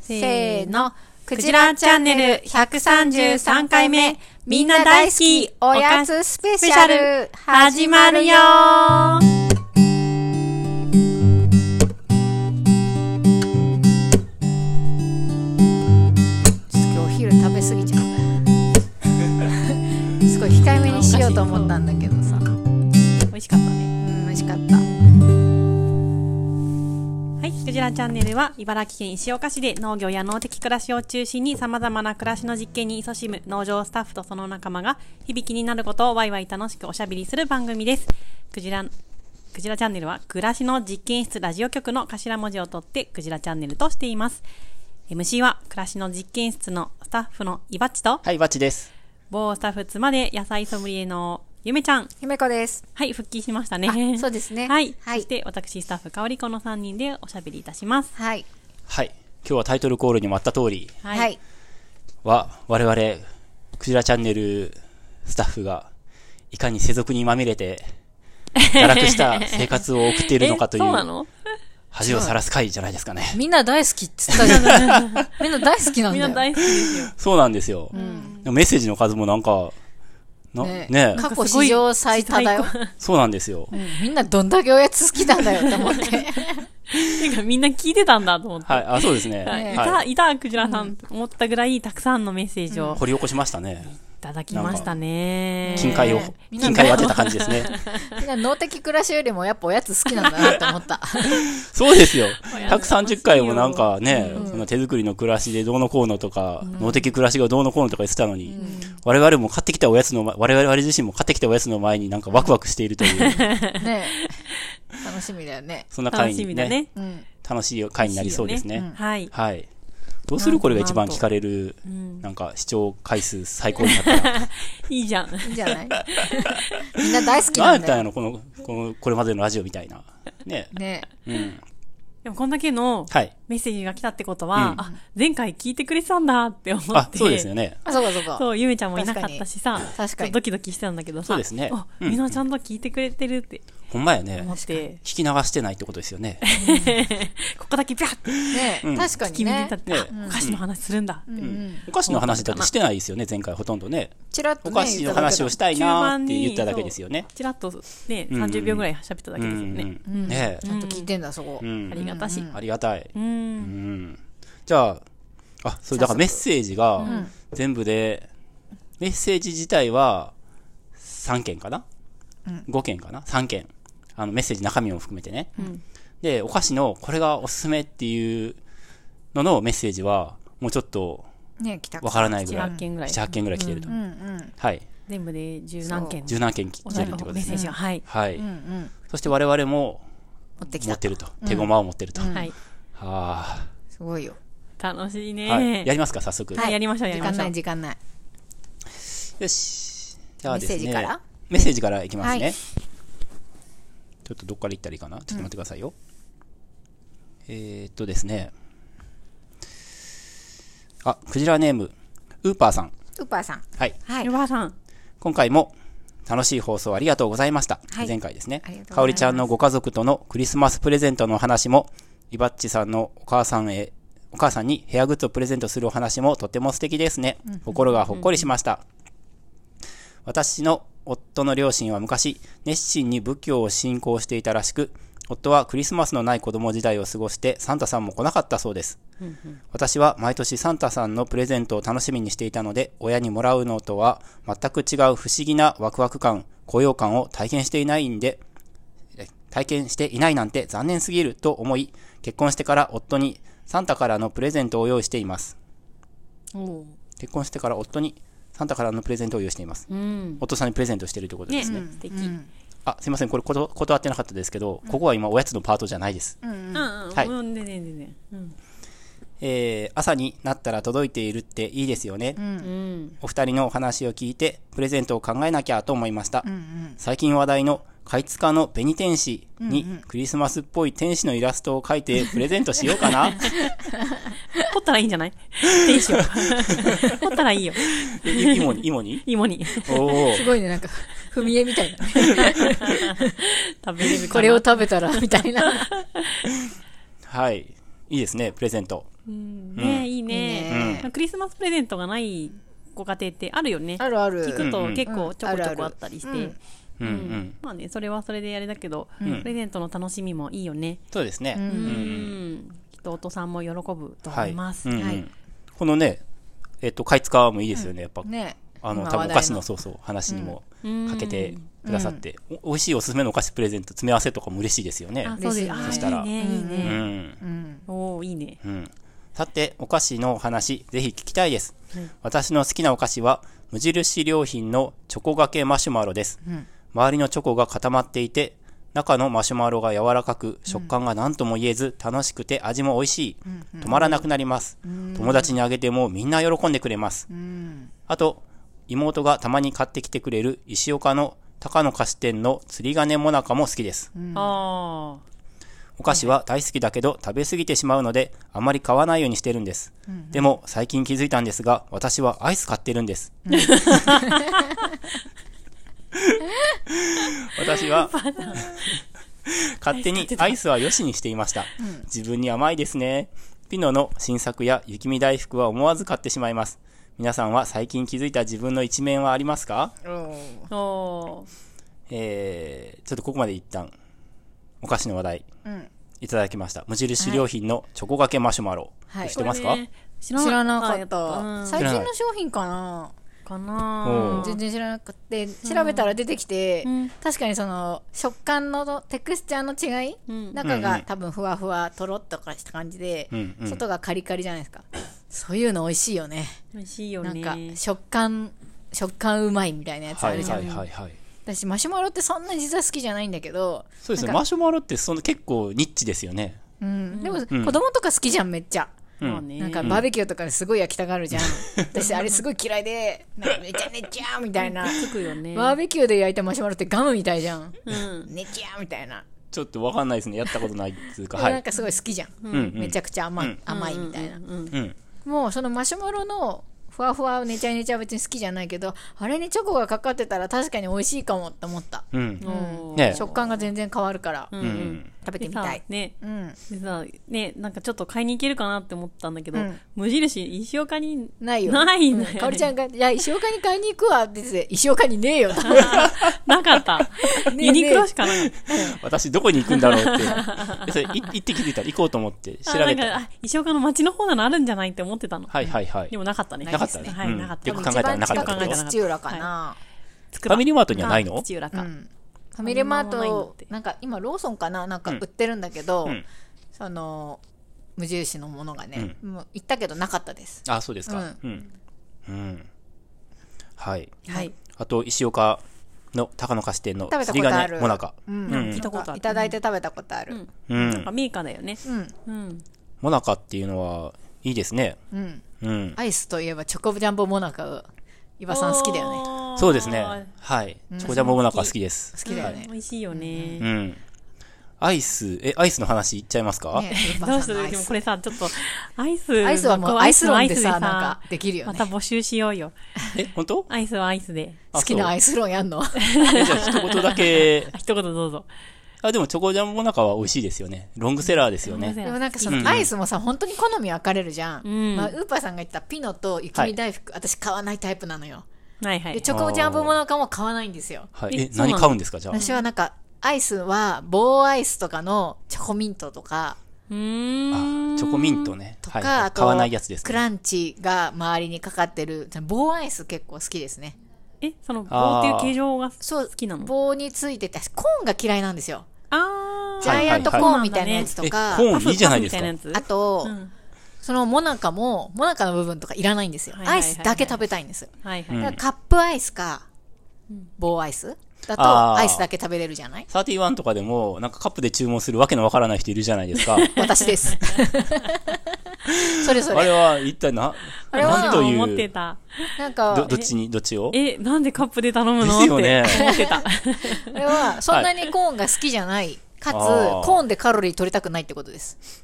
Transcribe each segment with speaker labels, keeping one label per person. Speaker 1: せーの、クジラチャンネル133回目、みんな大好き
Speaker 2: おやつスペシャル始まるよ今日お昼食べ過ぎちゃ った。すごい控えめにしようと思ったんだけどさ。
Speaker 1: 美味しかったね。
Speaker 2: うん、美味しかった。
Speaker 1: はい、クジラチャンネルは茨城県石岡市で農業や農的暮らしを中心に様々な暮らしの実験に勤しむ農場スタッフとその仲間が響きになることをワイワイ楽しくおしゃべりする番組です。クジラ、クジラチャンネルは暮らしの実験室ラジオ局の頭文字を取ってクジラチャンネルとしています。MC は暮らしの実験室のスタッフのイバッチと
Speaker 3: はい、バッチです。
Speaker 1: 某スタッフ妻で野菜ソムリエのゆめちゃん。
Speaker 2: ゆめこです。
Speaker 1: はい、復帰しました
Speaker 2: あ
Speaker 1: ね。
Speaker 2: そうですね
Speaker 1: はい。
Speaker 2: はい
Speaker 1: そして、私、スタッフ、かおりこの3人でおしゃべりいたします。
Speaker 2: はい。
Speaker 3: はい、今日はタイトルコールにもあった通り
Speaker 1: は
Speaker 2: はい。
Speaker 3: は、我々、クジラチャンネルスタッフが、いかに世俗にまみれて、堕落 した生活を送っているのかと
Speaker 1: え
Speaker 3: い
Speaker 1: そうな
Speaker 3: う、
Speaker 1: の
Speaker 3: 恥をさらす回じゃないですかね。
Speaker 2: みんな大好きって言ったじゃない。 みんな大好きなん
Speaker 1: みんな
Speaker 2: だ
Speaker 1: 大
Speaker 2: よ。
Speaker 1: 好きですよ。
Speaker 3: そうなんですよ。でもメッセージの数もなんか、な、ねえ
Speaker 2: 過去史上最 多だよ。
Speaker 3: そうなんですよ。
Speaker 2: みんなどんだけおやつ好きなんだよって思 って。
Speaker 1: てか、みんな聞いてたんだと思って。
Speaker 3: はい、あ、そうですね。
Speaker 1: はい、い
Speaker 3: は
Speaker 1: た、
Speaker 3: い。
Speaker 1: いた、クジラさん、思ったぐらい、たくさんのメッセージを
Speaker 3: 掘り起こしましたね。
Speaker 1: いただきましたね。
Speaker 3: 金塊を
Speaker 2: ね、え
Speaker 3: 金塊を当てた感じですね。
Speaker 2: みんな脳的暮らしよりもやっぱおやつ好きなんだなって思 った。
Speaker 3: そうですよ。
Speaker 1: やだ
Speaker 3: 130回もなんかね、その手作りの暮らしでどうのこうのとか、脳的暮らしがどうのこうのとか言ってたのに、我々も買ってきたおやつの前、我々自身も買ってきたおやつの前になんかワクワクしているという、
Speaker 2: ねえ楽しみだよね。
Speaker 3: そんな
Speaker 1: 楽
Speaker 3: 回
Speaker 1: し
Speaker 3: に
Speaker 1: みだ
Speaker 3: ね、
Speaker 1: ね。
Speaker 2: うん。
Speaker 3: 楽しい回になりそうです
Speaker 1: いいよ
Speaker 3: ね。
Speaker 1: はい。
Speaker 3: はい。どうするこれが一番聞かれる、なんか視聴回数最 高になったら。
Speaker 1: いいじゃん。
Speaker 2: いいんじゃ ないみんな大好き
Speaker 3: な
Speaker 2: な
Speaker 3: んや
Speaker 2: ん
Speaker 3: ったん
Speaker 2: だ
Speaker 3: や
Speaker 2: よ。
Speaker 3: ろこの、この、これまでのラジオみたいな。ね。
Speaker 2: ね
Speaker 3: うん。
Speaker 1: でも、こんだけの
Speaker 3: はい。
Speaker 1: メッセージが来たってことは、
Speaker 3: うん
Speaker 1: あ、前回聞いてくれてたんだって思って。
Speaker 3: あ、そうですよね。
Speaker 2: あ、そうかそうか。
Speaker 1: そう、ゆめちゃんもいなかったしさ、
Speaker 2: 確かに
Speaker 1: ちょっとドキドキしてたんだけどさ、
Speaker 3: そうですね
Speaker 1: あ
Speaker 3: うん
Speaker 1: みのちゃんと聞いてくれてるって
Speaker 3: ほんまやね
Speaker 1: 思。って、
Speaker 3: 聞き流してないってことですよね。
Speaker 1: ここだけピャッて
Speaker 2: ねえ
Speaker 3: うん
Speaker 2: 確か
Speaker 1: 聞き
Speaker 2: に
Speaker 1: 抜い
Speaker 2: ね
Speaker 1: たっ。て、
Speaker 3: ね
Speaker 1: あお菓子の話するんだ。
Speaker 2: うんうん。
Speaker 3: お菓子の話だってしてないですよね、前回ほとんどね。
Speaker 2: ちらっと
Speaker 3: お
Speaker 2: ね。
Speaker 3: 菓子の話をしたいなーって言っただけですよね。
Speaker 1: ちらっとね、
Speaker 3: うん
Speaker 1: 30秒ぐらい喋っただ
Speaker 3: う
Speaker 1: けですよ
Speaker 3: ん
Speaker 1: ね。
Speaker 3: うんね
Speaker 2: 言ったけどちゃんと聞いてんだ、そこ
Speaker 3: え。う。
Speaker 1: あ
Speaker 3: ん。
Speaker 1: りがたし。
Speaker 2: うん
Speaker 3: ありがたい。
Speaker 1: う。
Speaker 3: うんん。じゃあ、あ、それだからメッセージが全部で、メッセージ自体は3件かな ?5 件かな ?3 件。あのメッセージ中身も含めてね。で、お菓子のこれがおすすめっていうののメッセージは、もうちょっと
Speaker 2: ねえ、来た
Speaker 3: わからないぐらい。
Speaker 1: 7 8件ぐらい
Speaker 3: 7 8件ぐらい来てると
Speaker 2: う。んうん。
Speaker 3: はい。
Speaker 1: 全部で十何件。
Speaker 3: 十何件来
Speaker 1: お
Speaker 3: てるってこと
Speaker 1: メ
Speaker 3: で
Speaker 1: ッ
Speaker 3: す
Speaker 1: セー
Speaker 3: ね。
Speaker 1: ジが、はい。
Speaker 3: はい。
Speaker 2: うんうん。
Speaker 3: そして我々も
Speaker 2: 持ってき
Speaker 3: 持
Speaker 2: た
Speaker 3: っ。てると。手駒を持ってると。は
Speaker 1: はい。
Speaker 3: あ
Speaker 2: すごいよ。
Speaker 1: 楽しい
Speaker 3: ーは
Speaker 1: ね
Speaker 3: い。や。りますか、早速。
Speaker 1: やりましょうやりましょう
Speaker 2: 時間ない、時間ない。
Speaker 3: よし。じゃあです
Speaker 2: メッセージ
Speaker 3: ね
Speaker 2: から。
Speaker 3: メッセージからいきます
Speaker 2: は
Speaker 3: ね
Speaker 2: い。
Speaker 3: ちょっとどっから行ったらいいかな。ちょっと待ってくださいよ。えーっとですね。あ、クジラネーム、ウーパーさん。
Speaker 2: ウーパーさん。
Speaker 3: はい。
Speaker 2: はい
Speaker 1: ゆ。ばあさん。
Speaker 3: 今回も楽しい放送ありがとうございました。
Speaker 2: はい
Speaker 3: 前回ですね
Speaker 2: ありがとうござい。ます
Speaker 3: かおりちゃんのご家族とのクリスマスプレゼントのお話も、イバッチさんのお母さんへ、お母さんにヘアグッズをプレゼントするお話もとても素敵ですね。心がほっこりしました。私の夫の両親は昔、熱心に仏教を信仰していたらしく、夫はクリスマスのない子供時代を過ごしてサンタさんも来なかったそうです。私は毎年サンタさんのプレゼントを楽しみにしていたので、親にもらうのとは全く違う不思議なワクワク感、高揚感を体験していないんで、え体験していないなんて残念すぎると思い、結婚してから夫にサンタからのプレゼントを用意しています。
Speaker 1: おう
Speaker 3: 結婚してから夫にサンタからのプレゼントを用意しています。
Speaker 1: うん。
Speaker 3: 夫さんにプレゼントしてるということ
Speaker 1: ね、
Speaker 3: ですね。
Speaker 1: 素敵。
Speaker 2: う
Speaker 1: うん
Speaker 2: ん
Speaker 3: あ、すいません、これこと断ってなかったですけど、ここは今おやつのパートじゃないです。
Speaker 2: うん
Speaker 1: う
Speaker 2: うん。
Speaker 1: ん。
Speaker 3: はい
Speaker 1: うん。ねねねね。うん。
Speaker 3: えー朝になったら届いているっていいですよね。
Speaker 1: うん。
Speaker 3: お二人のお話を聞いて、プレゼントを考えなきゃと思いました。
Speaker 2: うん
Speaker 3: 最近話題の、貝塚の紅天使に、クリスマスっぽい天使のイラストを描いてプレゼントしようかな。
Speaker 1: 掘ったらいいんじゃない天 使を。掘ったらいいよ。
Speaker 3: い芋に、芋に
Speaker 1: 芋に。
Speaker 3: おお
Speaker 2: す。ごいね、 なんか、踏み絵みたいな。
Speaker 1: 食べれるかな
Speaker 2: これを食べた ら、みたいな。
Speaker 3: はい。いいですね、プレゼント。
Speaker 1: うんね、い
Speaker 2: ね
Speaker 1: クリスマスプレゼントがないご家庭ってあるよね。
Speaker 2: あるある
Speaker 1: 聞く
Speaker 3: うん
Speaker 1: と
Speaker 3: うん
Speaker 1: 結構ちょこちょこあったりし
Speaker 2: うんあるあ
Speaker 1: て
Speaker 2: る。
Speaker 3: うん
Speaker 1: う
Speaker 3: う
Speaker 1: ん
Speaker 3: ん。
Speaker 1: まあね、それはそれであれだけど、プレゼントの楽しみもいいよね。
Speaker 3: そうですね。
Speaker 1: うん。きっとお父さんも喜ぶと思
Speaker 3: はいい。
Speaker 1: ます。
Speaker 3: うんうん
Speaker 2: はい
Speaker 3: このね、えっと、カイツカもいいですよね。やっぱ、
Speaker 2: ね
Speaker 3: あの、
Speaker 2: 今
Speaker 3: 多
Speaker 2: 話
Speaker 3: 分お
Speaker 2: 題
Speaker 3: 菓子のそうそう話にもかけてくださって、お美味しいおすすめのお菓子プレゼント、詰め合わせとかも嬉しいですよね。
Speaker 1: あ、そうです。あ
Speaker 2: 嬉しいね
Speaker 3: そしたら
Speaker 1: ーいいね、いいうね。
Speaker 3: ん。
Speaker 2: うん
Speaker 1: おおいいね。
Speaker 3: うん。さて、お菓子のお話、ぜひ聞きたいです。
Speaker 1: はい
Speaker 3: 私の好きなお菓子は、無印良品のチョコがけマシュマロです。
Speaker 2: うん
Speaker 3: 周りのチョコが固まっていて、中のマシュマロが柔らかく、食感が何とも言えず、楽しくて味も美味しい。止まらなくなります。友達にあげてもみんな喜んでくれます。
Speaker 2: うん
Speaker 3: あと、妹がたまに買ってきてくれる石岡の高野菓子店の釣り鐘もなかも好きです。
Speaker 1: ああ。
Speaker 3: お菓子は大好きだけど食べ過ぎてしまうのであまり買わないようにしてるんです。でも最近気づいたんですが私はアイス買ってるんです。 私は勝手にアイスは良しにしていました。自分に甘いですね。ピノの新作や雪見大福は思わず買ってしまいます。皆さんは最近気づいた自分の一面はありますか
Speaker 2: うん
Speaker 1: おー
Speaker 3: えー、ちょっとここまで一旦お菓子の話題。
Speaker 2: うん
Speaker 3: いただきました。無印良品のチョコがけマシュマロ。
Speaker 2: はい
Speaker 3: 知ってますか、
Speaker 1: これね知
Speaker 2: 知らなか
Speaker 1: や
Speaker 2: っ
Speaker 1: ぱ
Speaker 2: た
Speaker 1: うん
Speaker 2: 最近の商品かな
Speaker 1: か
Speaker 3: お
Speaker 1: な
Speaker 3: う
Speaker 2: 全然知らなくて調べたら出てきて
Speaker 1: うん
Speaker 2: 確かにその食感のテクスチャーの違い
Speaker 1: うん
Speaker 2: 中
Speaker 3: うんう
Speaker 2: が
Speaker 3: ん
Speaker 2: 多分ふわふわとろっとかした感じで
Speaker 3: うんうん
Speaker 2: 外がカリカリじゃないですかそういうの美味しいよね
Speaker 1: 美味しいよ
Speaker 2: な
Speaker 1: ね。
Speaker 2: んか食感食感うまいみたいなやつあ
Speaker 3: はい
Speaker 2: るじゃ
Speaker 3: は
Speaker 2: ん
Speaker 3: いはいはい。
Speaker 2: 私マシュマロってそんな実は好きじゃないんだけど
Speaker 3: そうですね。
Speaker 2: なんか
Speaker 3: マシュマロってその結構ニッチですよね。
Speaker 2: うんでも
Speaker 3: うん
Speaker 2: 子供とか好きじゃんめっちゃ
Speaker 3: うん
Speaker 1: まあね
Speaker 2: なんかバーベキューとかですごい焼きたがるじゃん。私あれすごい嫌いで、なんかめちゃめちゃみたいな。
Speaker 1: つくよね。
Speaker 2: バーベキューで焼いたマシュマロってガムみたいじゃん。
Speaker 1: うん。
Speaker 2: ねちゃーみたいな。
Speaker 3: ちょっとわかんないですね。やったことないっていうか。
Speaker 2: で
Speaker 3: は
Speaker 2: なん
Speaker 3: い。
Speaker 2: かすごい好きじゃん。
Speaker 3: うんうん
Speaker 2: めちゃくちゃ甘,、
Speaker 3: うん
Speaker 2: 甘いみたいな。
Speaker 1: うんうん
Speaker 3: うん。
Speaker 2: もうそのマシュマロのふわふわねちゃねちゃは別に好きじゃないけど、あれにチョコがかかってたら確かに美味しいかもって思った。
Speaker 3: うん。
Speaker 1: おー
Speaker 3: ねえ
Speaker 2: 食感が全然変わるから、
Speaker 1: うん
Speaker 3: う
Speaker 1: うん。
Speaker 3: ん。
Speaker 2: 食べて
Speaker 1: で
Speaker 2: み
Speaker 1: さ
Speaker 2: たい。
Speaker 1: ね。
Speaker 2: うん。
Speaker 1: でさ、ね、なんかちょっと買いに行けるかなって思ったんだけど、
Speaker 2: うん
Speaker 1: 無印、石岡に、
Speaker 2: ないよ。
Speaker 1: ないんだよね
Speaker 2: うかおりちゃんが、いや、石岡に買いに行くわって言ってて、石岡にねえよ。
Speaker 1: なかった。
Speaker 2: ね
Speaker 1: ユニクロしかなかっ
Speaker 3: 私どこに行くんだろうって。でそれい行って気づいたら行こうと思って
Speaker 1: た。
Speaker 3: 調
Speaker 1: あな
Speaker 3: べ
Speaker 1: んか、
Speaker 3: た。
Speaker 1: あ石岡の街の方なのあるんじゃないって思ってたの。
Speaker 3: はいはいはい
Speaker 1: で。もなかったね。
Speaker 3: なかったね
Speaker 1: はい、
Speaker 3: うん
Speaker 1: なかった。
Speaker 3: よく考えたらなかったけど
Speaker 2: 一番近くの土浦かな。
Speaker 1: フ
Speaker 3: ファミリーマートにはないの
Speaker 1: 土浦
Speaker 2: う
Speaker 1: か。
Speaker 2: んファミリーマー
Speaker 1: あんまないのっ
Speaker 2: ト
Speaker 1: て、
Speaker 2: なんか今ローソンかななんか売ってるんだけど、
Speaker 3: うん
Speaker 2: その、無印のものがね、もう行ったけどなかったです。
Speaker 3: あ、そうですか。
Speaker 2: う
Speaker 3: うん。うん。はい。
Speaker 1: はい。
Speaker 3: あと、石岡の高野菓子店の
Speaker 2: 食べた
Speaker 3: 釣
Speaker 2: こ
Speaker 3: り
Speaker 2: とあ
Speaker 3: 鐘
Speaker 2: る。
Speaker 3: もなか。
Speaker 2: うん。
Speaker 3: うん
Speaker 2: 聞いたこと
Speaker 1: な
Speaker 2: あ
Speaker 1: んか
Speaker 2: る。
Speaker 1: い
Speaker 2: い
Speaker 1: た
Speaker 2: た
Speaker 1: だ
Speaker 2: だ
Speaker 1: い
Speaker 2: いて食べたことある。
Speaker 1: うん。
Speaker 3: う
Speaker 1: なんか
Speaker 3: ん。
Speaker 1: メーカーだよね。
Speaker 2: うん。
Speaker 1: うん。
Speaker 3: もなかっていうのは、いいですね。
Speaker 2: うん。
Speaker 3: うん。
Speaker 2: アイスといえばチョコジャンボモナカが、岩さん好きだよね。
Speaker 1: ね
Speaker 3: そうですね。はい。チョコジャンボもなんか好きです。
Speaker 2: 好きだよ
Speaker 1: うん
Speaker 2: ね。
Speaker 1: 美味しいよね。
Speaker 3: うん。アイス、え、アイスの話いっちゃいますか、
Speaker 2: ね
Speaker 1: ど
Speaker 2: 岩
Speaker 1: うし
Speaker 2: さ
Speaker 1: た
Speaker 2: んのアイ
Speaker 1: でも
Speaker 2: ス
Speaker 1: これさ、ちょっと、アイス。
Speaker 2: アイスはも
Speaker 1: こ
Speaker 2: うアイス論でさ、なんかできるよ
Speaker 1: ま
Speaker 2: ね
Speaker 1: た。募集しようよ。
Speaker 3: え、本当
Speaker 1: アイスはアイスで。
Speaker 2: 好きなアイス論やんの
Speaker 3: ス。えじゃあ一言だけ
Speaker 1: あ。一言どうぞ。
Speaker 3: あ、でもチョコジャンボモナカは美味しいですよね。ロングセラーですよ
Speaker 1: ロングセ
Speaker 3: ね。
Speaker 1: ラ
Speaker 2: でもなんかそ
Speaker 3: うん
Speaker 2: のアイスもさ、本当に好み分かれるじゃん。
Speaker 1: うん
Speaker 2: まあ、ウーパーさんが言ったピノと雪見大福、私買わないタイプなのよ。
Speaker 1: はいはい。
Speaker 2: で、チョコジャンボもなんかも買わないんですよ。
Speaker 3: はい。
Speaker 1: え
Speaker 3: え、
Speaker 1: そうなの
Speaker 3: 何買うんですかじゃあ。
Speaker 2: 私はなんか、アイスは棒アイスとかのチョコミントとか、
Speaker 1: うー
Speaker 3: あ
Speaker 1: ん。
Speaker 3: チョコミントね。
Speaker 2: と
Speaker 3: は
Speaker 2: か、
Speaker 3: いは
Speaker 2: あ
Speaker 3: い。
Speaker 2: と
Speaker 3: 買わないやつです
Speaker 2: ク
Speaker 3: ね。
Speaker 2: ランチが周りにかかってる、棒アイス結構好きですね。
Speaker 1: え、その棒っていう形状が
Speaker 2: そう
Speaker 1: 好きなの
Speaker 2: 棒についてて、私コーンが嫌いなんですよ。
Speaker 1: あー。
Speaker 2: ジャイアントコ
Speaker 3: は
Speaker 1: はいは
Speaker 2: ー
Speaker 3: い
Speaker 1: い
Speaker 2: ンみたいなやつと
Speaker 3: え、コ
Speaker 2: か、
Speaker 1: パ
Speaker 3: ー
Speaker 1: フ
Speaker 3: ンいいじゃないです
Speaker 1: パ
Speaker 3: か。
Speaker 1: フみたいなやつ。
Speaker 2: あと、
Speaker 1: うん
Speaker 2: そのモナカも、モナカの部分とかいらないんですよ。
Speaker 1: はいはいはいはい
Speaker 2: アイスだけ食べたいんですよ。
Speaker 1: はい
Speaker 3: う
Speaker 1: は
Speaker 3: ん
Speaker 1: い。
Speaker 2: だからカップアイスか、棒アイスだ
Speaker 3: あ
Speaker 2: と、
Speaker 3: ー
Speaker 2: アイスだけ食べれるじゃない
Speaker 3: 31とかでも、なんかカップで注文するわけのわからない人いるじゃないですか。
Speaker 2: 私です。それそ
Speaker 3: あれ
Speaker 2: れ。
Speaker 3: は一体な、
Speaker 2: あれは
Speaker 3: なんとい
Speaker 1: 思って
Speaker 3: う、
Speaker 1: た。
Speaker 2: なん
Speaker 3: ど、
Speaker 2: か、
Speaker 3: どっちに、どっちを
Speaker 1: え、なんでカップで頼むの
Speaker 3: ですよね
Speaker 1: って思って た。
Speaker 2: これは、そんなにコーンが好きじゃない。かつ、
Speaker 3: あー
Speaker 2: コーンでカロリー取りたくないってことです。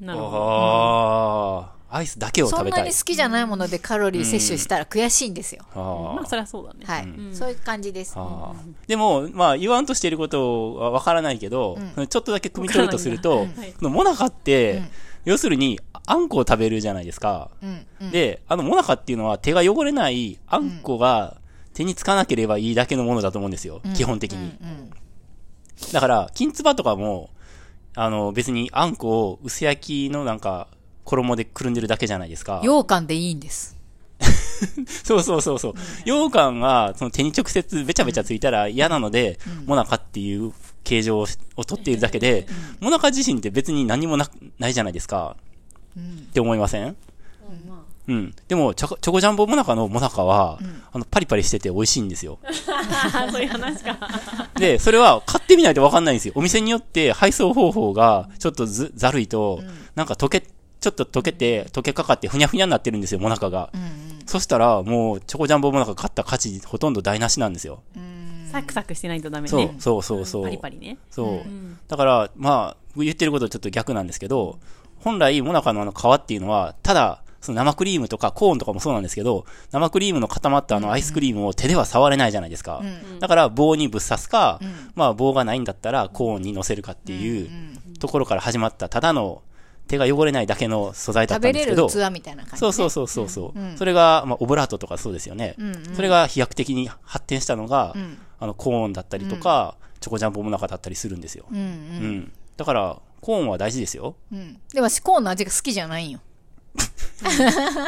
Speaker 1: なるほど。
Speaker 3: ああ、アイスだけを
Speaker 2: そ
Speaker 3: 食
Speaker 2: ん
Speaker 3: べ
Speaker 2: な
Speaker 3: た
Speaker 2: に
Speaker 3: い
Speaker 2: 好。きじゃないものでカロリー摂取したら悔しいんですよ。
Speaker 3: あ
Speaker 1: ま
Speaker 3: あ
Speaker 1: あ、そりゃそうだね。
Speaker 2: はい。そういう感じです。
Speaker 3: ああでも、まあ、言わんとしていることはわからないけど、ちょっとだけ汲み取るとする
Speaker 1: わ
Speaker 3: と
Speaker 1: からないんだうん、
Speaker 3: このモナカって、要するに、あんこを食べるじゃないですか。
Speaker 2: うんうん
Speaker 3: で、あの、モナカっていうのは手が汚れないあんこが手につかなければいいだけのものだと思うんですよ。基本的に。
Speaker 2: うん
Speaker 3: だから、金つばとかも、あの、別にあんこを薄焼きのなんか、衣でくるんでるだけじゃないですか。
Speaker 2: 羊羹でいいんです
Speaker 3: そうそうそうそう。羊羹が、その手に直接べちゃべちゃついたら嫌なので、モナカっていう形状をを取っているだけで、モナカ自身って別に何もな、ないじゃないですか。って思いませんうん。でも、チョコ、チョコジャンボモナカのモナカは、あの、パリパリしてて美味しいんですよ。
Speaker 1: そういう話か。
Speaker 3: で、それは買ってみないとわかんないんですよ。お店によって配送方法がちょっとず、ざるいと、なんか溶け、ちょっと溶けて、溶けかかってふにゃふにゃになってるんですよ、モナカが。そしたら、もう、チョコジャンボモナカ買った価値、ほとんど台無しなんですよ。
Speaker 1: サクサクしてないとダメね。
Speaker 3: そう、そうそうそう。
Speaker 1: パリパリね。
Speaker 3: そう。だから、まあ、僕言ってることちょっと逆なんですけど、本来、モナカのあの皮っていうのは、ただ、その生クリームとかコーンとかもそうなんですけど、生クリームの固まったあのアイスクリームを手では触れないじゃないですか。だから棒にぶっ刺すか、まあ棒がないんだったらコーンに乗せるかっていうところから始まった、ただの手が汚れないだけの素材だっ
Speaker 2: 食
Speaker 3: た
Speaker 2: べ
Speaker 3: んです
Speaker 2: れ
Speaker 3: け
Speaker 2: る
Speaker 3: ど、
Speaker 2: 器みたいな感じね
Speaker 3: そうそうそうそうそう、それが、まあ、オブラートとかそうですよね、それが飛躍的に発展したのが、あのコーンだったりとか、チョコジャンボモナカだったりするんですよ、うんだからコーンは大事ですよ
Speaker 2: うんでも私コーンの味が好きじゃない んよ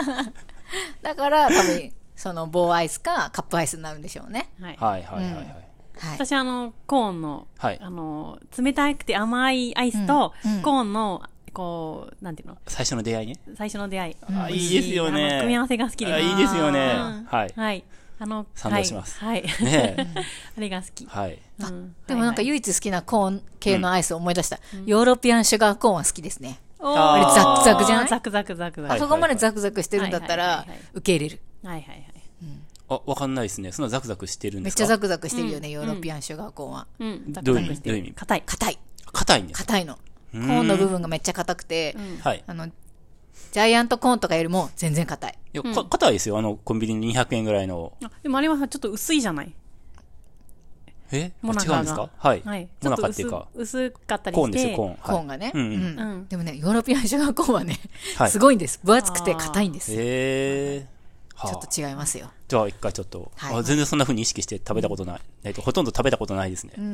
Speaker 2: だから多分その棒アイスかカップアイスになるんでしょうね
Speaker 1: はい。
Speaker 3: はいはいはいはい、
Speaker 2: はい
Speaker 1: 私あの、コーンの、
Speaker 3: はい
Speaker 1: あの、冷たくて甘いアイスと、コーンの、こう、なんていうの、
Speaker 3: 最初の出会いね、
Speaker 1: 最初の出会い。
Speaker 3: あいいですよ
Speaker 1: あの
Speaker 3: ね
Speaker 1: 組み合わせが好きです。
Speaker 3: あいいですよね
Speaker 1: うん
Speaker 3: はい
Speaker 1: はい。あの、
Speaker 3: 賛同します
Speaker 1: はい。はい
Speaker 3: ねえ
Speaker 1: あれが好き。
Speaker 3: はい
Speaker 1: うん
Speaker 2: でもなんか
Speaker 1: はい
Speaker 2: 唯一好きなコーン系のアイスを思い出した、ヨーロピアンシュガーコーンは好きですね
Speaker 1: はい
Speaker 3: あれザクザク
Speaker 2: じゃない
Speaker 1: ザクザクザクザ
Speaker 3: は
Speaker 1: ク。
Speaker 3: い
Speaker 2: そこまでザクザクしてるんだった
Speaker 1: は
Speaker 2: ら
Speaker 1: いはいはいはい
Speaker 2: 受け入れる
Speaker 1: はいはいはい。
Speaker 3: あわかんないですねそんなザクザクしてる
Speaker 2: め
Speaker 3: んで
Speaker 2: っ
Speaker 3: す
Speaker 2: ち
Speaker 3: か
Speaker 2: ゃザクザクしてるよね、ヨーロピアンシュガーコーンは
Speaker 1: うん。ザ
Speaker 3: ど
Speaker 1: ク
Speaker 3: う
Speaker 1: ザ
Speaker 3: いう意味
Speaker 1: クして
Speaker 3: どういう意
Speaker 1: る。
Speaker 3: 味
Speaker 1: 硬い。
Speaker 2: 硬い
Speaker 3: 硬いんです
Speaker 2: 硬いのコ
Speaker 3: ん
Speaker 2: ーンの部分がめっちゃ硬くて、
Speaker 3: はい
Speaker 2: あのジャイアントコーンとかよりも全然硬い
Speaker 3: いやか硬いですよあのコンビニで200円ぐらいの
Speaker 1: あでもあれはちょっと薄いじゃない
Speaker 3: えあ違う
Speaker 1: モ
Speaker 3: ん
Speaker 1: ナ
Speaker 3: です
Speaker 1: カが
Speaker 3: かはい、
Speaker 1: はい。
Speaker 3: モナカっ
Speaker 1: ち
Speaker 3: て
Speaker 1: ょっ
Speaker 3: いう
Speaker 1: と
Speaker 3: か
Speaker 1: 薄薄かったりして。
Speaker 3: コーンですよコーン、はい、
Speaker 2: コーンがね、
Speaker 3: うんうん
Speaker 2: うん
Speaker 1: うん
Speaker 2: でもねヨーロピアンシュガーコーンはね、
Speaker 3: はい
Speaker 2: すごいんです分厚くて硬いんですち
Speaker 3: ええはあ
Speaker 2: ょっと違いますよ
Speaker 3: じゃあ一回ちょっと、
Speaker 2: はい
Speaker 3: あ全然そんな風に意識して食べたことない、えっとほとんど食べたことないですねう
Speaker 2: うん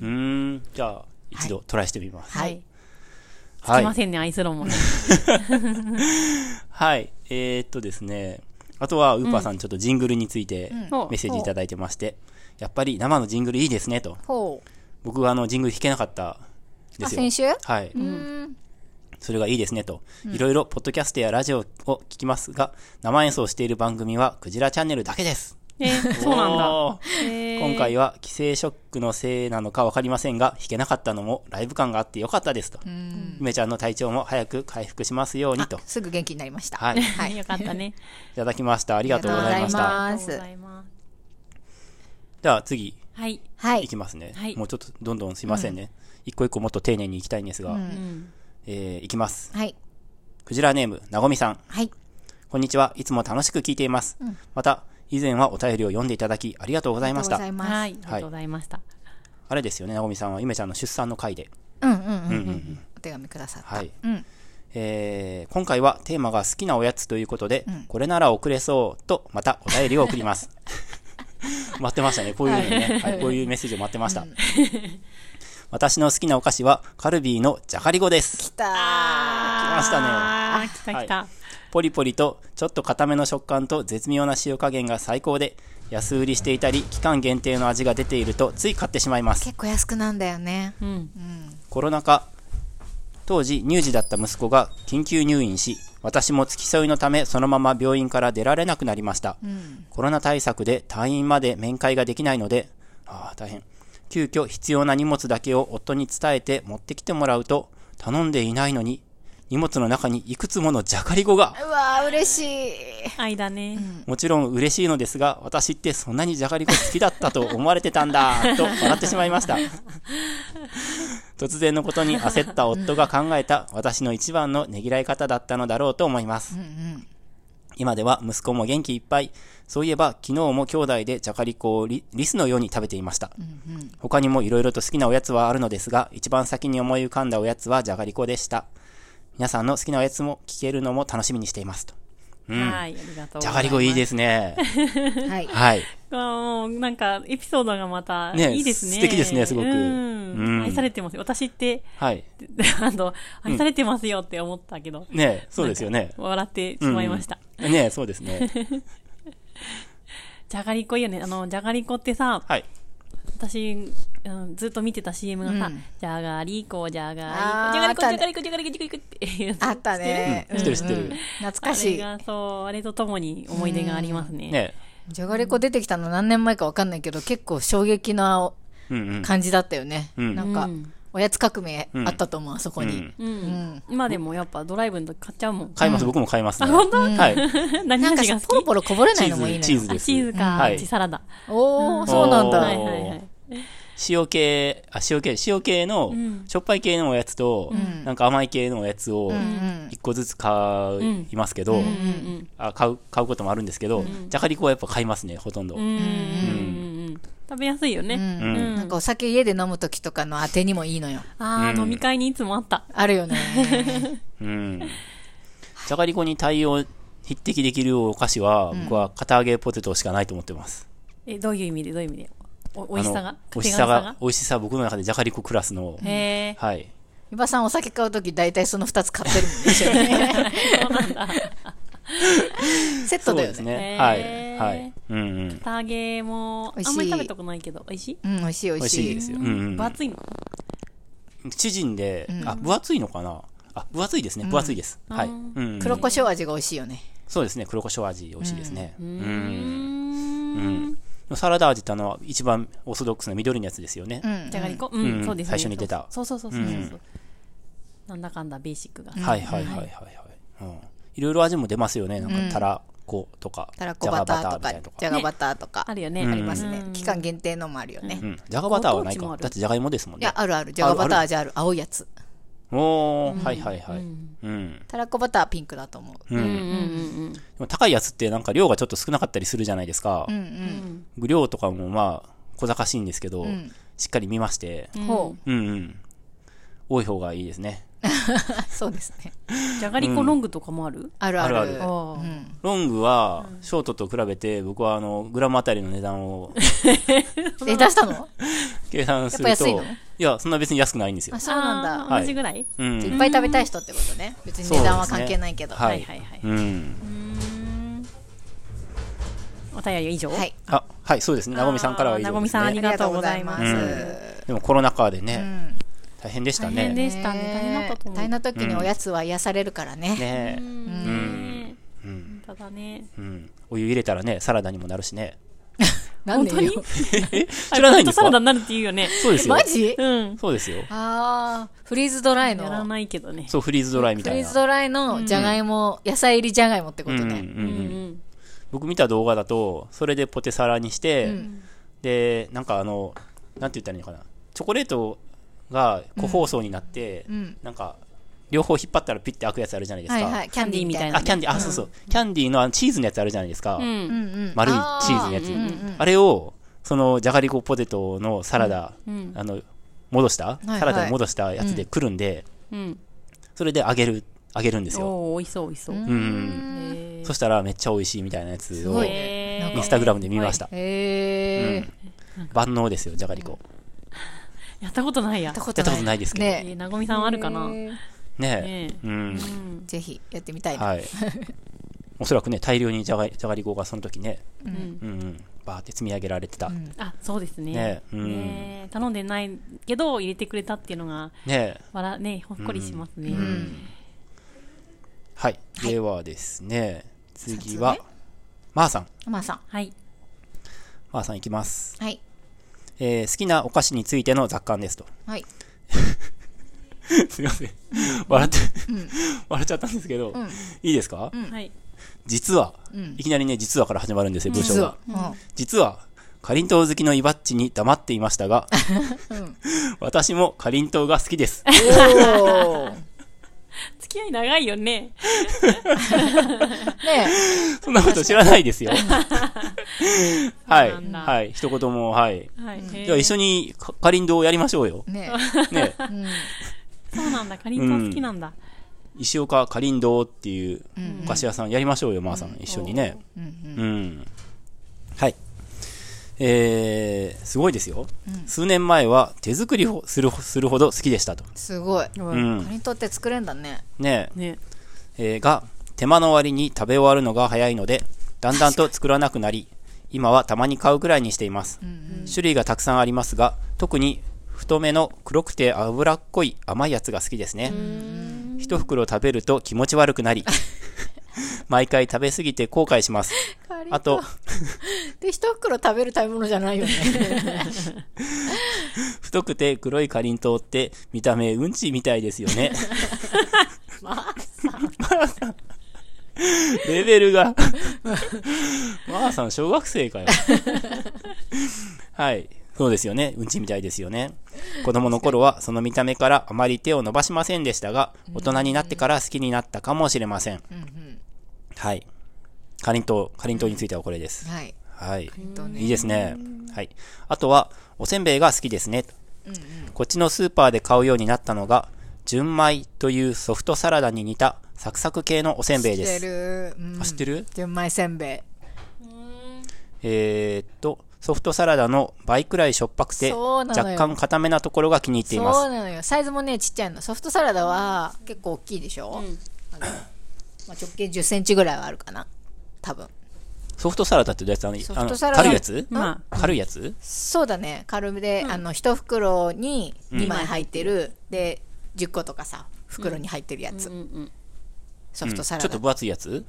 Speaker 2: ん
Speaker 3: んじゃあ一度トライしてみます
Speaker 1: は
Speaker 2: はいい。
Speaker 1: つ
Speaker 3: は
Speaker 1: き
Speaker 3: い、
Speaker 1: ま
Speaker 3: はい
Speaker 1: せんね、アイスローもね。
Speaker 3: えーっとですねあとはウーパーさん、ちょっとジングルについてメ
Speaker 1: うん
Speaker 3: ッセージいただいてまして、やっぱり生のジングルいいですねと
Speaker 2: ほ
Speaker 3: 僕はあのジングル弾けなかったん
Speaker 2: う
Speaker 3: で
Speaker 2: あ
Speaker 3: すよ
Speaker 2: 先週
Speaker 3: はい、
Speaker 2: うん
Speaker 3: それがいいですねと。いろいろ、ポッドキャストやラジオを聞きますが、生演奏している番組は、クジラチャンネルだけです。
Speaker 1: えー そうなんだ。
Speaker 3: おー
Speaker 1: えー
Speaker 3: 今回は規制ショックのせいなのか分かりませんが弾けなかったのもライブ感があってよかったですと梅ちゃんの体調も早く回復しますようにと
Speaker 2: すぐ元気になりました
Speaker 3: はいい
Speaker 2: はい
Speaker 1: よかったね。
Speaker 3: ただきましたありがとうございまし
Speaker 2: ありがとうございま
Speaker 3: た
Speaker 1: あ
Speaker 2: あ
Speaker 1: り
Speaker 2: り
Speaker 1: が
Speaker 2: が
Speaker 1: と
Speaker 2: と
Speaker 1: う
Speaker 2: う
Speaker 1: ご
Speaker 2: ご
Speaker 1: ざいます。
Speaker 2: ざ
Speaker 3: じゃあ次
Speaker 1: はい。はい。
Speaker 2: はい
Speaker 3: きますね、
Speaker 1: はい
Speaker 3: もうちょっとどんどんすいませんね、一個一個もっと丁寧にいきたいんですが、えーいきます
Speaker 2: はい
Speaker 3: クジラネームなごみさん
Speaker 2: はい
Speaker 3: こんにちはいつも楽しく聞いています、また以前はお便りを読んでいただきありがとうございました
Speaker 2: ありがとうご
Speaker 1: は
Speaker 2: ざいます
Speaker 1: い。ありがとうございました。
Speaker 3: あれですよねなごみさんは梅ちゃんの出産の回で
Speaker 2: うんうんうんうんお手紙くださった
Speaker 3: はい、
Speaker 2: うん
Speaker 3: えー今回はテーマが好きなおやつということで、これなら送れそうとまたお便りを送ります待ってましたねこういうのね、はいこういうメッセージを待ってました、 私の好きなお菓子はカルビーのじゃがりこです
Speaker 2: 来た
Speaker 3: 来ましたね
Speaker 1: あー、来た来た。
Speaker 3: ポリポリとちょっと固めの食感と絶妙な塩加減が最高で安売りしていたり期間限定の味が出ているとつい買ってしまいます
Speaker 2: 結構安くなんだよね
Speaker 1: うん。
Speaker 3: コロナ禍当時乳児だった息子が緊急入院し私も付き添いのためそのまま病院から出られなくなりました、コロナ対策で退院まで面会ができないのでああ大変急遽必要な荷物だけを夫に伝えて持ってきてもらうと頼んでいないのに荷物の中にいくつものじゃがりこが
Speaker 2: うわー嬉しい
Speaker 1: 愛だね。
Speaker 3: もちろん嬉しいのですが私ってそんなにじゃがりこ好きだったと思われてたんだと笑ってしまいま した突然のことに焦った夫が考えた私の一番のねぎらい方だったのだろうと思います、今では息子も元気いっぱいそういえば昨日も兄弟でじゃがりこをリリスのように食べていました、他にもいろいろと好きなおやつはあるのですが一番先に思い浮かんだおやつはじゃがりこでした皆さんの好きなおやつも聞けるのも楽しみにしていますと。うん。
Speaker 1: はい、ありがとうございます。。
Speaker 3: じゃがりこいいですすね。
Speaker 2: はい。
Speaker 3: はい。
Speaker 1: もう、なんか、エピソードがまた、
Speaker 3: ね
Speaker 1: いいですね。
Speaker 3: 素敵ですねすごく
Speaker 1: うん
Speaker 3: うん
Speaker 1: 愛されてますよ。私って、
Speaker 3: はい。
Speaker 1: あの、愛されてますよって思ったけど、
Speaker 3: ねそうですよね。
Speaker 1: 笑ってしまいました。
Speaker 3: うん。ねそうで すね。
Speaker 1: じゃがりこいいよね。あの、じゃがりこってさ、
Speaker 3: はい。
Speaker 1: 私、うん、ずっと見てた CM がさ、
Speaker 2: うん
Speaker 1: じゃがりこ、じゃ
Speaker 2: あー
Speaker 1: がりこ、
Speaker 2: あ
Speaker 1: じ
Speaker 2: っ
Speaker 1: ゃ
Speaker 2: た
Speaker 1: がりこ、じゃがりこ、じゃがりこ、じゃがりこっていう。
Speaker 2: あったね。
Speaker 3: うん知ってる知ってる
Speaker 2: うんうん懐
Speaker 1: あ
Speaker 2: かし
Speaker 1: れ
Speaker 2: い。
Speaker 1: が、そう、あれとともに思い出がありますね。
Speaker 3: ね
Speaker 2: じゃがりこ出てきたの何年前かわかんないけど、結構衝撃な
Speaker 3: うんうん。
Speaker 2: 感じだったよね。
Speaker 3: うん
Speaker 2: なん
Speaker 1: う
Speaker 2: か
Speaker 1: ん、
Speaker 2: おやつ革命あったと思う、あそこに。
Speaker 1: うん。
Speaker 2: ん
Speaker 1: 今でもやっぱドライブの時買っちゃうもん。
Speaker 3: 買います、僕も買いますね。
Speaker 1: あ本当
Speaker 3: はい。
Speaker 1: 何
Speaker 2: なんか
Speaker 1: 味が好き
Speaker 2: ポロポロこぼれな
Speaker 3: チ
Speaker 2: いのもいい
Speaker 3: ーズ、
Speaker 2: ね。
Speaker 3: チーズ
Speaker 1: あ
Speaker 3: です。
Speaker 1: チーズか、
Speaker 3: はい
Speaker 1: チサラダ。
Speaker 2: おー、そうなん
Speaker 3: おー
Speaker 1: はい
Speaker 2: だ。
Speaker 1: はいはい。
Speaker 3: 塩系、あ、塩系、塩系の
Speaker 1: ん、
Speaker 3: しょっぱい系のおやつと、なんか甘い系のおやつを
Speaker 2: うんう、ん
Speaker 3: 一個ずつ買
Speaker 1: ん
Speaker 3: いますけど、
Speaker 1: うんうん
Speaker 3: あ買う、買うこともあるんですけど、じゃがりこはやっぱ買いますね、ほとんど。
Speaker 1: うん。うんうんうん。食べやすいよね。
Speaker 2: うん
Speaker 3: うん
Speaker 2: なんかお酒家で飲む時とかのあてにもいいの よ。
Speaker 1: ああ、
Speaker 3: うん
Speaker 1: 飲み会にいつもあった。
Speaker 2: あるよね。
Speaker 3: うん。じゃがりこに対応、匹敵できるお菓子は、僕は片揚げポテトしかないと思ってます。
Speaker 1: え、どういう意味でどういう意味でお、美味
Speaker 3: あの
Speaker 1: しさが
Speaker 3: 美味しさが、美味しさ、僕の中でじゃがりこクラスの、
Speaker 1: へえ。
Speaker 3: はい。
Speaker 2: 伊庭さんお酒買う時大体その2つ買ってるもんでしょうね。セットだよ
Speaker 3: です
Speaker 2: ね。
Speaker 3: ね。
Speaker 1: へー
Speaker 3: はい。はい。うんうん。
Speaker 1: 唐揚げも、
Speaker 2: 美味しい
Speaker 1: あんまり食べたことないけど、美味しい
Speaker 2: うん、美味しい美
Speaker 3: 美
Speaker 2: 味
Speaker 3: 味し
Speaker 2: し
Speaker 3: いで
Speaker 2: い。
Speaker 3: すよ。うんうん。
Speaker 1: 分厚いの
Speaker 3: 縮んで、あ、分厚いのかなあ、分厚いですね。分厚いです。はい。うん。
Speaker 2: 黒胡椒味が美味しいよね。
Speaker 3: そうですね。黒胡椒味美味しいですね。う。
Speaker 1: うんん。
Speaker 3: サラダ味ってあの、一番オーソドックスな緑のやつですよね
Speaker 2: う。ん。
Speaker 1: じゃがりこう、
Speaker 3: うんん
Speaker 1: そうですね。
Speaker 3: 最初に出た
Speaker 1: そうそうそうそうそう
Speaker 3: うん
Speaker 1: そう。なんだかんだベーシックが。
Speaker 3: はいはいはいはいはい。うん。いろいろ味も出ますよね。なんか、たらことか、
Speaker 2: たらこバターと
Speaker 3: じゃがバ
Speaker 2: か
Speaker 3: みたいなと、
Speaker 2: じ
Speaker 3: か。
Speaker 2: ゃがバターとか
Speaker 1: あ。るよね。
Speaker 3: うん
Speaker 1: あ
Speaker 2: あ
Speaker 1: り
Speaker 2: り
Speaker 1: ま
Speaker 2: ますす
Speaker 1: ね。
Speaker 2: ね。期間限定のもあるよね。
Speaker 3: うん。じゃがバターはない
Speaker 1: ご当地もあ
Speaker 3: か。
Speaker 1: る
Speaker 3: だってじゃがいもですもん
Speaker 2: い
Speaker 3: ね
Speaker 2: や、。あるある。じゃがバター味ある。青いやつ。
Speaker 3: おー、はいはいはい。うん。
Speaker 2: たらこバターはピンクだと思う。
Speaker 3: う。
Speaker 1: うんんうんうん。
Speaker 3: でも高いやつってなんか量がちょっと少なかったりするじゃないですか。
Speaker 2: うんうん。
Speaker 3: 量とかもまあ小賢しいんですけど、しっかり見まして、
Speaker 2: ほ
Speaker 3: うんうん多い方がいいですね
Speaker 2: う。そうですね。
Speaker 1: じゃがりこロングとかもある
Speaker 2: あるある。
Speaker 3: ある
Speaker 1: ああ
Speaker 2: うん。
Speaker 3: ロングはショートと比べて僕はあのグラムあたりの値段を
Speaker 2: え、出したの
Speaker 3: 計算す
Speaker 2: や
Speaker 3: る
Speaker 2: っぱ
Speaker 3: と
Speaker 2: 安いの
Speaker 3: やそんな別に安くないんですよ
Speaker 2: あ、、そうなんだ。
Speaker 1: あー
Speaker 3: はい
Speaker 1: 同じぐらい
Speaker 3: う
Speaker 2: い
Speaker 3: ん
Speaker 2: っぱい食べたい人ってことね。別に値段は関係ないけど。
Speaker 3: そう
Speaker 1: は
Speaker 3: で
Speaker 1: い
Speaker 3: すね
Speaker 1: はいはい。
Speaker 3: うん、
Speaker 1: お便り以上
Speaker 2: はい。
Speaker 3: あはいそうですねなごみさんからは以上
Speaker 1: なご
Speaker 3: で
Speaker 1: み
Speaker 3: す
Speaker 1: さんあり
Speaker 3: ね
Speaker 1: がとうございま
Speaker 2: あ
Speaker 1: す。
Speaker 2: りがとうござい
Speaker 3: でもコロナ禍でね、
Speaker 2: ん
Speaker 3: 大変でした
Speaker 1: 大変
Speaker 3: ね
Speaker 1: でしたね。大変だったと思う。
Speaker 2: 大変な時におやつは癒されるからね。
Speaker 3: ね
Speaker 1: う、ん。本当だね。
Speaker 3: うん、お湯入れたらねサラダにもなるしね
Speaker 2: なんでよ。
Speaker 1: 知
Speaker 3: らないんです
Speaker 1: サ
Speaker 3: か
Speaker 1: ラダになるって言うよね。
Speaker 3: そうですよ
Speaker 2: マジ
Speaker 1: うん。
Speaker 3: そうですよ
Speaker 2: あー、フリーズドライ
Speaker 1: やら
Speaker 2: の。
Speaker 1: ないけどね。
Speaker 3: そうフリーズドライみ
Speaker 2: フ
Speaker 3: た
Speaker 2: リ
Speaker 3: い
Speaker 2: ー
Speaker 3: な
Speaker 2: ズドライのじゃがいも、野菜入りじゃがいもってこと
Speaker 3: うん
Speaker 2: ね。
Speaker 3: うんうん
Speaker 1: う、ん。
Speaker 3: 僕見た動画だとそれでポテサラにして、でなんかあのなんて言ったらいいのかなチョコレートが個包装になって、
Speaker 2: ん
Speaker 3: なんか両方引っ張ったらピッて開くやつあるじゃないです
Speaker 2: は
Speaker 3: か、
Speaker 2: いはい。キャンディーみたいな
Speaker 3: あ。キャンディーあ、そうそうキャンディーのあのチーズのやつあるじゃないですか、
Speaker 1: うん
Speaker 2: う。んうん。
Speaker 3: 丸い
Speaker 2: あ
Speaker 3: チーズのやつあ,、
Speaker 1: うんうん
Speaker 3: れをそのじゃがりこポテトのサラダ、
Speaker 1: うん
Speaker 3: あの戻した、
Speaker 2: いはい
Speaker 3: サラダに戻したやつでくるんで、
Speaker 1: うん。
Speaker 3: それで揚げる揚げるんですよ、
Speaker 1: おお、美味しそう、美味しそう。
Speaker 3: うん
Speaker 1: へー
Speaker 3: そしたらめっちゃ美味しいみたいなやつ
Speaker 2: す
Speaker 3: を
Speaker 2: ごい
Speaker 3: イ
Speaker 2: ね。なん
Speaker 1: へー
Speaker 3: ンスタグラムで見ました、
Speaker 2: へー。
Speaker 3: 万能ですよじゃがりこ、
Speaker 1: やったことないや
Speaker 2: やった。こ
Speaker 3: や
Speaker 2: と
Speaker 3: った
Speaker 2: な
Speaker 3: こ
Speaker 2: い。
Speaker 3: とないですけど
Speaker 1: え
Speaker 2: ね
Speaker 1: ー、なごみさんはあるかな
Speaker 2: へー
Speaker 3: ねえ、うん、
Speaker 2: ぜひやってみたいな。
Speaker 3: はい。 おそらくね、大量にじゃがじゃがりこがその時ね、
Speaker 1: うん。
Speaker 3: うんうん、バーって積み上げられてた。ね
Speaker 1: あ、そうですね
Speaker 3: ね。うん
Speaker 1: ねえ頼んでないけど、入れてくれたっていうのが、
Speaker 3: え
Speaker 1: わら、ね、ほっこりしますね。
Speaker 3: はい。ではですね、次は、まーさん。
Speaker 2: まあさん。
Speaker 1: はい。
Speaker 3: まーさんいきます。
Speaker 2: はい。
Speaker 3: えー好きなお菓子についての雑感ですと。
Speaker 2: はい。
Speaker 3: すいません。笑って、 笑っちゃったんですけど、いいですか、
Speaker 1: はい。
Speaker 3: 実は、いきなりね、実はから始まるんですよ、文章が。
Speaker 2: うん。
Speaker 3: 実は、かりんとう好きのイバッチに黙っていましたが、私もかりんとうが好き です。
Speaker 2: おー。
Speaker 1: 付き合い長いよね。
Speaker 2: ね
Speaker 3: そんなこと知らないですよ。はい。
Speaker 1: そうなんだ
Speaker 3: はい。一言も、はい。
Speaker 1: はい。
Speaker 3: じゃあ一
Speaker 1: 緒
Speaker 3: 緒にか かりんどうをやりましょうよ
Speaker 2: え。。ね
Speaker 3: ね。
Speaker 2: え。うん。
Speaker 1: そうなんだ。かりんとう好きなんだ。
Speaker 3: 石岡かりんどうっていうお菓子屋さんやりましょうよ、まーさん。一緒にね。うん。はい。えー、すごいですよ。数年前は手作りをするするほど好きでしたと。
Speaker 2: すごい。カ
Speaker 1: う
Speaker 3: うんん。
Speaker 2: ニ取って作れんだね。
Speaker 3: ねえ
Speaker 1: ね。
Speaker 3: えーが、手間の割に食べ終わるのが早いので、だんだんと作らなくなり、今はたまに買うくらいにしています。種類がたくさんありますが、特に太めの黒くて脂っこい甘いやつが好きですね。一袋食べると気持ち悪く なり、毎回食べ過ぎて後悔します。あと、
Speaker 2: で、一袋食べる食べ物じゃないよね。
Speaker 3: 太くて黒いかりんとうって見た目うんちみたいですよ ね。 レベルが。 まあさん、小学生 かよ。はい。そうですよね。うんちみたいですよね。子供の頃はその見た目からあまり手を伸ばしませんでしたが、大人になってから好きになったかもしれません。はい。かりんとう、かりんとうについてはこれです。
Speaker 2: はい。
Speaker 3: はい。
Speaker 2: とね
Speaker 3: いいですね。はい。あとは、おせんべいが好きですね。こっちのスーパーで買うようになったのが、純米というソフトサラダに似たサクサク系のおせんべいで
Speaker 2: 知って
Speaker 3: す。
Speaker 2: る。うん
Speaker 3: あ知ってる
Speaker 2: 純米せんべい。
Speaker 3: えー、っと、ソフトサラダの倍くらいしょっぱくて、
Speaker 2: そうなのよ
Speaker 3: 若干固めなところが気に入っていま
Speaker 2: そう
Speaker 3: す。
Speaker 2: なのよ。サイズもね、ちっちゃいの。ソフトサラダは結構大きいでしょ、あのまあ、直径10センチぐらいはあるかな。多分。
Speaker 3: ソフトサラダってどうやつあの
Speaker 2: ソ
Speaker 3: あ
Speaker 2: フト
Speaker 3: の
Speaker 2: サラダ
Speaker 3: 軽いやつ、
Speaker 1: ま
Speaker 3: 軽いやつ
Speaker 2: そうだね。軽めで、あの、一袋に2枚入ってる。で、10個とかさ、袋に入ってるやつ。ソフトサラダ。
Speaker 3: うんちょっと分厚いやつ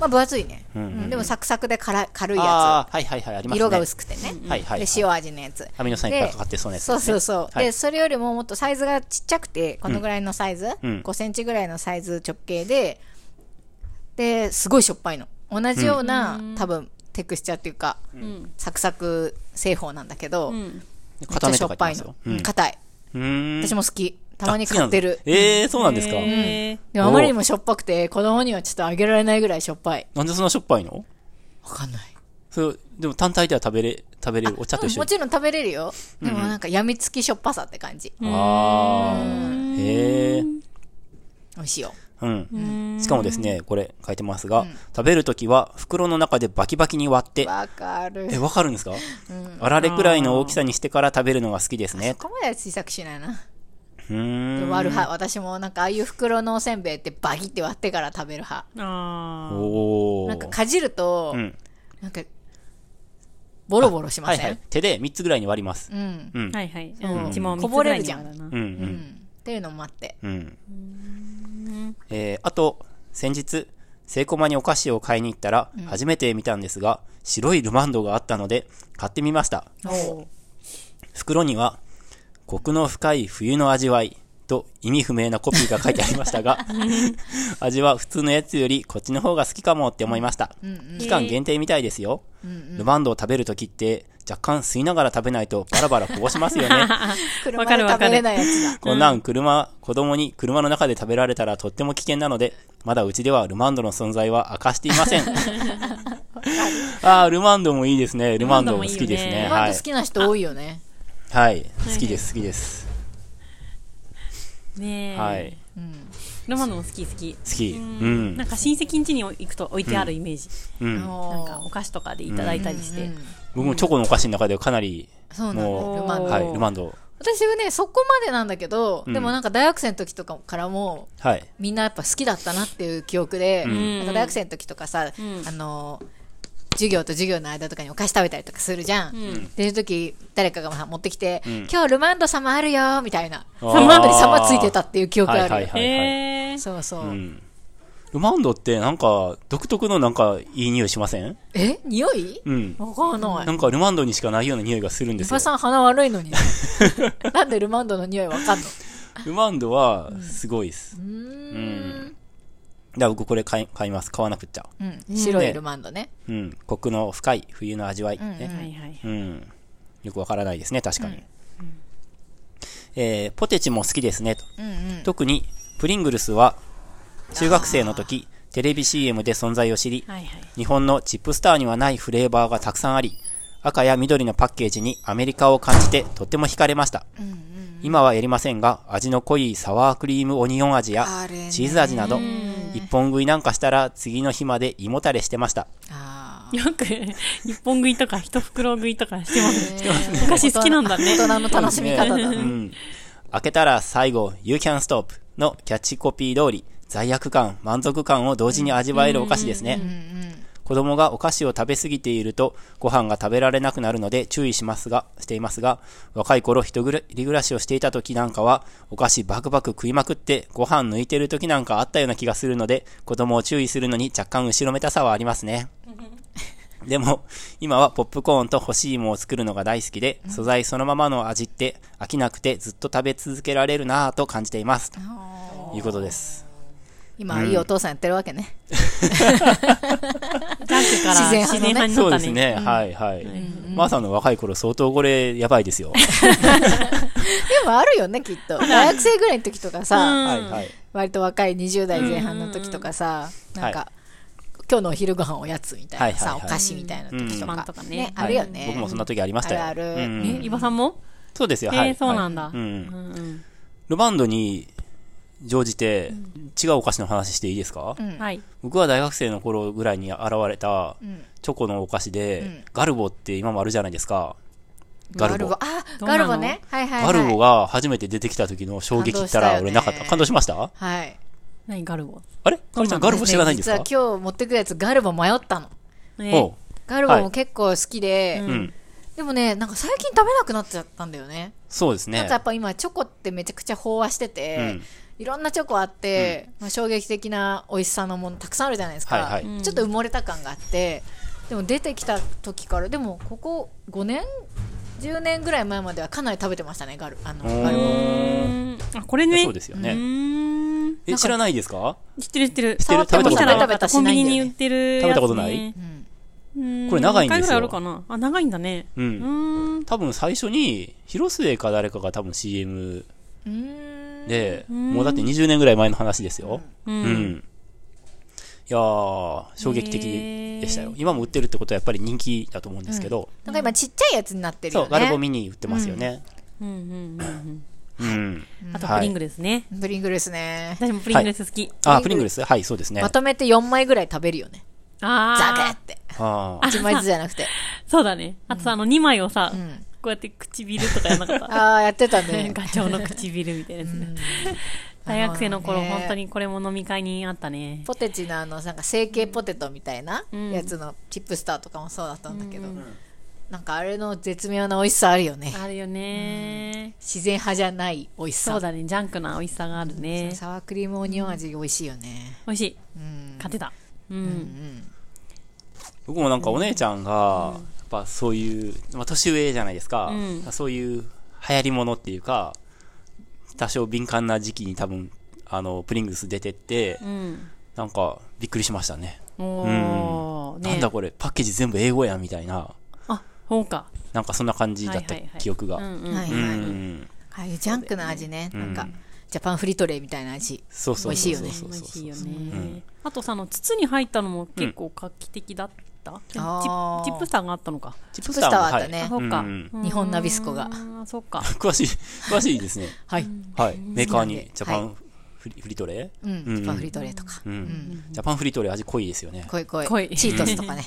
Speaker 2: まあ、分厚いね。うんでもサクサクで辛い軽いや
Speaker 3: ああ、はいはいはい、あり
Speaker 2: つ。
Speaker 3: ますね。
Speaker 2: 色が薄くてね。
Speaker 3: はいはい
Speaker 2: で、塩味のやつ。
Speaker 3: アミノ酸いっぱいかかってそうなやつです
Speaker 2: そ
Speaker 3: ね
Speaker 2: うそうそう。
Speaker 3: はい
Speaker 2: で、それよりももっとサイズがちっちゃくて、このぐらいのサイズ、
Speaker 3: うん
Speaker 2: ?5 センチぐらいのサイズ直径で、で、すごいしょっぱいの。同じような、多分、テクスチャーっていうか、サクサク製法なんだけど、めっ
Speaker 3: で
Speaker 2: ち
Speaker 3: 固
Speaker 2: ゃ
Speaker 3: め
Speaker 2: しょ
Speaker 3: とか
Speaker 2: っぱい
Speaker 3: 言ってますよ
Speaker 2: の。。う
Speaker 3: う
Speaker 2: ん
Speaker 3: ん
Speaker 2: 硬い。
Speaker 3: うーん
Speaker 2: 私も好き。たまに買ってる
Speaker 3: あ。ええー、そうなんですか。
Speaker 1: へー
Speaker 2: でもあまりにもしょっぱくて、子供にはちょっとあげられないぐらいしょっぱい。
Speaker 3: なんでそんなしょっぱいの
Speaker 2: わかんない。
Speaker 3: それ、でも単体では食べれ、食べれる。お茶と一緒
Speaker 2: も
Speaker 3: に。
Speaker 2: ちろん食べれるよ。でもなんか、やみつきしょっぱさって感じ。
Speaker 3: あー。へえ。
Speaker 2: 美味しいよ。
Speaker 3: うん。しかもですね、これ書いてますが、食べるときは袋の中でバキバキに割って、
Speaker 2: わかる。
Speaker 3: え、わかるんですかあられくらいの大きさにしてから食べるのが好きですね。
Speaker 2: ここまでは小さくしないな。
Speaker 3: うーん。
Speaker 2: 割る派私もなんかああいう袋のおせんべいってバギって割ってから食べる派
Speaker 1: あー
Speaker 3: おー。
Speaker 2: なんかかじると、
Speaker 3: うん。
Speaker 2: なんかボロボロしま
Speaker 3: はい
Speaker 2: せん、
Speaker 3: はい。手で3つぐらいに割ります。
Speaker 2: うん、
Speaker 3: うん。
Speaker 1: はいはい。
Speaker 2: う
Speaker 1: うちも
Speaker 2: こぼれるじゃん
Speaker 1: 三つぐらいにはな
Speaker 3: うんう
Speaker 2: うん
Speaker 3: ん。
Speaker 2: っていうのもあって
Speaker 3: うん。えーあと、先日、セイコマにお菓子を買いに行ったら、初めて見たんですが、白いルマンドがあったので、買ってみました。袋には、コクの深い冬の味わいと意味不明なコピーが書いてありました が、味は普通のやつよりこっちの方が好きかもって思いました。期間限定みたいですよ。ルマンドを食べるときって、若干吸いながら食べないとバラバラこぼしますよね。
Speaker 2: 車
Speaker 1: か
Speaker 2: で
Speaker 1: るわ
Speaker 2: 食
Speaker 1: かる
Speaker 2: べれないやつだ
Speaker 3: こんなん車、子供に車の中で食べられたらとっても危険なので、まだうちではルマンドの存在は明かしていません。ああ、ルマンドもいいですね。ルマンドも好きですね。
Speaker 1: ル
Speaker 2: ルマ
Speaker 3: は
Speaker 2: ン
Speaker 3: い
Speaker 2: ド好。きな人多いよね
Speaker 3: はい。好きです、好きです。
Speaker 1: ねえ。
Speaker 3: はい。
Speaker 1: ロマンドも好き好き。
Speaker 3: 好き。うん
Speaker 1: な。んか親戚ん家に行くと置いてあるイメージ。
Speaker 3: うん。
Speaker 2: な
Speaker 1: なんかお菓子とかでいただいたりして。
Speaker 3: 僕もチョコのお菓子の中ではかなり、
Speaker 2: そうな
Speaker 3: も
Speaker 2: の
Speaker 3: う
Speaker 2: ルマンド
Speaker 3: はい、ルマンド。
Speaker 2: 私はねそこまでなんだけど、でもなんか大学生の時とかからも
Speaker 3: はい。
Speaker 2: みんなやっぱ好きだったなっていう記憶で、
Speaker 1: ん
Speaker 2: なんか大学生の時とかさ、あの授業と授業の間とかにお菓子食べたりとかするじゃん、でそういう時誰かがまあ持ってきて、今日ルマンド様あるよ」みたいな
Speaker 3: あ
Speaker 2: ル
Speaker 3: ー
Speaker 2: マンドに様ついてたっていう記憶がある、
Speaker 3: はいはいはいはい。
Speaker 1: へー
Speaker 2: そうそう、
Speaker 3: うん。ルマンドってなんか、独特のなんか、いい匂いしません
Speaker 2: え匂い
Speaker 3: うん。
Speaker 2: わかんない、
Speaker 3: なんかルマンドにしかないような匂いがするんで
Speaker 2: お
Speaker 3: すよ
Speaker 2: ば。さん鼻悪いのにね なんでルマンドの匂いわかんの
Speaker 3: ルマンドは、すごいです。うん。じゃあ僕これ買い買います。買わなくっちゃ。
Speaker 2: うん、白いルマンドね
Speaker 3: うん。コクの深い冬の味わい。
Speaker 1: は
Speaker 3: ね
Speaker 1: いはい。
Speaker 3: うん、よくわからないですね、確かに。えー、ポテチも好きですね、と。特に、プリングルスは、中学生の時、テレビ CM で存在を知り、
Speaker 1: はいはい。
Speaker 3: 日本のチップスターにはないフレーバーがたくさんあり、赤や緑のパッケージにアメリカを感じてとっても惹かれました。今はやりませんが、味の濃いサワークリームオニオン味や
Speaker 2: あれね
Speaker 3: チーズ味など、一本食いなんかしたら次の日まで胃もたれしてました。
Speaker 2: あ
Speaker 1: よく、一本食いとか一袋食いとかしてますね。お菓子好きなんだね
Speaker 2: 大。人の楽しみ方だな、
Speaker 3: うん。開けたら最後、You can stop のキャッチコピー通り、罪悪感、満足感を同時に味わえるお菓子ですね。子供がお菓子を食べ過ぎていると、ご飯が食べられなくなるので注意しますが、していますが、若い頃一人暮らしをしていた時なんかは、お菓子バクバク食いまくって、ご飯抜いてる時なんかあったような気がするので、子供を注意するのに若干後ろめたさはありますね。でも、今はポップコーンと干し芋を作るのが大好きで、素材そのままの味って飽きなくてずっと食べ続けられるなぁと感じています。ということです。
Speaker 2: 今いいお父さんやってるわけね、
Speaker 1: ジャンクから
Speaker 2: 自然
Speaker 1: 自然派
Speaker 2: 派
Speaker 1: に
Speaker 3: そ
Speaker 1: なっ
Speaker 3: うで
Speaker 1: た
Speaker 3: す
Speaker 1: ね。
Speaker 3: ね。はいはい。まーさんの若い頃相当これやばいですよ。
Speaker 2: でもあるよねきっと大学生ぐらいの時とかさ、
Speaker 3: はいはい。
Speaker 2: 割と若い20代前半の時とかさ、なんか、
Speaker 3: は
Speaker 2: 今日のお昼ご飯おやつみたいなさ、
Speaker 3: はいはいは
Speaker 2: お
Speaker 3: い
Speaker 2: 菓子みたいな時とか,、
Speaker 1: うんとかね
Speaker 2: あるよね、
Speaker 3: 僕もそんな時ありましたよ。
Speaker 2: あるある
Speaker 3: うん
Speaker 1: え、伊庭さんも
Speaker 3: そうですよ、
Speaker 1: え
Speaker 3: はい。
Speaker 1: ーそうなんだ
Speaker 3: はいうん
Speaker 1: うんうん
Speaker 3: ルバンドに乗じて、違うお菓子の話していいですか、
Speaker 2: うん
Speaker 1: はい。
Speaker 3: 僕は大学生の頃ぐらいに現れたチョコのお菓子で、ガルボって今もあるじゃないですか。ガルボ。
Speaker 2: あ
Speaker 1: どう
Speaker 2: ガ
Speaker 1: なの
Speaker 2: ルボねはいはい、は
Speaker 3: ガ
Speaker 2: い、
Speaker 3: ルボが初めて出てきた時の衝撃ったら俺なかった。感
Speaker 2: 感
Speaker 3: 動
Speaker 2: 動
Speaker 3: しました
Speaker 2: はい
Speaker 1: 何ガルゴ
Speaker 3: あれかりちゃんガルボ知らないんですか
Speaker 2: 実は今日持ってくるやつガルボ迷ったの
Speaker 1: ね
Speaker 3: おう
Speaker 2: ガルボも結構好きで、
Speaker 3: うん、
Speaker 2: でもねなんか最近食べなくなっちゃったんだよね
Speaker 3: そうです
Speaker 2: なん
Speaker 3: ね
Speaker 2: かや。っぱ今チョコってめちゃくちゃ飽和してて、
Speaker 3: うん
Speaker 2: いろんなチョコあって、まあ、衝撃的な美味しさのものたくさんあるじゃないですか、
Speaker 3: はいは
Speaker 2: ちょっと埋もれた感があってでも出てきた時からでもここ5年10年ぐらい前まではかなり食べてましたねガルあの
Speaker 3: おー
Speaker 2: ガルボ
Speaker 1: うんあ、これね。
Speaker 3: そうですよ
Speaker 1: う
Speaker 3: ね。
Speaker 1: ーん
Speaker 3: え、知らないですか
Speaker 1: 知ってる知ってる。
Speaker 3: 知ってる
Speaker 1: 触ってみたらよかった
Speaker 2: 食べたことない
Speaker 1: コンビニに売ってるやつ、ね。
Speaker 3: 食べたことない
Speaker 1: うん
Speaker 3: これ長いんで
Speaker 1: 何回
Speaker 3: すよ
Speaker 1: ぐらいあるかなあ、長いんだね。
Speaker 3: うん
Speaker 1: うーん。
Speaker 3: 多分最初に、広末か誰かが多分 CM
Speaker 2: うーん
Speaker 3: で、
Speaker 1: ん
Speaker 3: もうだって20年ぐらい前の話ですよ。
Speaker 1: う
Speaker 3: うん。
Speaker 1: ん。
Speaker 3: いやー、衝撃的でしたよ。今も売ってるってことはやっぱり人気だと思うんですけど、
Speaker 2: なんか今ちっちゃいやつになってるよ
Speaker 3: そ
Speaker 2: ね
Speaker 3: う、ガルボミニ売ってますよね。
Speaker 1: うんうんうん
Speaker 3: うん。
Speaker 1: うん。あと、プリングルスね。
Speaker 2: プリングルスね
Speaker 1: 私もプリングルス好き。
Speaker 3: あ、プリングルスはい、そうですね。
Speaker 2: まとめて4枚ぐらい食べるよねザク
Speaker 1: あ
Speaker 2: っ
Speaker 1: あ。
Speaker 2: て
Speaker 3: あー
Speaker 2: 1枚ずつじゃなくて
Speaker 1: そうだね。あとさ、あの、2枚をさ、
Speaker 2: ん
Speaker 1: こうやって唇とかやんなかった。
Speaker 2: ああやってた ね
Speaker 1: ガチョウの唇みたいなやつね。大学生の頃、本当にこれも飲み会にあったね。
Speaker 2: ポテチのあのなんか成形ポテトみたいなやつのチップスターとかもそうだったんだけど、なんかあれの絶妙な美味しさあるよね
Speaker 1: あるよね。
Speaker 2: 自然派じゃない美味しさ
Speaker 1: そうだね、ジャンクな美味しさがあるね。
Speaker 2: サワークリームオニオン味が美味しいよね、
Speaker 1: 美味しい。
Speaker 2: うん
Speaker 1: 勝てた。うん。
Speaker 3: 僕もなんかお姉ちゃんが、やっぱそういう、まあ、年上じゃないですか、
Speaker 1: うん
Speaker 3: そういう流行りものっていうか、多少敏感な時期に多分、あの、プリングルス出てって、
Speaker 1: うん。
Speaker 3: なんか、びっくりしましたね。
Speaker 1: おー。ね
Speaker 3: なんだこれ、パッケージ全部英語やんみたいな、
Speaker 1: あ、そうか。
Speaker 3: なんかそんな感じだった
Speaker 1: はいはいはい
Speaker 3: 記憶が。
Speaker 1: うんうん。
Speaker 2: はい
Speaker 3: うん
Speaker 2: はい、ああいうジャンクな味ねなんかジャパンフリトレーみたいな味
Speaker 3: そうそ
Speaker 2: 美
Speaker 3: うそうそう。
Speaker 2: 味しいよね
Speaker 3: そう
Speaker 1: 美
Speaker 3: そう
Speaker 1: 味
Speaker 3: そ
Speaker 1: し
Speaker 3: う
Speaker 1: いよ
Speaker 3: ん
Speaker 1: ね。あとさ、あの、筒に入ったのも結構画期的だった。チッ
Speaker 2: あー
Speaker 1: チップスターがあったのか。
Speaker 3: チップ
Speaker 2: スターはあった
Speaker 3: は
Speaker 1: あ、
Speaker 2: ね、
Speaker 1: そうか
Speaker 3: うん。
Speaker 1: うん
Speaker 2: 日本ナビスコが
Speaker 1: あー、そうか。
Speaker 3: い詳しい、詳しいですね。
Speaker 2: はい、
Speaker 3: はい。メーカーに、ジ
Speaker 2: そ
Speaker 3: ャ
Speaker 2: うな
Speaker 3: パ
Speaker 2: んで
Speaker 3: ンフリ,、フリトレ
Speaker 2: うん
Speaker 3: うん
Speaker 2: ジャパンフリトレーとか、
Speaker 3: うん、ジャパンフリトレ味濃いですよね。
Speaker 2: こいこい
Speaker 1: こい
Speaker 2: チートスとかね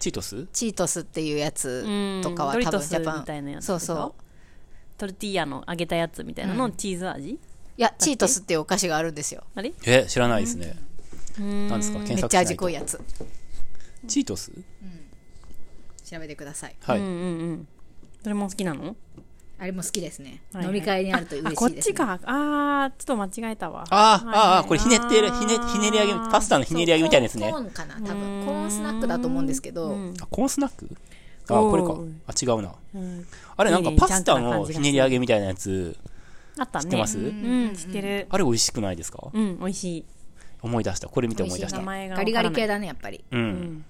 Speaker 3: チートス
Speaker 2: チートスっていうやつ とかは
Speaker 1: うん
Speaker 2: 多
Speaker 1: ド
Speaker 2: 分
Speaker 1: リトス
Speaker 2: ジャパン
Speaker 1: みたいなやつ
Speaker 2: そうそう
Speaker 1: トルティーヤの揚げたやつみたいなのをチーズ味
Speaker 2: いやチートスっていうお菓子があるんですよ
Speaker 1: あれ
Speaker 3: え、知らないですね。なんですか検
Speaker 2: めっ
Speaker 3: 索
Speaker 2: ち
Speaker 3: し
Speaker 2: ゃ
Speaker 3: ないと
Speaker 2: 味濃いやつ
Speaker 3: チートス
Speaker 2: 調べてください
Speaker 3: はい、
Speaker 1: うんうんうん。どれも好きなの
Speaker 2: あれも好きですね、
Speaker 1: はい
Speaker 2: 飲み会にあると嬉しいです、ね、
Speaker 1: あ、こっちか。あー、ちょっと間違えたわ。
Speaker 3: あー
Speaker 1: はいはい
Speaker 3: あーこれひねってるひねひねり上げパスタのひねり上げみたいなやつね
Speaker 2: コーンコーンかな多分コーンスナックだと思うんですけど、
Speaker 3: あコーンスナックあ
Speaker 1: おー
Speaker 3: これかあ違うな
Speaker 1: うん
Speaker 3: あれなんか
Speaker 1: いいね
Speaker 3: パスタ
Speaker 1: ジャ
Speaker 3: の
Speaker 1: ンクな感じがす
Speaker 3: ひ
Speaker 1: る
Speaker 3: ねり上げみたいなやつ
Speaker 1: あったね。知
Speaker 3: ってます
Speaker 1: うん、知ってる。
Speaker 3: あれ美味しくないですか
Speaker 1: うん、美味しい。
Speaker 3: 思い出したこれ見て思い
Speaker 1: 美
Speaker 3: 出し
Speaker 1: 味しい
Speaker 3: た
Speaker 1: 名前がわ
Speaker 2: ガ
Speaker 1: か
Speaker 2: リ
Speaker 1: ら
Speaker 2: ガ
Speaker 1: な
Speaker 2: リ
Speaker 1: い
Speaker 2: 系だねやっぱり
Speaker 3: うん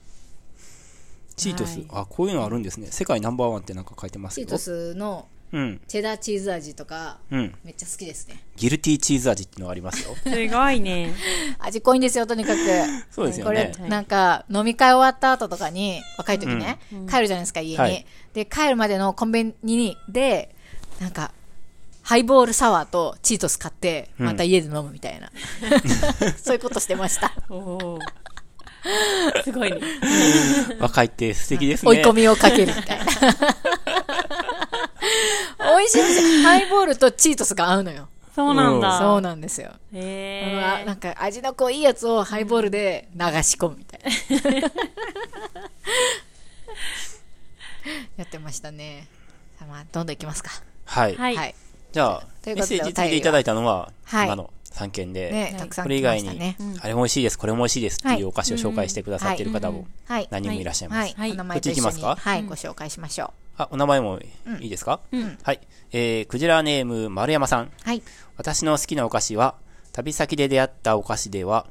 Speaker 3: チートス
Speaker 1: はい
Speaker 3: あこういうのあるんですね世界ナンバーワンってなんか書いてます
Speaker 2: チー
Speaker 3: よ
Speaker 2: トスの
Speaker 3: うん
Speaker 2: チェダーチーズ味とか、
Speaker 3: うん
Speaker 2: めっちゃ好きですね
Speaker 3: ギルティーチーズ味っていうのありますよ
Speaker 1: すごいね。
Speaker 2: 味濃いんですよとにかく
Speaker 3: そうですよ
Speaker 2: これ
Speaker 3: ね
Speaker 2: なんか飲み会終わった後とかに若い時ね、帰るじゃないですか家に、
Speaker 3: はい
Speaker 2: で帰るまでのコンビニでなんかハイボールサワーとチートス買って、また家で飲むみたい な。そういうことしてました。
Speaker 1: おーすごいね。
Speaker 3: 若いって素敵ですね。
Speaker 2: 追い込みをかけるみたい な。美味しいんですよ。ハイボールとチートスが合うのよ。
Speaker 1: そうなんだ。
Speaker 2: そうなんですよ。うわ
Speaker 1: え
Speaker 2: なんか味の濃いやつをハイボールで流し込むみたいな。 やってましたね。さあまあ、どんどんいきますか。
Speaker 3: はい。
Speaker 1: はい
Speaker 2: はい。
Speaker 3: じゃあ、
Speaker 2: と
Speaker 3: メ
Speaker 2: いう
Speaker 3: ッ
Speaker 2: こと
Speaker 3: セ
Speaker 2: で
Speaker 3: ージついていただいたのは、
Speaker 2: はい
Speaker 3: 今の3件で、
Speaker 2: ね、たくさん
Speaker 3: これ以
Speaker 2: 来ま
Speaker 3: 外
Speaker 2: した
Speaker 3: に、
Speaker 2: ね。
Speaker 3: あれも美味しいです、これも美味しいですっていうお菓子を紹介してくださっている方
Speaker 1: うん
Speaker 3: も
Speaker 2: はい。
Speaker 3: 何人もいらっしゃいます。
Speaker 2: はい。
Speaker 1: はい
Speaker 2: お名前と一緒
Speaker 3: こっち行
Speaker 2: に、
Speaker 3: きますか
Speaker 2: はい、ご紹介しましょ
Speaker 3: あ、お名前もいいですか、はい。えー、クジラネーム丸山さん。
Speaker 2: う。はい。
Speaker 3: 私の好きなお菓子は、旅先で出会ったお菓子では、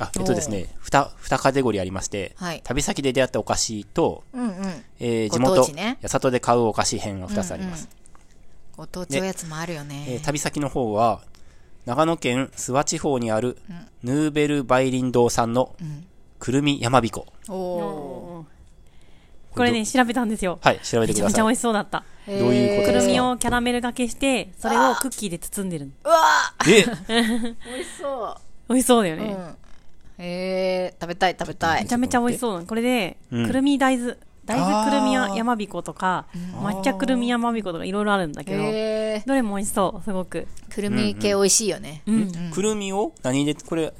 Speaker 3: あ、えっとですね、二、二カテゴリーありまして、
Speaker 2: はい
Speaker 3: 旅先で出会ったお菓子と、
Speaker 2: うんうん。
Speaker 3: えー地
Speaker 2: ご当
Speaker 3: 元
Speaker 2: 地、ね
Speaker 3: 八里で買うお菓子編が2つあります。
Speaker 2: ご当地おやつもあるよ
Speaker 3: え
Speaker 2: ね
Speaker 3: ー。旅先の方は、長野県諏訪地方にある、ヌーベルバイリン堂さんの、くるみやまびこ。
Speaker 2: お
Speaker 1: ー
Speaker 2: お
Speaker 1: これね、調べたんですよ。
Speaker 3: はい、調べて
Speaker 1: め
Speaker 3: く
Speaker 1: ちゃ
Speaker 3: だ
Speaker 1: めちゃ
Speaker 3: さ
Speaker 1: 美
Speaker 3: い。
Speaker 1: 味しそうだった。
Speaker 2: ー。
Speaker 3: どういうこと
Speaker 1: く
Speaker 3: で
Speaker 1: る
Speaker 3: す
Speaker 1: み
Speaker 3: か
Speaker 1: をキャラメルがけして、それをクッキーで包んでるの。
Speaker 2: うわ
Speaker 3: え
Speaker 2: ー美味しそう。
Speaker 1: 美味しそうだよ
Speaker 2: う
Speaker 1: ね。
Speaker 2: ん。えー、食べたい食べたい
Speaker 1: めち。ゃめちゃ美味しそうなの。これで、
Speaker 3: うん
Speaker 1: くるみ大豆、大豆くるみ
Speaker 3: あ
Speaker 1: や
Speaker 3: ー
Speaker 1: やまびことか、抹茶くるみやまびことかいろいろあるんだけど、
Speaker 2: え
Speaker 1: どれも美味しそう、すごく。
Speaker 2: ー、くるみ系美味しいよね。
Speaker 3: くるみを何で、これ、もう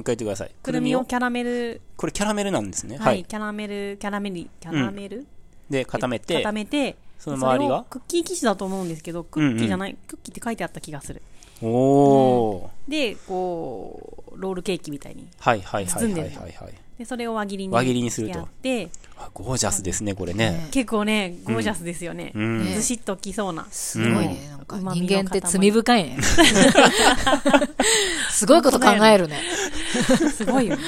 Speaker 3: 一回言ってください。
Speaker 1: くるみを
Speaker 3: く
Speaker 1: キャラメル、
Speaker 3: これキャラメルなんですね。
Speaker 1: は、
Speaker 3: はいい。
Speaker 1: キャラメル、キャラメル、キャラメル、
Speaker 3: で、固めて、
Speaker 1: 固めて、
Speaker 3: その周りが
Speaker 1: それをクッキー生地だと思うんですけど、クッキーじゃない、クッキーって書いてあった気がする。
Speaker 3: おー、
Speaker 1: で、こう、ロールケーキみたいに。
Speaker 3: はいはいはい
Speaker 1: 包ん
Speaker 3: は
Speaker 1: で
Speaker 3: い
Speaker 1: る
Speaker 3: はいはい。
Speaker 1: で、それを輪切りに
Speaker 3: 輪切りにすると
Speaker 1: してあって、
Speaker 3: あゴージャスですね、これね。
Speaker 1: 結構ね、ゴージャスですよね。
Speaker 3: うん。
Speaker 2: ね
Speaker 1: ずしっときそうな。
Speaker 2: すごいね。なんか
Speaker 1: うまみの
Speaker 2: 人
Speaker 1: 塊
Speaker 2: 間って罪深いね。 すごいこと考えるね。
Speaker 1: すごいよね。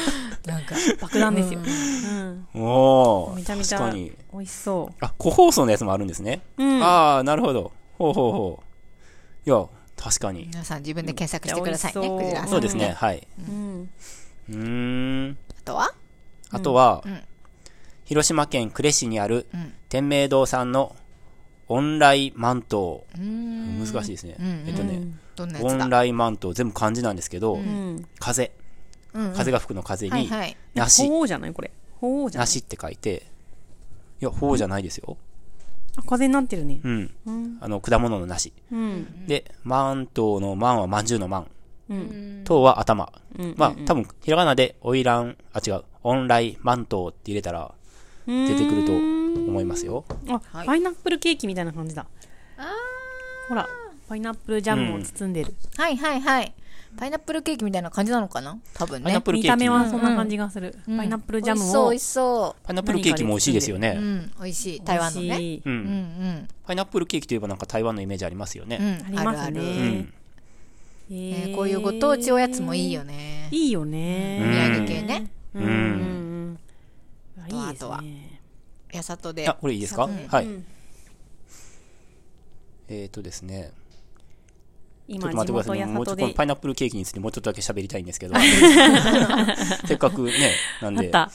Speaker 2: なんか。
Speaker 1: 爆弾ですよ。 うん。
Speaker 3: おー、
Speaker 1: めちゃめち
Speaker 3: 確
Speaker 1: ゃ
Speaker 3: かに。
Speaker 1: 美味しそ
Speaker 3: あ、個包装のやつもあるんですね。
Speaker 1: う。うん。
Speaker 3: ああ、なるほど。ほうほうほう。いや、確かに。
Speaker 2: 皆さん自分で検索してくださいね、
Speaker 1: うん
Speaker 2: クジラさん。
Speaker 3: そうですね、はい。
Speaker 1: うん。
Speaker 3: うーん。
Speaker 2: あとは
Speaker 3: あとは、
Speaker 2: ん
Speaker 3: 広島県呉市にある
Speaker 2: ん、
Speaker 3: 天明堂さんの、オンラインマント
Speaker 2: うーん。
Speaker 3: 難しいですね。
Speaker 2: うんうん
Speaker 3: えっとね、
Speaker 2: どんなや
Speaker 3: オ
Speaker 2: つ
Speaker 3: ン
Speaker 2: だ
Speaker 3: ラインマント全部漢字なんですけど、
Speaker 1: うん。
Speaker 3: 風。
Speaker 2: うんうん
Speaker 3: 風が吹くの風
Speaker 2: はい
Speaker 3: に、
Speaker 2: はい。
Speaker 3: 梨、
Speaker 1: 鳳凰じゃないこれ。鳳凰じゃない
Speaker 3: 梨って書いて、いや、ほうじゃないですよ。
Speaker 1: あ、風になってるね。
Speaker 3: うん。
Speaker 1: うん。
Speaker 3: あの、果物の梨。
Speaker 1: うん。
Speaker 3: で、マントのマンはまんじゅうのマン。
Speaker 1: うん。
Speaker 3: とは頭。
Speaker 1: うん
Speaker 3: まあ、多分、ひらがなで、おいらん、あ、違う、オンラインマントって入れたら、出てくると思いますよ。
Speaker 1: あ、
Speaker 2: はい
Speaker 1: パイナップルケーキみたいな感じだ。ほら、パイナップルジャムを包んでる。
Speaker 2: はいはいはい。パイナップルケーキみたいな感じなのかな多分
Speaker 3: パイナ
Speaker 2: ね。
Speaker 3: ップル
Speaker 1: 見
Speaker 3: ケー
Speaker 1: た
Speaker 3: キ。
Speaker 1: 目はそ
Speaker 3: パ
Speaker 1: んな感じがする。パイナップルジャムを。
Speaker 2: 美味しそう
Speaker 3: イナップルケーキも美味しいですよ
Speaker 2: 美味しそう。う
Speaker 3: ね。
Speaker 2: ん、美味しい。台湾の
Speaker 1: 美
Speaker 2: ね。
Speaker 1: 味しい
Speaker 3: うん。
Speaker 2: うんうん。
Speaker 3: パイナップルケーキといえばなんか台湾のイメージありますよ
Speaker 2: う
Speaker 3: ね。
Speaker 2: ん、
Speaker 1: ありますね。
Speaker 2: るある
Speaker 3: ん
Speaker 1: え
Speaker 2: ね
Speaker 1: ー
Speaker 2: こういうご当地おやつもいいよ。ね。
Speaker 1: いいよね。
Speaker 3: うん
Speaker 2: 宮城県ね。
Speaker 1: うんうんうん。いいで
Speaker 2: あと
Speaker 1: す
Speaker 2: は
Speaker 1: ね。
Speaker 2: 八里で
Speaker 3: あ、。これいいですか
Speaker 2: うん
Speaker 3: はい。
Speaker 1: ん
Speaker 3: えっとですね。ちょ
Speaker 1: 今
Speaker 3: っと待
Speaker 1: 地
Speaker 3: ってくだ
Speaker 1: 元八里
Speaker 3: さいね。もうちょっとこの
Speaker 1: で。
Speaker 3: パイナップルケーキについてもうちょっとだけ喋りたいんです けど。せっかくね、なん
Speaker 1: あっ
Speaker 3: で。
Speaker 1: た。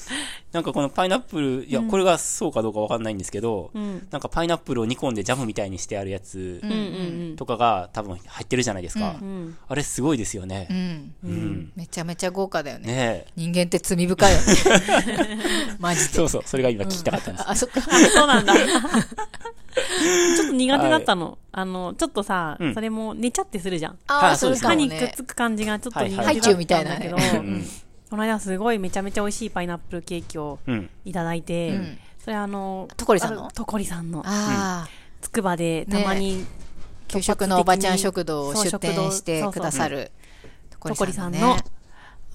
Speaker 3: なんかこのパイナップル、いや、これがそうかどうかわかんないんですけど、
Speaker 1: うん。
Speaker 3: なんかパイナップルを煮込んでジャムみたいにしてあるやつ
Speaker 1: うんうん
Speaker 3: とかが多分入ってるじゃないですか。
Speaker 1: うん。うん。
Speaker 3: あれすごいですよね
Speaker 2: う。ん。
Speaker 3: うん。
Speaker 2: めちゃめちゃ豪華だよね。
Speaker 3: ねえ。
Speaker 2: 人間って罪深いよね。マジで。
Speaker 3: そうそう、それが今聞きたかったんです。
Speaker 2: あ、そっ
Speaker 1: あ
Speaker 2: か。
Speaker 1: そうなんだ。 ちょっと苦手だったの。あの、ちょっとさ
Speaker 3: うん、
Speaker 1: それも寝ちゃってするじゃん。
Speaker 2: あ
Speaker 3: は
Speaker 2: あ、
Speaker 3: いそ
Speaker 2: そうう
Speaker 3: です
Speaker 2: か
Speaker 1: 歯
Speaker 2: も
Speaker 1: にくっ
Speaker 2: ね。
Speaker 1: つく感じがちょっと苦手だ
Speaker 3: は
Speaker 1: っ
Speaker 3: いは
Speaker 1: た
Speaker 3: い
Speaker 1: んだけど
Speaker 2: ハイチュウみたいな、
Speaker 3: うん
Speaker 1: この間すごいめちゃめちゃ美味しいパイナップルケーキを
Speaker 3: うん。
Speaker 1: いただいて、
Speaker 2: うん
Speaker 1: それあの、
Speaker 2: とこりさんの
Speaker 1: あとこりさんの、
Speaker 2: ああ、
Speaker 1: つくばでたまに
Speaker 2: 給食のおばちゃん食堂を出店してくださる。
Speaker 1: とこりさん
Speaker 2: ね
Speaker 1: の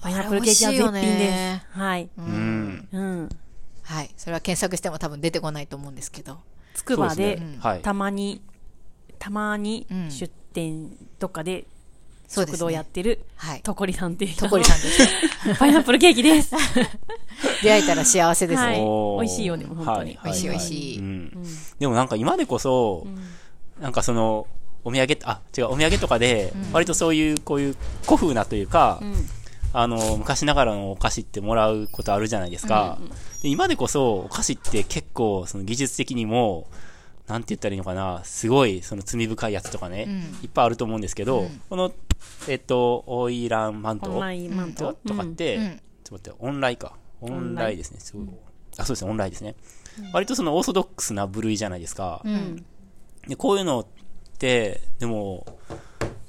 Speaker 1: パイナップルケーキは絶
Speaker 2: あれ
Speaker 1: 品
Speaker 2: 美味しいよ
Speaker 1: で
Speaker 2: ね
Speaker 1: す。はい。
Speaker 3: うん。
Speaker 1: うん。
Speaker 2: はい。それは検索しても多分出てこないと思うんですけど。
Speaker 1: つくば
Speaker 3: そう
Speaker 1: です
Speaker 3: ねはい。
Speaker 1: たまに、たまに
Speaker 2: うん
Speaker 1: 出店とかで
Speaker 2: そうで
Speaker 1: 食
Speaker 2: す
Speaker 1: 堂やっ
Speaker 2: ね。
Speaker 1: てる、
Speaker 2: はい。
Speaker 1: とこりさんっていう人
Speaker 2: とこりさんですね。
Speaker 1: パイナップルケーキ です。
Speaker 2: 出会えたら幸せです
Speaker 1: は
Speaker 2: ね。
Speaker 1: い
Speaker 3: おー
Speaker 1: 美味しいよね本当に
Speaker 3: は
Speaker 2: 美味しい美味
Speaker 3: い
Speaker 2: しい。
Speaker 3: うん。でもなんか今でこそ、なんかその、お土産、あ、違う、お土産とかで、割とそういう、こういう古風なというか、あの、昔ながらのお菓子ってもらうことあるじゃないですか。で今でこそ、お菓子って結構、その技術的にも、なんて言ったらいいのかな、すごい、その罪深いやつとかね、
Speaker 2: うん
Speaker 3: いっぱいあると思うんですけど、この、えっと、オイランマン
Speaker 1: オ
Speaker 3: ト
Speaker 1: ンラインマン
Speaker 3: と
Speaker 1: ト。
Speaker 3: とかって、
Speaker 2: うん
Speaker 3: ちょっと待って、オンラインか。オンラインですね。すごいあ、そうですね、オンラインですね。割とそのオーソドックスな部類じゃないですか。
Speaker 2: うん
Speaker 3: でこういうのって、でも、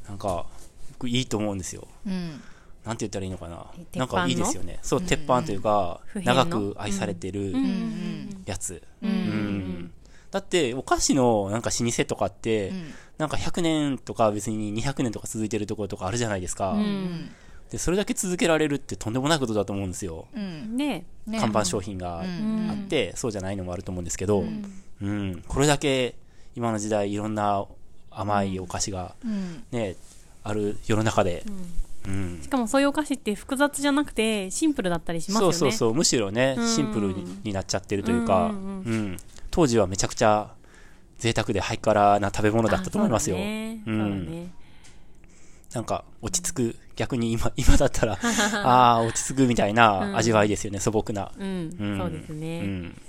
Speaker 3: なんか、僕いいと思うんですよ。
Speaker 2: うん
Speaker 3: なんて言ったらいいのかな
Speaker 1: え。鉄板
Speaker 3: なんかいいですよね。そう、鉄板というか、
Speaker 1: 不変の
Speaker 3: 長く愛されてる
Speaker 1: うん
Speaker 3: やつ。
Speaker 2: う
Speaker 3: うん
Speaker 2: ん
Speaker 3: だって、お菓子のなんか老舗とかって、
Speaker 2: ん
Speaker 3: なんか100年とか別に200年とか続いてるところとかあるじゃないですか。
Speaker 2: うん
Speaker 3: で、それだけ続けられるってとんでもないことだと思うんですよ。
Speaker 2: うん
Speaker 1: ね
Speaker 2: ね
Speaker 3: 看板商品があ
Speaker 1: ん
Speaker 3: って、そうじゃないのもあると思うんですけど、うん、これだけ今の時代いろんな甘いお菓子が
Speaker 2: うん
Speaker 3: ね、ある世の中で、うん
Speaker 1: しかもそういうお菓子って複雑じゃなくてシンプルだったりします
Speaker 3: そ
Speaker 1: よ
Speaker 3: う
Speaker 1: ね。
Speaker 3: そうそう、むしろね、
Speaker 1: ん
Speaker 3: シンプルにになっちゃってるというか、
Speaker 1: う
Speaker 3: うんん
Speaker 1: うん
Speaker 3: 当時はめちゃくちゃ贅沢でハイカラな食べ物だったと思いますよ。
Speaker 1: あそうだね
Speaker 3: うん
Speaker 1: そうだね
Speaker 3: なんか落ち着く、逆に今、今 だったら、ああ、落ち着くみたいな味わいですよね、素朴な。
Speaker 1: うん、
Speaker 3: うん
Speaker 1: そうですね、
Speaker 3: うん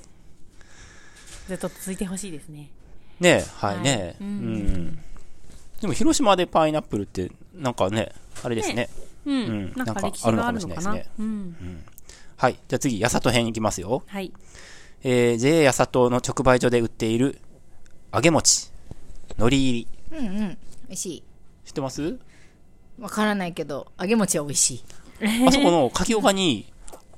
Speaker 1: ずっと続いてほしいですね。
Speaker 3: ねはい、
Speaker 1: はい
Speaker 3: ね、
Speaker 1: う
Speaker 3: うんん、でも広島でパイナップルって、なんかね、あれですね。
Speaker 1: うん、
Speaker 3: うん
Speaker 1: なん
Speaker 3: なん
Speaker 1: か
Speaker 3: か
Speaker 1: 歴史があるのかな。
Speaker 3: あるのかもしれないですね
Speaker 1: うん、
Speaker 3: はい。じゃあ次、八里編いきますよ。
Speaker 1: はい。
Speaker 3: えー、JA 八里の直売所で売っている揚げ餅、海苔入り。
Speaker 2: うんうん美味しい
Speaker 3: 知ってます
Speaker 2: わからないけど揚げ餅は美味しい
Speaker 3: あそこの柿岡に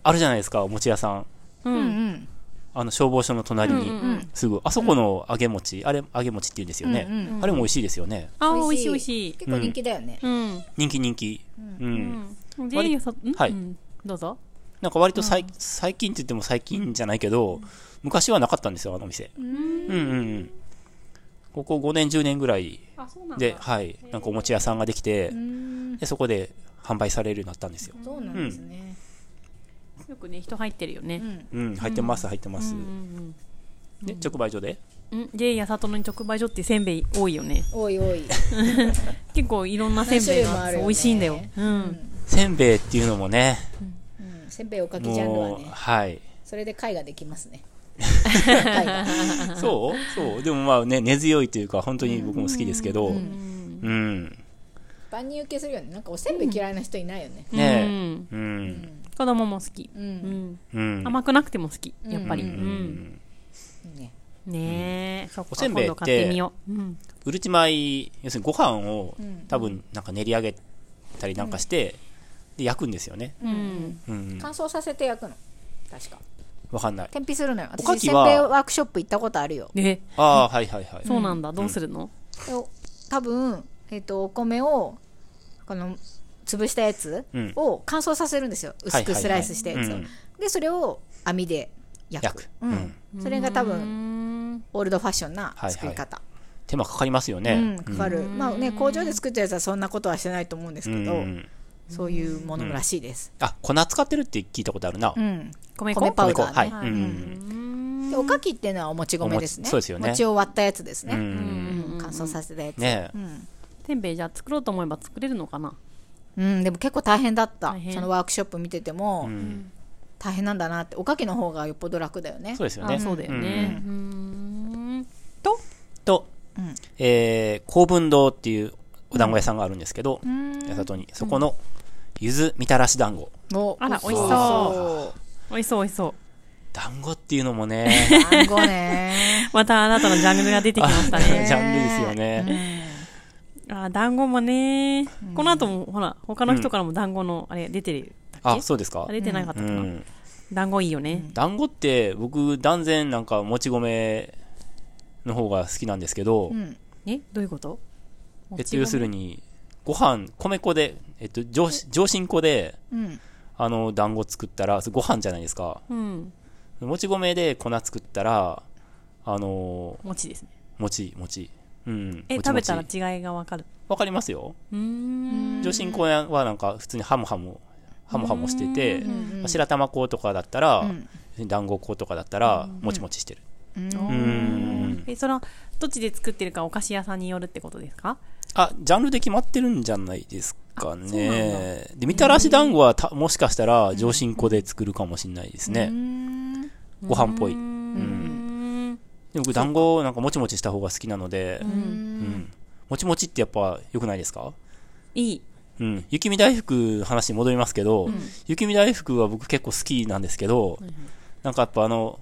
Speaker 3: あるじゃないですか、お餅屋さん。
Speaker 1: う、
Speaker 2: うんん
Speaker 3: あの消防署の隣に、
Speaker 1: うん
Speaker 2: うん
Speaker 3: すぐ。あそこの揚げ餅、あれ、揚げ餅って言うんですよね。
Speaker 2: うん
Speaker 3: あれも美味しいですよね。
Speaker 1: あー、美味しい美味しい。
Speaker 2: 結構人気だよね
Speaker 1: うん、
Speaker 3: 人気人気。うん。
Speaker 1: うん。で、よさ、うん、
Speaker 3: はい
Speaker 1: うんどうぞ。
Speaker 3: なんか割とさい、最近って言っても最近じゃないけど、昔はなかったんですよ、あのお店。うんうんうん。ここ5年、10年ぐらい
Speaker 1: あ、そうなん
Speaker 3: で、はい、なんかお餅屋さんができて
Speaker 2: う、ん
Speaker 3: で、そこで販売されるようになったんですよ。
Speaker 2: そうなんですね
Speaker 1: よくね、人入ってるよね
Speaker 2: う。ん
Speaker 3: うん、入ってます、入ってます。
Speaker 1: うん、
Speaker 3: で、直売所で。
Speaker 1: うん。で、やさとの直売所ってせんべい多いよね。
Speaker 2: おいおい
Speaker 1: 結構いろんなせんべいがあって
Speaker 2: 何種類もあるよね
Speaker 1: 美味しいんだよ。うん。
Speaker 3: せんべいっていうのもね、
Speaker 2: うんせんべいおかきジャンルは
Speaker 3: もう、
Speaker 2: ね
Speaker 3: はい。
Speaker 2: それで貝ができます ね貝が
Speaker 3: そうそう。でもまあね、根強いというか、本当に僕も好きですけど、うん。
Speaker 2: 万人受けするよねなんかおせんべい嫌いな人いないよね
Speaker 3: ね
Speaker 1: う
Speaker 3: え。うん。
Speaker 1: 子供も好き。
Speaker 2: う
Speaker 1: うんん。
Speaker 3: うん。
Speaker 1: 甘くなくても好き。やっぱり。う。
Speaker 2: うんいいね
Speaker 1: ねえ、そっか。
Speaker 3: おせんべいって
Speaker 1: 今度買ってみよう。うん。
Speaker 3: うるち米、要するにご飯を
Speaker 2: ん
Speaker 3: 多分なんか練り上げたりなんかして、で、焼くんですよね。
Speaker 1: うん。
Speaker 3: うん。
Speaker 2: 乾燥させて焼くの確か
Speaker 3: わかんない。
Speaker 2: 天日するのよ
Speaker 3: おか
Speaker 2: 私
Speaker 3: き
Speaker 2: せんべい
Speaker 3: は
Speaker 2: ワークショップ行ったことあるよ
Speaker 1: え、
Speaker 3: ああ、はいはいはい。
Speaker 1: そうなんだ。どうするの
Speaker 2: 多分、えっとお米をこの潰したやつ
Speaker 3: うん
Speaker 2: を乾燥させるんですよ、
Speaker 3: はい
Speaker 2: 薄くスライスしたやつを、
Speaker 3: はいはいは
Speaker 2: でそれを網で焼く
Speaker 3: 焼く。
Speaker 2: う
Speaker 3: うんん。
Speaker 2: それが多
Speaker 1: う
Speaker 2: 分
Speaker 1: ん。
Speaker 2: オールドファッションな
Speaker 3: はいはい
Speaker 2: 作り方、
Speaker 3: 手間かかりますよね。
Speaker 2: うん、かかる、まあね工場で作ったやつはそんなことはしてないと思うんですけど、
Speaker 3: うん
Speaker 2: そういうものらしいです、
Speaker 3: あ、粉使ってるって聞いたことあるな。
Speaker 2: うん
Speaker 1: 米粉
Speaker 2: 米パウダー、ね
Speaker 3: はい。
Speaker 1: は
Speaker 3: う
Speaker 1: い
Speaker 3: ん。
Speaker 2: でおかきっていうのはおもち米です
Speaker 3: お
Speaker 2: ね
Speaker 3: 餅そうですよね
Speaker 2: 餅を割ったやつです
Speaker 3: う
Speaker 2: ね、
Speaker 3: ん。
Speaker 2: うん乾燥させたやつ、
Speaker 3: ねえ。
Speaker 1: せんべいじゃあ作ろうと思えば作れるのかな
Speaker 2: うん、でも結構大変だった
Speaker 1: 大変
Speaker 2: そのワークショップ見てても、
Speaker 3: ん
Speaker 2: 大変なんだなっておかきの方がよっぽど楽だよね
Speaker 3: そうですよ
Speaker 1: あ
Speaker 3: ね。
Speaker 1: そうだよね。うーん。と、
Speaker 3: と、
Speaker 2: ん
Speaker 3: えー、公文堂っていうお団子屋さんがあるんですけど、八里に、そこの、ゆずみたらし団子。
Speaker 2: お
Speaker 1: あら美味し
Speaker 3: そ
Speaker 1: 美味しそう美味しそう。
Speaker 3: 団子っていうのもね、
Speaker 2: 団子 ね
Speaker 1: またあなたのジャンルが出てきましたね。
Speaker 3: ジャンルですよね。
Speaker 1: あ、団子もね、この後も、ほら、他の人からも団子の、あれ、出てる。
Speaker 3: あ、そうですか
Speaker 1: あ。出てなかった
Speaker 3: う
Speaker 1: かな。
Speaker 3: ん。
Speaker 1: 団子いいよね。
Speaker 3: 団子って、僕、断然なんか、もち米の方が好きなんですけど、
Speaker 1: えどういうこと
Speaker 3: えっと、要するに、ご飯、米粉で、えっと、上し上新粉で、
Speaker 2: うん
Speaker 3: あの、団子作ったら、それご飯じゃないですか。
Speaker 1: うん。
Speaker 3: もち米で粉作ったら、あの
Speaker 1: 餅ですね。
Speaker 3: ー、もち、もち。うん。
Speaker 1: え、
Speaker 3: もち
Speaker 1: 食
Speaker 3: も
Speaker 1: べ
Speaker 3: ち
Speaker 1: たら違いがわかる。
Speaker 3: わかりますよ。
Speaker 1: うーん。
Speaker 3: 上新粉はなんか普通にハムハム、ハムハムしてて、まあ白玉粉とかだったら、団子粉とかだったら、もちもちしてる。うん。
Speaker 1: え、その、どっちで作ってるかお菓子屋さんによるってことですか
Speaker 3: あ、ジャンルで決まってるんじゃないですかね。で、みたらし団子はたもしかしたら上新粉で作るかもしれないですね。ご飯っぽい。う。
Speaker 1: うんーん。
Speaker 3: でで僕団子なんかもちもちした方が好きなので、
Speaker 1: う、
Speaker 2: うん
Speaker 3: うんん、もちもちってやっぱ良くないですか
Speaker 1: いい。
Speaker 3: うん、雪見大福の話に戻りますけど、雪見大福は僕結構好きなんですけど、なんかやっぱあの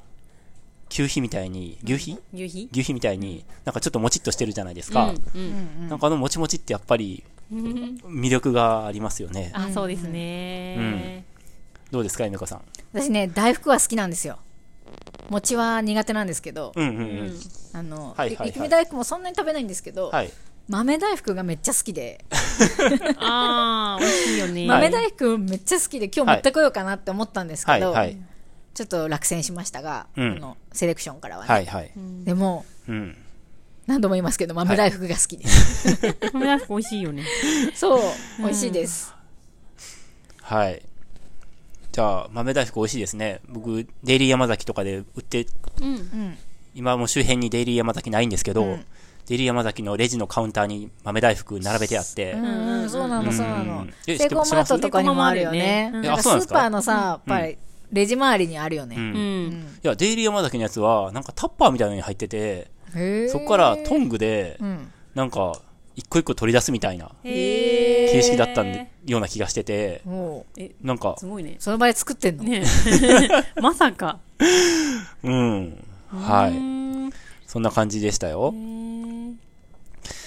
Speaker 3: 求肥みたいに牛皮、
Speaker 1: 夕日
Speaker 3: 牛皮みたいになんかちょっともちっとしてるじゃないですか、
Speaker 1: うんうん
Speaker 3: なんかあのもちもちってやっぱり魅力がありますよね
Speaker 1: あ、そうですね。
Speaker 3: どうですかゆめこさん
Speaker 2: 私ね大福は好きなんですよ餅は苦手なんですけど、
Speaker 3: うんうんうん、
Speaker 2: あの、
Speaker 3: はいはいはい
Speaker 2: 雪見大福もそんなに食べないんですけど、
Speaker 3: はい
Speaker 2: 豆大福がめっちゃ好きで、
Speaker 1: ああ、美味しいよ ね。
Speaker 2: 豆大福めっちゃ好きで今日持ってこようかなって思ったんです
Speaker 3: は
Speaker 2: け
Speaker 3: い
Speaker 2: ど、
Speaker 3: はい
Speaker 2: ちょっと落選しましたが、
Speaker 3: うん
Speaker 2: あのセレクションからはね、
Speaker 3: はいはい
Speaker 2: でも
Speaker 3: うん
Speaker 2: 何度も言いますけど豆大福が好き です、
Speaker 1: 豆大福美味しいよね。
Speaker 2: そう美味しいです、
Speaker 3: はいじゃあ豆大福美味しいですね僕デイリー山崎とかで売って
Speaker 1: うん。
Speaker 2: うん
Speaker 3: 今もう周辺にデイリー山崎ないんですけど、
Speaker 2: うん
Speaker 3: デイリー山崎のレジのカウンターに豆大福並べてあって、
Speaker 2: うんうん、そうな
Speaker 3: う
Speaker 2: の、
Speaker 3: ん
Speaker 2: そうなの。セ
Speaker 3: え
Speaker 2: イコーマートとかにもあるよね。
Speaker 1: 知ってます
Speaker 2: なんか
Speaker 3: あ
Speaker 2: ス
Speaker 3: そうなんです
Speaker 2: ー
Speaker 3: か
Speaker 2: パーのさ、やっぱり、レジ周りにあるよ
Speaker 3: う
Speaker 2: ね。
Speaker 3: ん
Speaker 1: う
Speaker 3: い
Speaker 1: ん。
Speaker 3: やデイリー山崎のやつはなんかタッパーみたいなのに入ってて
Speaker 2: へー
Speaker 3: そこからトングで
Speaker 2: うん。
Speaker 3: なんか一個一個取り出すみたいな
Speaker 1: へー
Speaker 3: 形式だったんで。ような気がしてて
Speaker 2: も
Speaker 1: え、
Speaker 3: なんか
Speaker 1: すごいね
Speaker 2: う、。その場で作ってんの。
Speaker 1: ね まさか。
Speaker 3: うん
Speaker 1: う
Speaker 3: はい
Speaker 1: ーん
Speaker 3: そんな感じでしたよ
Speaker 1: へー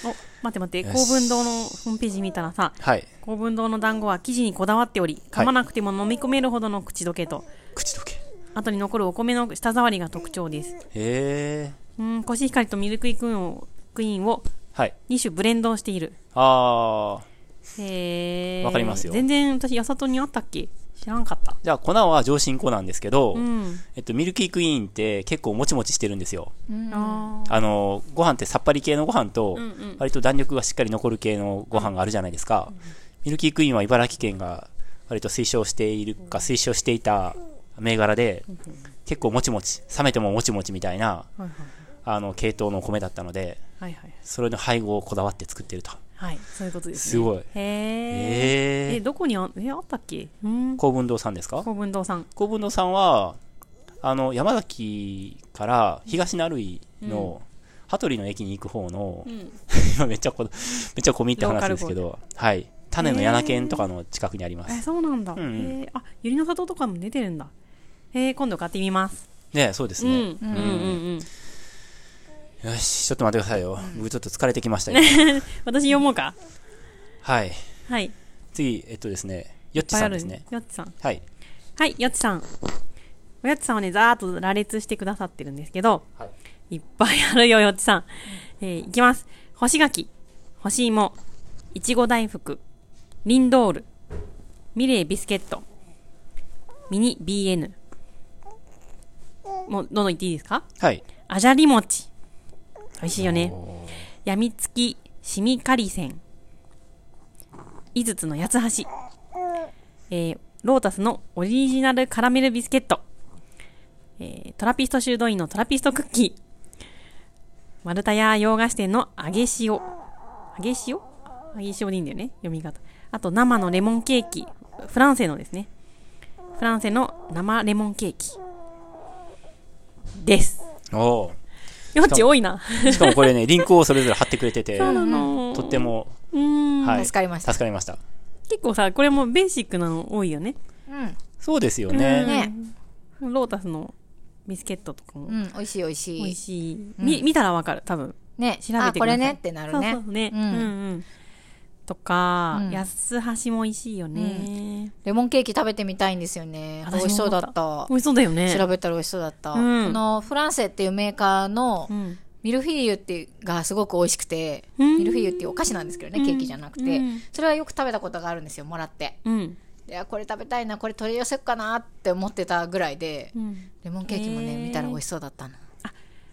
Speaker 1: お、待って待って、
Speaker 3: よし
Speaker 1: 公文堂のホームページ見たらさ、
Speaker 3: はい
Speaker 1: 公文堂の団子は生地にこだわっており、
Speaker 3: は
Speaker 1: 噛
Speaker 3: い
Speaker 1: まなくても飲み込めるほどの口どけと、
Speaker 3: 口どけ
Speaker 1: 後に残るお米の舌触りが特徴です。
Speaker 3: へえ
Speaker 1: うん、コシヒカリとミルクイクイーンをクイーンを
Speaker 3: はい
Speaker 1: 2種ブレンドしている。
Speaker 3: あー
Speaker 1: へー
Speaker 3: わかりますよ
Speaker 1: 全然私、やさとにあったっけ知らんかった。
Speaker 3: じゃあ粉は上新粉なんですけど、
Speaker 1: うん。
Speaker 3: えっと、ミルキークイーンって結構もちもちしてるんですよ
Speaker 2: うん
Speaker 1: あー
Speaker 3: あのご飯ってさっぱり系のご飯と、
Speaker 1: うんうん
Speaker 3: 割と弾力がしっかり残る系のご飯があるじゃないですか、ミルキークイーンは茨城県が割と推奨しているか推奨していた銘柄で、結構もちもち冷めてももちもちみたいな
Speaker 1: はいはい
Speaker 3: あの系統のお米だったので
Speaker 1: はいはい。
Speaker 3: それの配合をこだわって作ってると
Speaker 1: はい、そういうことです、ね。
Speaker 3: すごい
Speaker 1: へえ。
Speaker 3: へ
Speaker 1: え、
Speaker 3: え
Speaker 1: どこにあ、え、あったっけうん。
Speaker 3: 高文堂さんですか
Speaker 1: 古文堂さん。
Speaker 3: 高文堂さんはあの山崎から東成井の、羽鳥の駅に行く方の、
Speaker 1: ん
Speaker 3: 今めっちゃこめっちゃ込みって話ですけど、はい、種の柳犬とかの近くにあります
Speaker 1: え、そうなんだ。
Speaker 3: うんうん
Speaker 1: へえ。あ、ゆりの里とかも出てるんだ。へえ、今度買ってみます。
Speaker 3: ねそうです
Speaker 1: うん。
Speaker 3: ね、
Speaker 1: うんうん
Speaker 3: よしちょっと待ってくださいよ僕ちょっと疲れてきましたけど
Speaker 1: うん。私読もうか。
Speaker 3: はい
Speaker 1: はい。いっ
Speaker 3: 次えっとですねよっち
Speaker 1: ぱい
Speaker 3: さ
Speaker 1: あ
Speaker 3: んで
Speaker 1: る
Speaker 3: すね
Speaker 1: よっちさん。
Speaker 3: はい
Speaker 1: はい、よっちさん。おやっちさんはね、ざーっと羅列してくださってるんですけど、
Speaker 3: はい
Speaker 1: いっぱいあるよ、よっちさん。えーいきます。干し柿、干し芋、いちご大福、リンドール、ミレービスケット、ミニ BN。もう、どんどん言っていいですか
Speaker 3: はい
Speaker 1: あじゃり餅。美味しいよね。やみつき、しみかりせん。いつつの八つ橋。えー、ロータスのオリジナルカラメルビスケット。えー、トラピスト修道院のトラピストクッキー。丸太屋洋菓子店の揚げ塩。揚げ塩揚げ塩でいいんだよね。読み方。あと、生のレモンケーキ。フランセのですね。フランセの生レモンケーキ。です。
Speaker 3: お
Speaker 1: よっち多いな。
Speaker 3: ーしかもこれねリンクをそれぞれ貼ってくれてて
Speaker 1: の
Speaker 3: とっても、
Speaker 1: うーん
Speaker 3: はい、
Speaker 2: 助かりました
Speaker 3: 助かりました
Speaker 1: 結構さこれもベーシックなの多いよね
Speaker 2: うん。
Speaker 3: そうですよね、
Speaker 2: ね。
Speaker 1: ロータスのビスケットとかも
Speaker 2: うん、美味しい美味
Speaker 1: 美
Speaker 2: し
Speaker 1: 味
Speaker 2: い。
Speaker 1: しい、み見たらわかる多分
Speaker 2: ね、
Speaker 1: 調べてください
Speaker 2: あ、これねってなるね。
Speaker 1: そうそうね、
Speaker 2: う
Speaker 1: うん、うん
Speaker 2: ん。
Speaker 1: とか、
Speaker 2: うん
Speaker 1: 安橋も美味しいよね、
Speaker 2: レモンケーキ食べてみたいんですよね。
Speaker 1: 私
Speaker 2: 美
Speaker 1: も
Speaker 2: 味しそうだった。
Speaker 1: 美味しそうだよね
Speaker 2: 調べたら美味しそうだった。こ
Speaker 1: うん
Speaker 2: のフランセっていうメーカーの
Speaker 1: うん
Speaker 2: ミルフィーユっていうがすごく美味しくて、
Speaker 1: うん
Speaker 2: ミルフィーユっていうお菓子なんですけどね、ケーキじゃなくて
Speaker 1: うん、
Speaker 2: それはよく食べたことがあるんですよ、もらって。
Speaker 1: うん、
Speaker 2: いやこれ食べたいなこれ取り寄せっかなって思ってたぐらいで、
Speaker 1: うん、
Speaker 2: レモンケーキもね、
Speaker 1: へー
Speaker 2: 見たら美味しそうだったな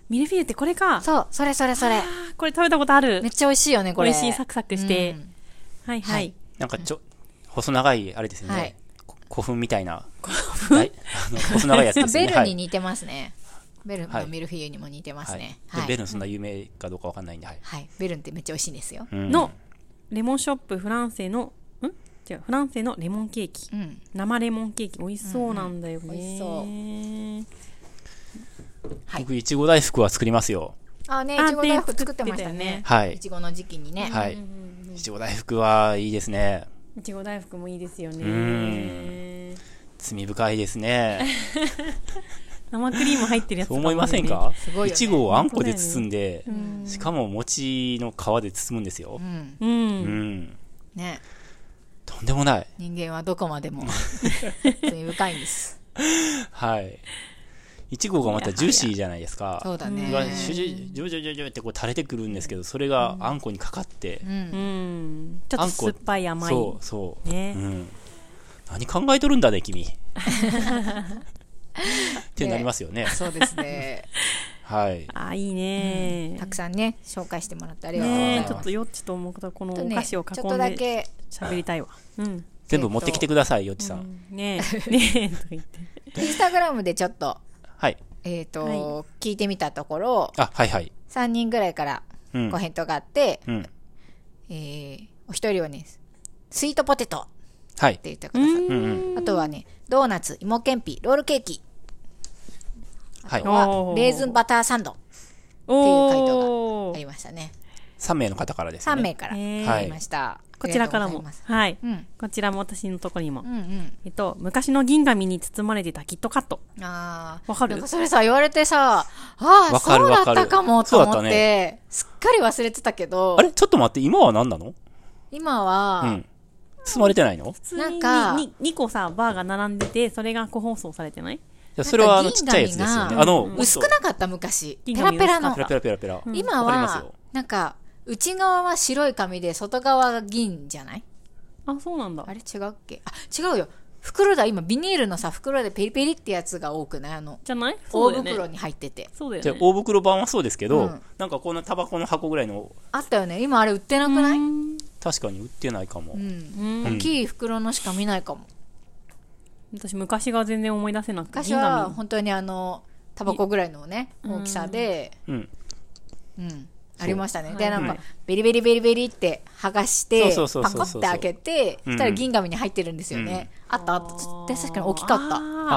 Speaker 1: ミルフィーユってこれか
Speaker 2: そうそれそれそれ
Speaker 1: あこれ食べたことある
Speaker 2: めっちゃ美味しいよねこれ
Speaker 1: 美味しいサクサクして
Speaker 2: うん
Speaker 1: はいはい、
Speaker 3: なんかちょ、細長い、あれですよね、
Speaker 2: はい
Speaker 3: こ古墳みたいな。はいあの細長いやつですよ
Speaker 2: ベ
Speaker 3: ね。
Speaker 2: ルに似てますね、ベル
Speaker 3: はい
Speaker 2: のミルフィーユにも似てます
Speaker 3: はいはい
Speaker 2: ね
Speaker 3: で
Speaker 2: は
Speaker 3: も
Speaker 2: い、
Speaker 3: ベルンそんな有名かどうかわかんないんで、はい。
Speaker 2: はいベルンってめっちゃ美味しいんですよ
Speaker 3: うん
Speaker 1: のレモンショップフランセのん違うフランセのレモンケーキ
Speaker 2: うん、
Speaker 1: 生レモンケーキ美味しそうなんだよね、
Speaker 2: うんう
Speaker 1: 美味
Speaker 2: ん
Speaker 1: し
Speaker 2: はい
Speaker 3: 僕、いちご大福は作りますよ。
Speaker 2: あね、い
Speaker 1: あ
Speaker 2: ちご大福作ってましたね。
Speaker 3: はいい。
Speaker 2: ちごの時期にね。
Speaker 3: はい。いちご大福はいいですね。
Speaker 1: いちご大福もいいですよね
Speaker 3: ん罪深いで すね。
Speaker 1: 生クリーム入ってるやつ
Speaker 3: そう
Speaker 1: と
Speaker 3: 思いません
Speaker 1: もね
Speaker 3: か
Speaker 2: すごいよね
Speaker 3: いちごをあんこで包んで、しかも餅の皮で包むんですよ
Speaker 2: う。ん。
Speaker 1: う
Speaker 3: うんん。
Speaker 2: ね、
Speaker 3: とんでもない。
Speaker 2: 人間はどこまで も罪深いんです。
Speaker 3: はい。いちごがまたジューシーじゃないですか。
Speaker 2: そうだね。
Speaker 3: がシュジュジュジュジュジュってこう垂れてくるんですけど、それがあんこにかかって、
Speaker 2: うん。
Speaker 1: うんちょっと酸っぱい甘い
Speaker 3: そうそう、
Speaker 1: ね
Speaker 3: うん、何考えとるんだね君ってなりますよね
Speaker 2: そうです ね。
Speaker 3: はい
Speaker 1: あいいね
Speaker 2: たくさんね、紹介してもらってありがとうござい
Speaker 1: ね
Speaker 2: ま
Speaker 1: ち
Speaker 2: す
Speaker 1: ょっとよっちと思うことはこの
Speaker 2: ちょっと
Speaker 1: お
Speaker 2: ね。
Speaker 1: 菓子を
Speaker 2: ちょっと
Speaker 1: 囲ん
Speaker 2: だ
Speaker 1: で
Speaker 2: け、
Speaker 1: 喋りたいわうん
Speaker 3: 全部持ってきてくださいよっちさん、
Speaker 1: ねえ ねえとか言って
Speaker 2: インスタグラムでちょっと、
Speaker 3: はい
Speaker 2: えっ
Speaker 1: はい
Speaker 2: と、聞いてみたところ、
Speaker 3: あはいはい
Speaker 2: 3人ぐらいから
Speaker 3: うん
Speaker 2: ご返答があって、
Speaker 3: うん
Speaker 2: えーお一人はね、スイートポテトって
Speaker 3: はい
Speaker 2: 言ってくださって
Speaker 3: うんうん
Speaker 2: あとはね、ドーナツ、芋けんぴ、ロールケーキ、
Speaker 3: はい
Speaker 1: お
Speaker 2: はレーズンバターサンド
Speaker 1: お
Speaker 2: あ
Speaker 1: ー
Speaker 2: りましたね。
Speaker 3: 3名の方からですね
Speaker 2: 3名から
Speaker 1: へー
Speaker 2: ありました。
Speaker 1: こちらからも
Speaker 2: ありがとうござい
Speaker 1: はい
Speaker 2: ます
Speaker 1: こちらも私のとこにも
Speaker 2: うん。うん
Speaker 1: えっと昔の銀紙に包まれてたキットカット
Speaker 2: うん。ああ。
Speaker 1: わかる
Speaker 2: なんかそれさ、言われてさ、ああ、
Speaker 3: わかる
Speaker 2: そうだ
Speaker 3: わか
Speaker 2: っ
Speaker 3: る
Speaker 2: たかもと
Speaker 3: そう
Speaker 2: 思
Speaker 3: だ
Speaker 2: っ、
Speaker 3: ってた
Speaker 2: すっかり忘れてたけど、
Speaker 3: あれちょっと待って今は何なの
Speaker 2: 今
Speaker 3: う
Speaker 2: は、
Speaker 3: ん包まれてないの
Speaker 1: 普通
Speaker 2: なん
Speaker 1: に
Speaker 2: か
Speaker 1: にに2個さバーが並んでてそれが個包装されてない
Speaker 3: いやそれはあ
Speaker 2: なん
Speaker 3: の
Speaker 2: か
Speaker 3: ちっ
Speaker 2: 銀
Speaker 3: ちゃい
Speaker 2: 紙
Speaker 3: やつですよね
Speaker 2: が
Speaker 3: あの
Speaker 2: 薄くなかった昔。ペ
Speaker 1: 銀
Speaker 2: ラ
Speaker 1: 紙
Speaker 2: ペラの
Speaker 1: 薄
Speaker 3: ペラ。ペラペラペラペラ
Speaker 2: 今
Speaker 3: わかります
Speaker 2: は
Speaker 3: よ、
Speaker 2: なんか、内側は白い紙で、外側が銀じゃない
Speaker 1: あそうなんだ
Speaker 2: あれ違うっけあ、違うよ。袋だ、今、ビニールのさ、袋でペリペリってやつが多くないあの、
Speaker 1: じゃないそ
Speaker 2: 大
Speaker 1: うだよね
Speaker 2: 袋に入ってて。
Speaker 1: そうだよ
Speaker 3: じゃあ
Speaker 1: ね
Speaker 3: 大袋版はそうですけど、
Speaker 2: うん
Speaker 3: なんかこんなタバコの箱ぐらいの
Speaker 2: あったよね。今あれ売ってなくない
Speaker 3: 確かに売ってないかも、
Speaker 2: うん。
Speaker 1: うん
Speaker 2: 大きい袋のしか見ないかも。
Speaker 1: 私昔が全然思い出せなくて
Speaker 2: 昔は本当にあの、タバコぐらいのね、大きさで、
Speaker 3: うん、
Speaker 2: うん。ありましたね。
Speaker 1: そう
Speaker 2: で、なん
Speaker 1: は
Speaker 2: か
Speaker 1: い、
Speaker 2: ベリベリベリベリって剥がして、
Speaker 3: そうそうそ
Speaker 2: パ
Speaker 3: う
Speaker 2: コ
Speaker 3: そ
Speaker 2: っ
Speaker 3: う
Speaker 2: て
Speaker 3: そ
Speaker 2: 開
Speaker 3: う
Speaker 2: けて、
Speaker 3: う
Speaker 2: そ
Speaker 3: ん
Speaker 2: したら銀紙に入ってるんですよね。あったあった。ちょっと確かに大きかった。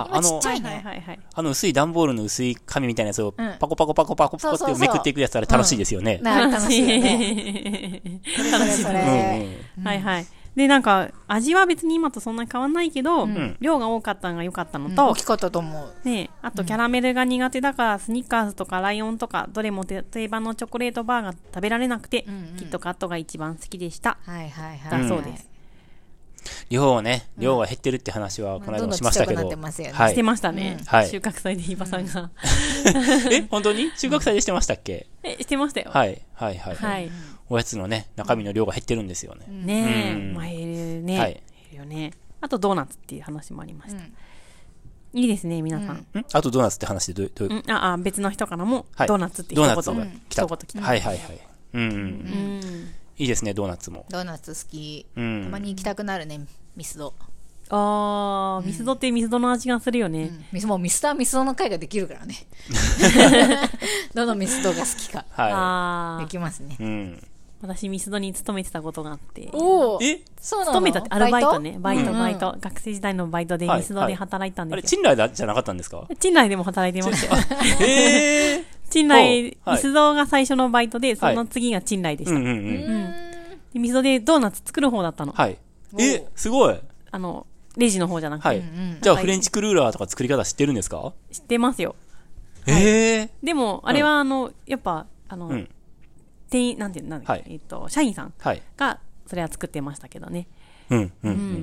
Speaker 1: あ
Speaker 3: ー
Speaker 2: 今ちっちゃい
Speaker 1: はい
Speaker 2: ね。
Speaker 1: はいはい
Speaker 3: あの薄い段ボールの薄い紙みたいなやつを
Speaker 2: うん
Speaker 3: パコパコパコパコパ
Speaker 2: そう
Speaker 3: コ
Speaker 2: そうそ
Speaker 3: っ
Speaker 2: う
Speaker 3: てめくっていくやつあれ楽しいですよね。
Speaker 2: ねあれ楽しいよね。
Speaker 1: 楽しい
Speaker 2: それそ
Speaker 1: 楽しい
Speaker 2: れ
Speaker 1: はいはいでなんか味は別に今とそんなに変わんないけど、
Speaker 3: ん
Speaker 1: 量が多かったのが良かったの
Speaker 2: 大
Speaker 1: と、
Speaker 2: きかったと思う。
Speaker 1: ね、あとキャラメルが苦手だから、スニッカーズとかライオンとかどれもて定番のチョコレートバーが食べられなくて、
Speaker 2: んうん
Speaker 1: キットカットが一番好きでした、
Speaker 2: はいはいは
Speaker 1: だ
Speaker 2: い。
Speaker 1: そうです、
Speaker 3: 量をね、量が減ってるって話はこの間もしましたけ
Speaker 2: まあ
Speaker 3: ど。
Speaker 2: どんどんちっちゃくなってますよね
Speaker 3: は
Speaker 1: して
Speaker 3: い。
Speaker 1: ましたね、
Speaker 3: んはい
Speaker 1: 収穫祭でヒバさんが、
Speaker 3: え、本当に中学祭でしてましたっけ
Speaker 1: えしてましたよい、
Speaker 3: はい、はい、はい。
Speaker 1: はい
Speaker 3: おやつのね、中身の量が減ってるんですよね。
Speaker 1: ねえ、
Speaker 3: うん
Speaker 1: まあ減るね、
Speaker 3: はい
Speaker 1: 減るよねあとドーナツっていう話もありまし
Speaker 2: う
Speaker 1: た、
Speaker 2: ん
Speaker 1: いいですね皆さん、
Speaker 3: んあとドーナツって話でどうどういう
Speaker 1: うんああ別の人からも、
Speaker 3: はい
Speaker 1: ドーナツって一
Speaker 3: ドー
Speaker 1: 言
Speaker 3: ナツが来た。
Speaker 1: 一言来た、
Speaker 3: はい、はい、はい。うんうん。
Speaker 1: うん
Speaker 3: いいですね、ドーナツも。
Speaker 2: ドーナツ好き。
Speaker 3: う
Speaker 2: たま
Speaker 3: ん。
Speaker 2: に行きたくなるね、ミスド。
Speaker 1: あーミスドってミスドの味がするよね、
Speaker 2: ミスもうミスターミスドの会ができるか らね。どのミスドが好きか。
Speaker 3: は
Speaker 1: あ
Speaker 2: で
Speaker 1: あ
Speaker 2: きますね。
Speaker 3: い。うん。
Speaker 1: 私ミスドに勤めてたことがあって
Speaker 2: おお
Speaker 3: え
Speaker 2: そうなの
Speaker 1: 勤めたってアルバイトねバイト
Speaker 2: うん
Speaker 1: バイト、学生時代のバイトで
Speaker 3: はい
Speaker 1: ミスドで働いたん
Speaker 3: あれ、
Speaker 1: ですよ、
Speaker 3: 賃貸じゃなかったんです か
Speaker 1: 賃内でも働いてましたよ。
Speaker 3: ええ。
Speaker 1: 賃内、
Speaker 3: はい
Speaker 1: ミスドが最初のバイトで、その次が賃内でし
Speaker 3: う
Speaker 1: た。
Speaker 3: んうんうん。
Speaker 1: でミスドでドーナツ作る方だったの。
Speaker 3: はい。え
Speaker 2: お、
Speaker 3: すごい。
Speaker 1: あの、レジの方じゃなくて、
Speaker 3: はい。じゃあ、フレンチクルーラーとか作り方知ってるんですか
Speaker 1: 知ってますよ。
Speaker 3: ええ。
Speaker 1: でも、あれはあの、やっぱ、あの、
Speaker 3: うん。
Speaker 1: 店員、なんていうの、なんだっけ
Speaker 3: はい
Speaker 1: えっと、社員さん
Speaker 3: はい。
Speaker 1: が、それは作ってましたけどね。
Speaker 3: うん、うん、う
Speaker 1: うんうん
Speaker 3: ん。
Speaker 1: う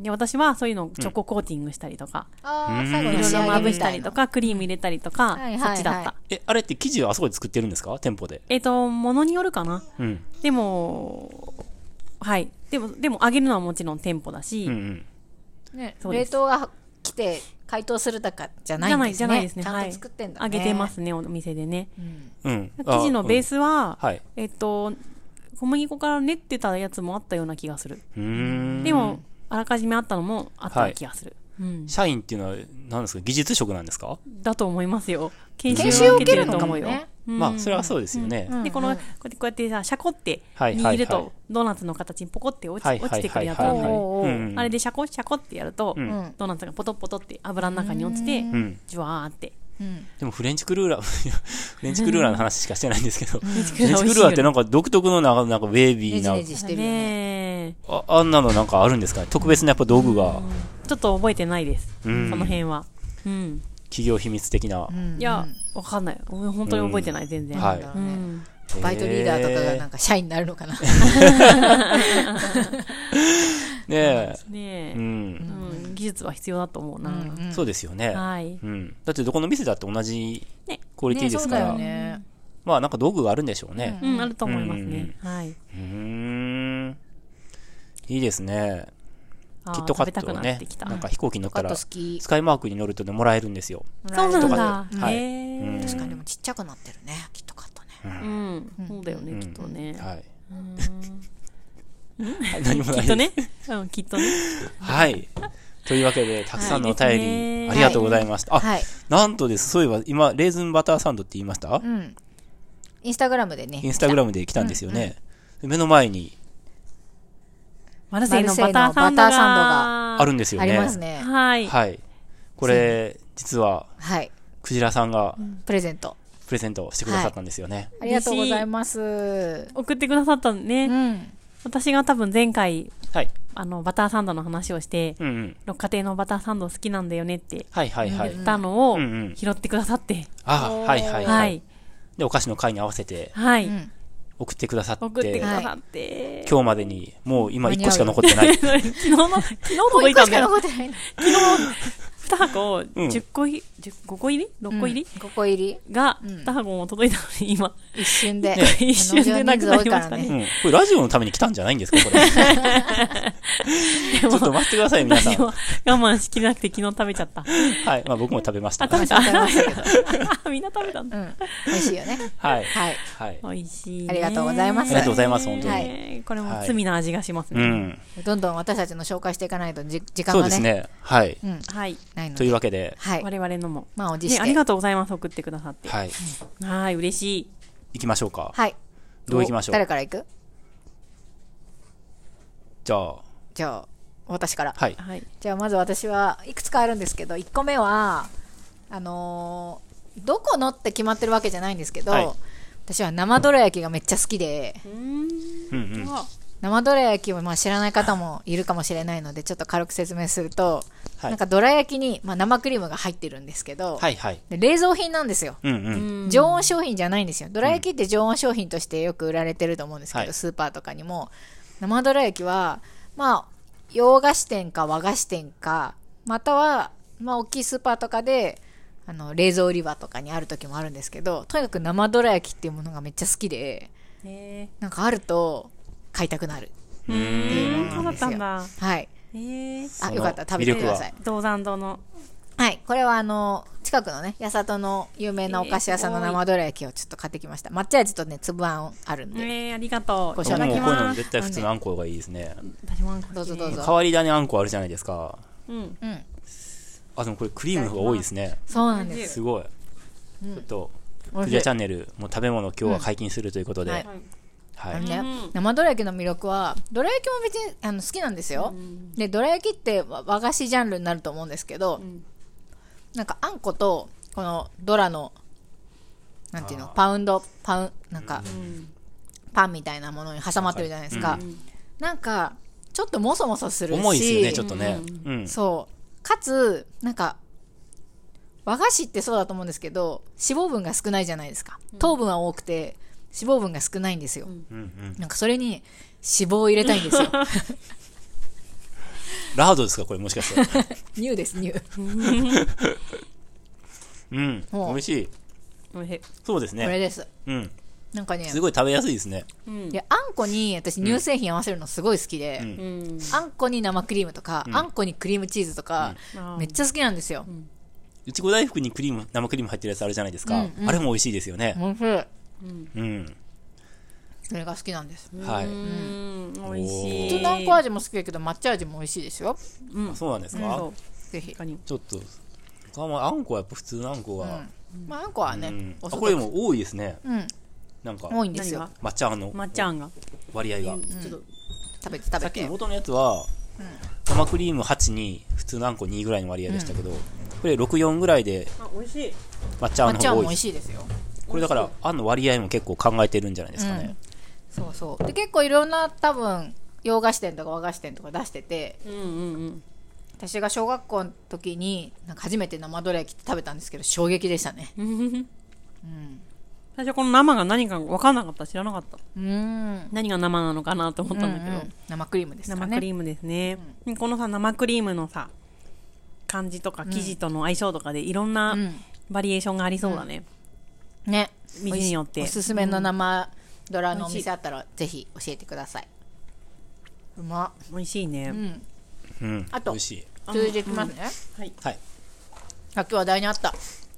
Speaker 1: ん。で、私はそういうのをチョココーティングしたりとか、
Speaker 2: あー最後
Speaker 1: いろ
Speaker 2: の
Speaker 1: い
Speaker 2: 仕
Speaker 1: ろま
Speaker 2: 上げ
Speaker 1: ぶ
Speaker 2: み
Speaker 1: したた
Speaker 2: い
Speaker 1: り
Speaker 2: な
Speaker 1: とか、クリーム入れたりとか、
Speaker 2: はいはい
Speaker 1: そ
Speaker 2: はい
Speaker 1: っちだった。
Speaker 3: え、あれって生地はあそこで作ってるんですか店舗で。
Speaker 1: えっと、ものによるかな。
Speaker 3: うん。
Speaker 1: でも、はい。でも、でも、揚げるのはもちろん店舗だし、
Speaker 3: うんうん。
Speaker 2: ね
Speaker 1: そうで
Speaker 2: 冷
Speaker 1: す
Speaker 2: 凍が来て解凍するだかじゃ
Speaker 1: じ
Speaker 2: ない
Speaker 1: ゃ
Speaker 2: ん
Speaker 1: な
Speaker 2: で
Speaker 1: い、
Speaker 2: すね。
Speaker 1: じゃないですね。
Speaker 2: ちゃん
Speaker 1: は
Speaker 2: と
Speaker 1: い
Speaker 2: 作ってんだね。
Speaker 1: 揚げてま。すね、お店でね。
Speaker 3: うん。
Speaker 1: 生地のベー
Speaker 3: ス。
Speaker 1: スは、
Speaker 3: はい。
Speaker 1: えっと、小麦粉から練ってたやつもあったような気がする。
Speaker 3: うーん。
Speaker 1: でも、あらかじめあったのもあった気がする。うん。
Speaker 3: 社員っていうのは、何ですか技術職なんですか
Speaker 1: だと思いますよ。研
Speaker 2: 研
Speaker 1: 修
Speaker 2: 修
Speaker 1: を
Speaker 2: を
Speaker 1: 受
Speaker 2: 受
Speaker 1: けて
Speaker 2: ける
Speaker 1: ると
Speaker 2: のか
Speaker 1: 思
Speaker 2: も
Speaker 1: うよ。
Speaker 2: ね。
Speaker 3: まあ、それはそうですよね。
Speaker 1: で、この、こうやってこうやってさ、シャコって
Speaker 3: はいはいは
Speaker 1: 握
Speaker 3: い
Speaker 1: ると、ドーナツの形にポコって落
Speaker 3: はい
Speaker 1: ち
Speaker 3: は
Speaker 1: 落
Speaker 3: いは
Speaker 1: ち
Speaker 3: い
Speaker 1: てく
Speaker 3: は
Speaker 1: る
Speaker 3: い
Speaker 1: やつ
Speaker 3: は
Speaker 1: あ
Speaker 3: い。
Speaker 1: るじゃない
Speaker 2: おーおー
Speaker 3: うん
Speaker 1: あれでシャコシャコってやると、
Speaker 3: うん
Speaker 1: ドーナツがポトポトって油の中に落ちて
Speaker 3: う、ん。
Speaker 1: ジュワーって
Speaker 2: うん
Speaker 3: でもフレンチクルー ラー、いやフレンチクルーラーの話しかしてないんですけど、フ
Speaker 2: フレンチ
Speaker 3: レンチクルーラーってなんか独特のなんかなんかウェービ
Speaker 2: ね
Speaker 3: ー
Speaker 2: じ
Speaker 3: な
Speaker 2: ねじしてるよね
Speaker 1: ね
Speaker 3: あ、あんなのなんかあるんですかね特別なやっぱ道具が、
Speaker 1: ちょっと覚えてないです、
Speaker 3: うん
Speaker 1: その辺は、うん、
Speaker 3: 企業秘密的な。
Speaker 2: うん
Speaker 1: いや、わかんない本当に覚えてない全然、
Speaker 3: はい
Speaker 1: うん
Speaker 2: バイトリーダーとかがなんか社員になるのかな
Speaker 3: ね
Speaker 1: ね
Speaker 3: え。
Speaker 1: え、
Speaker 3: う
Speaker 1: うん
Speaker 3: ん。
Speaker 1: 技術は必要だと思うな、
Speaker 2: うん
Speaker 3: そうですよね。
Speaker 1: はい
Speaker 3: うん。だってどこの店だって同じ
Speaker 1: ね
Speaker 3: クオリティですから。
Speaker 2: ね
Speaker 3: まあなんか道具があるんでしょうね。
Speaker 1: うん、あると思いますね、はい
Speaker 3: うん。いいですね。
Speaker 1: あー
Speaker 3: キットカ
Speaker 1: 食
Speaker 3: ッ
Speaker 1: べ
Speaker 3: ト
Speaker 1: たく
Speaker 3: を
Speaker 1: なっ
Speaker 3: ね
Speaker 1: てき、た
Speaker 3: なんか飛行機に乗っ
Speaker 2: カ
Speaker 3: た
Speaker 2: ッ
Speaker 3: ら
Speaker 2: ト、好き
Speaker 3: スカイマークに乗るとね、もらえるんですよ。
Speaker 1: そうなん
Speaker 3: と
Speaker 1: だ
Speaker 3: かではい
Speaker 1: へ
Speaker 3: うん
Speaker 1: え
Speaker 2: 確かにでもちっちゃくなってるねきっとカットね
Speaker 1: うん、そうだよね、きっとね、
Speaker 3: はい。
Speaker 1: き
Speaker 3: 何も
Speaker 1: っ
Speaker 3: ないです
Speaker 1: と ね、うん、きっとね
Speaker 3: はい。というわけで、たくさんのお便
Speaker 1: はい
Speaker 3: り、
Speaker 1: いいですね
Speaker 3: ありがとうございました。あ、
Speaker 2: はい
Speaker 3: なんとです、そういえば、今、レーズンバターサンドって言いました、
Speaker 2: うんインスタグラムでね
Speaker 3: インスタグラムで来たんですよね。目の前に
Speaker 1: マルセイのバターサンド
Speaker 2: マルセイのバターサ
Speaker 1: が
Speaker 3: あるんですよ
Speaker 2: あ
Speaker 3: ね。
Speaker 2: りますね
Speaker 1: はい、
Speaker 3: はい。これ、実は、
Speaker 2: はい
Speaker 3: クジラさんが
Speaker 2: プレゼント
Speaker 3: プレゼントしてくださったんですよね。
Speaker 2: ありがとうございます
Speaker 1: 送ってくださったのね、
Speaker 2: うん
Speaker 1: 私が多分前回
Speaker 3: はい。
Speaker 1: あのバターサンドの話をして、
Speaker 3: うんうん。
Speaker 1: 六花亭のバターサンド好きなんだよねって
Speaker 3: はいはいはい。
Speaker 1: 言ったのを
Speaker 3: うんうん
Speaker 1: 拾ってくださって、
Speaker 3: あーはいはいは
Speaker 1: はいい。
Speaker 3: で、お菓子の会に合わせて
Speaker 1: はい、
Speaker 2: うん
Speaker 3: 送ってくださって、
Speaker 1: 送ってくださって、
Speaker 3: 今日までに、もう今1個しか残ってない。
Speaker 1: 昨日の昨日届い
Speaker 2: 一個
Speaker 1: た
Speaker 2: し
Speaker 1: ん
Speaker 2: か
Speaker 1: だよ
Speaker 2: 残ってないの
Speaker 1: 2箱10個入り、10 5個入り6個入り、
Speaker 2: 5個入り
Speaker 1: が
Speaker 2: うん
Speaker 1: 2箱も届いたのに今
Speaker 2: 一瞬で
Speaker 1: ね一瞬でなくなりましたね
Speaker 3: うん。これラジオのために来たんじゃないんですかこれ。ち
Speaker 1: で
Speaker 3: ょっ
Speaker 1: も
Speaker 3: と待ってください、皆さん。
Speaker 1: 私は我慢しきれなくて昨日食べちゃった
Speaker 3: はい。まあ僕も食べました。
Speaker 1: 食べちゃった
Speaker 2: あ食 べ
Speaker 1: みんな食べたんだ
Speaker 2: うん美味しいよね
Speaker 3: はい。
Speaker 2: はい
Speaker 3: はい。
Speaker 1: 美味しいね
Speaker 2: ありがとうございます
Speaker 3: ありがとうございます本当に
Speaker 1: はいこれも罪な味がします
Speaker 3: う
Speaker 1: ね、
Speaker 3: ん。
Speaker 2: どんどん私たちの紹介していかないとじ時間
Speaker 3: そう
Speaker 2: が
Speaker 3: です
Speaker 2: ね
Speaker 3: ね。はい。
Speaker 2: うん
Speaker 1: はい、
Speaker 2: ないの
Speaker 3: という
Speaker 2: で
Speaker 3: わけで、
Speaker 2: はい
Speaker 1: 我々のも
Speaker 2: 満を持
Speaker 1: ね、
Speaker 2: し
Speaker 1: あり
Speaker 2: て
Speaker 1: がとうございます送ってくださっては
Speaker 3: はい。
Speaker 1: い嬉しい
Speaker 3: 行きましょうか。
Speaker 2: はい
Speaker 3: どう行きましょ
Speaker 2: 誰
Speaker 3: う
Speaker 2: から行く
Speaker 3: じゃあ、
Speaker 2: じゃあ私から
Speaker 3: はい。
Speaker 1: はい
Speaker 2: じゃあまず私はいくつかあるんですけど1個目はあのーどこのって決まってるわけじゃないんですけど、
Speaker 3: はい
Speaker 2: 私は生どら焼きがめっちゃ好きで
Speaker 3: うんうん。
Speaker 1: あ
Speaker 2: 生どら焼きをまあ知らない方もいるかもしれないのでちょっと軽く説明すると、
Speaker 3: はい
Speaker 2: なんかどら焼きに、まあ、生クリームが入ってるんですけど、
Speaker 3: はいはい。
Speaker 2: で冷蔵品なんですよ
Speaker 3: うんうん。
Speaker 2: 常温商品じゃないんですよどら焼きって常温商品としてよく売られてると思うんですけど、
Speaker 3: はい
Speaker 2: スーパーとかにも生どら焼きはまあ洋菓子店か和菓子店かまたは、まあ、大きいスーパーとかであの冷蔵売り場とかにある時もあるんですけどとにかく生どら焼きっていうものがめっちゃ好きで
Speaker 1: へ
Speaker 2: なんかあると買いたくなる
Speaker 1: えうんそうだったんだ
Speaker 2: はい
Speaker 1: へえ
Speaker 3: そ
Speaker 2: あ
Speaker 3: の
Speaker 2: よかったら食べてください
Speaker 1: 銅山堂の
Speaker 2: はいこれはあの近くのね八里の有名なお菓子屋さんの生どら焼きをちょっと買ってきました抹茶味とね粒あんあるんで、
Speaker 1: ええありがとう
Speaker 2: ご
Speaker 1: い
Speaker 2: 賞
Speaker 1: た
Speaker 3: 僕
Speaker 1: だ
Speaker 3: も
Speaker 1: き
Speaker 3: こういうの
Speaker 1: ます
Speaker 3: 絶対普通のあんこがいいですね。
Speaker 1: 私もあんこ好き
Speaker 2: どうぞどうぞ
Speaker 3: 代わり種あんこあるじゃないですか。
Speaker 1: うん
Speaker 2: うん
Speaker 3: あ、でもこれクリームの方が多いですね。
Speaker 2: そうなんです
Speaker 3: すごい。ちょっと、
Speaker 2: おい
Speaker 3: ク
Speaker 2: し
Speaker 3: ジ
Speaker 2: い
Speaker 3: アチャンネル、もう食べ物今日は解禁するということで。
Speaker 2: うん
Speaker 3: は
Speaker 2: はいい。
Speaker 3: は
Speaker 2: あの
Speaker 3: い。
Speaker 2: ね
Speaker 1: うん
Speaker 2: 生どら焼きの魅力はどら焼きも別にあの好きなんですよ、でどら焼きって和和菓子ジャンルになると思うんですけど、
Speaker 1: ん
Speaker 2: なんかあんことこのドラのなんていうのパウンドパウンなんか、パンみたいなものに挟まってるじゃないですか、なんかちょっともそもそするし
Speaker 3: 重いですよね、ちょっとね。うん。
Speaker 2: そうかつなんか和菓子ってそうだと思うんですけど脂肪分が少ないじゃないですか糖分は多くて脂肪分が少ないんですよ、
Speaker 3: うんうん。
Speaker 2: なんかそれに脂肪を入れたいん ですよ。
Speaker 3: ラードですか、これもしかして。
Speaker 2: ニューです、ニュー。
Speaker 3: うん、美
Speaker 2: もう
Speaker 3: 味しい。
Speaker 1: おいしい
Speaker 3: そうです
Speaker 2: これ
Speaker 3: ね。
Speaker 2: です。
Speaker 3: うん。
Speaker 2: なんかね、
Speaker 3: すごい食べやすいですね。
Speaker 2: いやあんこに私乳製品合わせるのすごい好きで、
Speaker 1: うん
Speaker 2: あんこに生クリームとか、あんこにクリームチーズとか、
Speaker 1: うん
Speaker 2: めっちゃ好きなんですよ。
Speaker 3: いちご大福にクリーム、生クリーム入ってるやつあるじゃないですか。あれも美味しいですよね。
Speaker 2: おいしい。
Speaker 3: うん。
Speaker 2: それが好きなんです。
Speaker 3: はい。
Speaker 1: うん美味しい
Speaker 2: 普通のあんこ味も好きだけど、抹茶味も美味しいですよ。
Speaker 3: あそうなんです
Speaker 1: そ
Speaker 3: か
Speaker 1: う
Speaker 2: ぜひ
Speaker 1: 確。かに
Speaker 3: ちょっと、僕はもうあんこはやっぱ普通のあんこ
Speaker 2: う
Speaker 3: が
Speaker 2: ん。まあ、あんこはね、
Speaker 3: うん
Speaker 2: お
Speaker 3: あ、
Speaker 2: そ
Speaker 3: これでも多いですね。
Speaker 2: うん、
Speaker 3: なんか、
Speaker 2: 多いんです
Speaker 1: 何
Speaker 2: よ
Speaker 1: が。
Speaker 3: 抹茶の
Speaker 1: 抹茶あんが
Speaker 3: 割合が。
Speaker 1: ちょっと
Speaker 2: 食べて食
Speaker 3: さ
Speaker 2: べ
Speaker 3: っきの
Speaker 2: て。
Speaker 3: 元のやつは、生クリーム8に普通のあんこ2ぐらいの割合でしたけど、これ64ぐらいで
Speaker 1: あ、美味しい。
Speaker 3: 抹茶あん
Speaker 2: 抹
Speaker 3: の
Speaker 2: 茶
Speaker 3: 方
Speaker 2: も
Speaker 3: が
Speaker 2: 美
Speaker 3: 多い
Speaker 2: 味しいですよ
Speaker 3: これだからあんの割合も結構考えてるんじゃないですかね、
Speaker 2: そうそうで結構いろんな多分洋菓子店とか和菓子店とか出してて
Speaker 1: うんうんうん。
Speaker 2: 私が小学校の時になんか初めて生どら焼きって食べたんですけど衝撃でしたね
Speaker 1: 最初この生が何か分からなかった知らなかった
Speaker 2: うんうん
Speaker 1: 何が生なのかなと思ったんだけど、
Speaker 2: 生クリームですかね
Speaker 1: 生クリームですね、このさ生クリームのさ感じとか生地との相性とかでいろんな
Speaker 2: うん
Speaker 1: バリエーションがありそうだね、
Speaker 2: ね
Speaker 1: 店によって
Speaker 2: おすすめの生ドラのお店あったらぜひ教えてくださいうまっ
Speaker 1: 美味しいね、
Speaker 2: うん
Speaker 3: うん
Speaker 2: あと
Speaker 3: 美味しい
Speaker 2: 続いていきますね
Speaker 1: はい
Speaker 3: はい
Speaker 2: あ今日話題にあった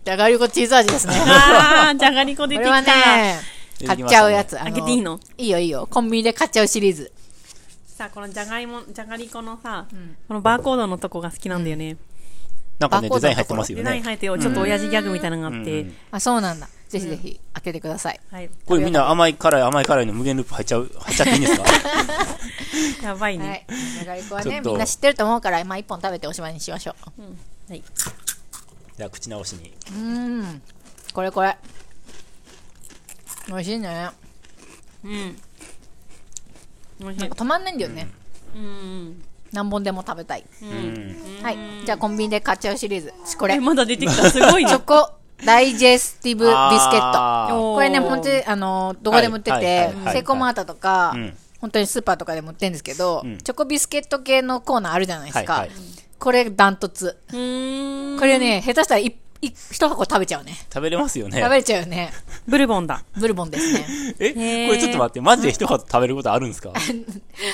Speaker 2: じゃがりこチーズ味ですね
Speaker 1: あーじゃがりこ出
Speaker 2: こ
Speaker 1: て
Speaker 2: れ
Speaker 1: き
Speaker 2: は
Speaker 1: た、
Speaker 2: ね
Speaker 3: 出て
Speaker 2: 買
Speaker 3: き
Speaker 2: っ
Speaker 3: ま
Speaker 2: ち
Speaker 3: した
Speaker 2: ゃ
Speaker 3: ね
Speaker 2: うやつあ
Speaker 1: 開けていいの
Speaker 2: いいよいいよコンビニで買っちゃうシリーズ
Speaker 1: さあこのじゃがいもじゃがりこのさ、このバーコードのとこが好きなんだよね、
Speaker 3: なんかね
Speaker 2: バーコ
Speaker 3: デ
Speaker 2: ードの
Speaker 3: ザイン入ってますよ
Speaker 1: デザイン
Speaker 3: ね
Speaker 1: 入ってよちょっと親父ギャグみたいなのがあって、
Speaker 3: うん
Speaker 2: あそうなんだぜひぜひ開けてください、
Speaker 1: はい、
Speaker 3: これみんな甘い辛い甘い辛いの無限ループ入っちゃう入っちゃっていいんですか
Speaker 1: やばいね、
Speaker 2: はいじゃがりこは
Speaker 3: ちょ
Speaker 2: ね
Speaker 3: っと
Speaker 2: みんな知ってると思うからまあ一本食べておしまいにしましょう
Speaker 1: はい、
Speaker 3: じゃあ口直しに
Speaker 2: うんこれこれ美味しいね
Speaker 1: うん美味し
Speaker 2: ないんか止まんないんだよね、
Speaker 1: うん
Speaker 2: 何本でも食べたい、
Speaker 3: うん
Speaker 2: はいじゃあコンビニで買っちゃうシリーズこれ
Speaker 1: え
Speaker 2: チ
Speaker 1: まだ出てきたす ごいね
Speaker 2: ョコダイジェスティブビスケット
Speaker 3: あー
Speaker 1: おー
Speaker 2: これね本当にあのどこでも売ってて、
Speaker 3: はいはいはいはい
Speaker 2: セイコーマートとか、
Speaker 3: うん
Speaker 2: 本当にスーパーとかでも売ってるんですけど、
Speaker 3: うん
Speaker 2: チョコビスケット系のコーナーあるじゃないですか、
Speaker 3: はいはい
Speaker 2: これダントツ
Speaker 1: うーん
Speaker 2: これね、下手したらいい一箱食べちゃうね
Speaker 3: 食べれますよね
Speaker 2: 食べれちゃうよね
Speaker 1: ブルボンだ
Speaker 2: ブルボンですね
Speaker 3: え
Speaker 1: へー
Speaker 3: これちょっと待ってマジで一言食べることあるんですか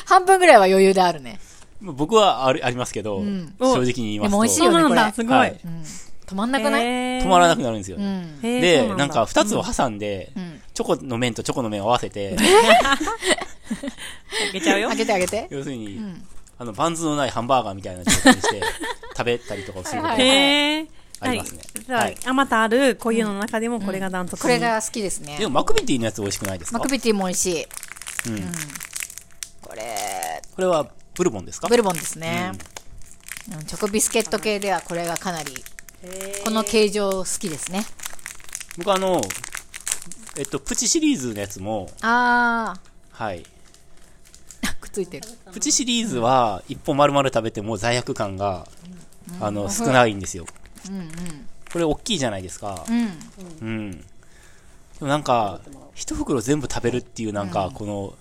Speaker 2: 半分ぐらいは余裕であるね
Speaker 3: 僕はあるありますけど、
Speaker 2: ん
Speaker 3: 正直に言いま
Speaker 2: で
Speaker 3: す
Speaker 2: も
Speaker 3: と
Speaker 2: 美味しいよ
Speaker 1: そ
Speaker 2: ね
Speaker 1: うなんだ
Speaker 2: これ
Speaker 1: すごい、
Speaker 3: はい
Speaker 2: うん止まんなくない、
Speaker 1: へー
Speaker 3: 止まらなくなるんですよ、
Speaker 2: うん
Speaker 1: へーそ
Speaker 3: で
Speaker 1: う
Speaker 3: な
Speaker 1: だ
Speaker 3: んか2つを挟んで、
Speaker 2: ん
Speaker 3: チョコの麺とチョコの麺を合わせて、
Speaker 1: いけちゃうよ
Speaker 2: 開けてあげて
Speaker 3: 要するに、あのバンズのないハンバーガーみたいな状態にして 食べたりとかをすること
Speaker 2: はいはい
Speaker 1: へえ
Speaker 3: ありますね
Speaker 1: じゃ
Speaker 3: はい
Speaker 1: ああまたあるこういうのの中でもこれがダントツ
Speaker 2: これが好きですね
Speaker 3: でもマクビティのやつ美味しくないですか
Speaker 2: マクビティも美味しい
Speaker 3: うん
Speaker 2: これ
Speaker 3: これはブルボンですか
Speaker 2: ブルボンですね、うんチョコビスケット系ではこれがかなりこの形状好きですね
Speaker 3: 僕あの、えっと、プチシリーズのやつも、
Speaker 2: あ
Speaker 3: はい、
Speaker 2: ーくっついてる
Speaker 3: プチシリーズは一本丸々食べても罪悪感が、あの少ないんですよ
Speaker 2: うんうん
Speaker 3: これ大きいじゃないですか
Speaker 2: うん
Speaker 3: うんでもなんか一袋全部食べるっていうなんかこの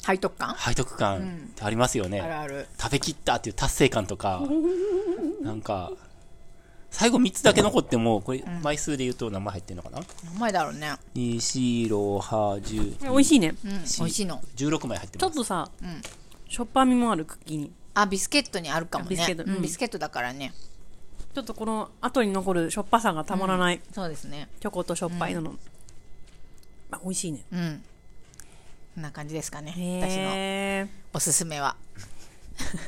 Speaker 2: 背徳感
Speaker 3: 背徳感ありますよね、
Speaker 2: あるある
Speaker 3: 食べきったっていう達成感とかなんか最後3つだけ残ってもこれ枚数で言うと何枚入ってるのかな、
Speaker 2: うまいだろうね、
Speaker 3: 246
Speaker 1: 美味しいね
Speaker 2: うん、美味しいの
Speaker 3: 16枚入って
Speaker 1: ちょ
Speaker 3: ま
Speaker 1: っ
Speaker 3: す
Speaker 1: とさ
Speaker 2: ん
Speaker 1: しょっぱみもあるクッキーに
Speaker 2: あビスケットにあるかもね
Speaker 1: ビスケット
Speaker 2: うん
Speaker 1: うん
Speaker 2: ビスケットだからね
Speaker 1: ちょっとこの後に残るしょっぱさがたまらない
Speaker 2: そうですね
Speaker 1: チョコとしょっぱいなのあ美味しいね
Speaker 2: うんこんな感じですかね私の
Speaker 1: へ
Speaker 2: おすすめは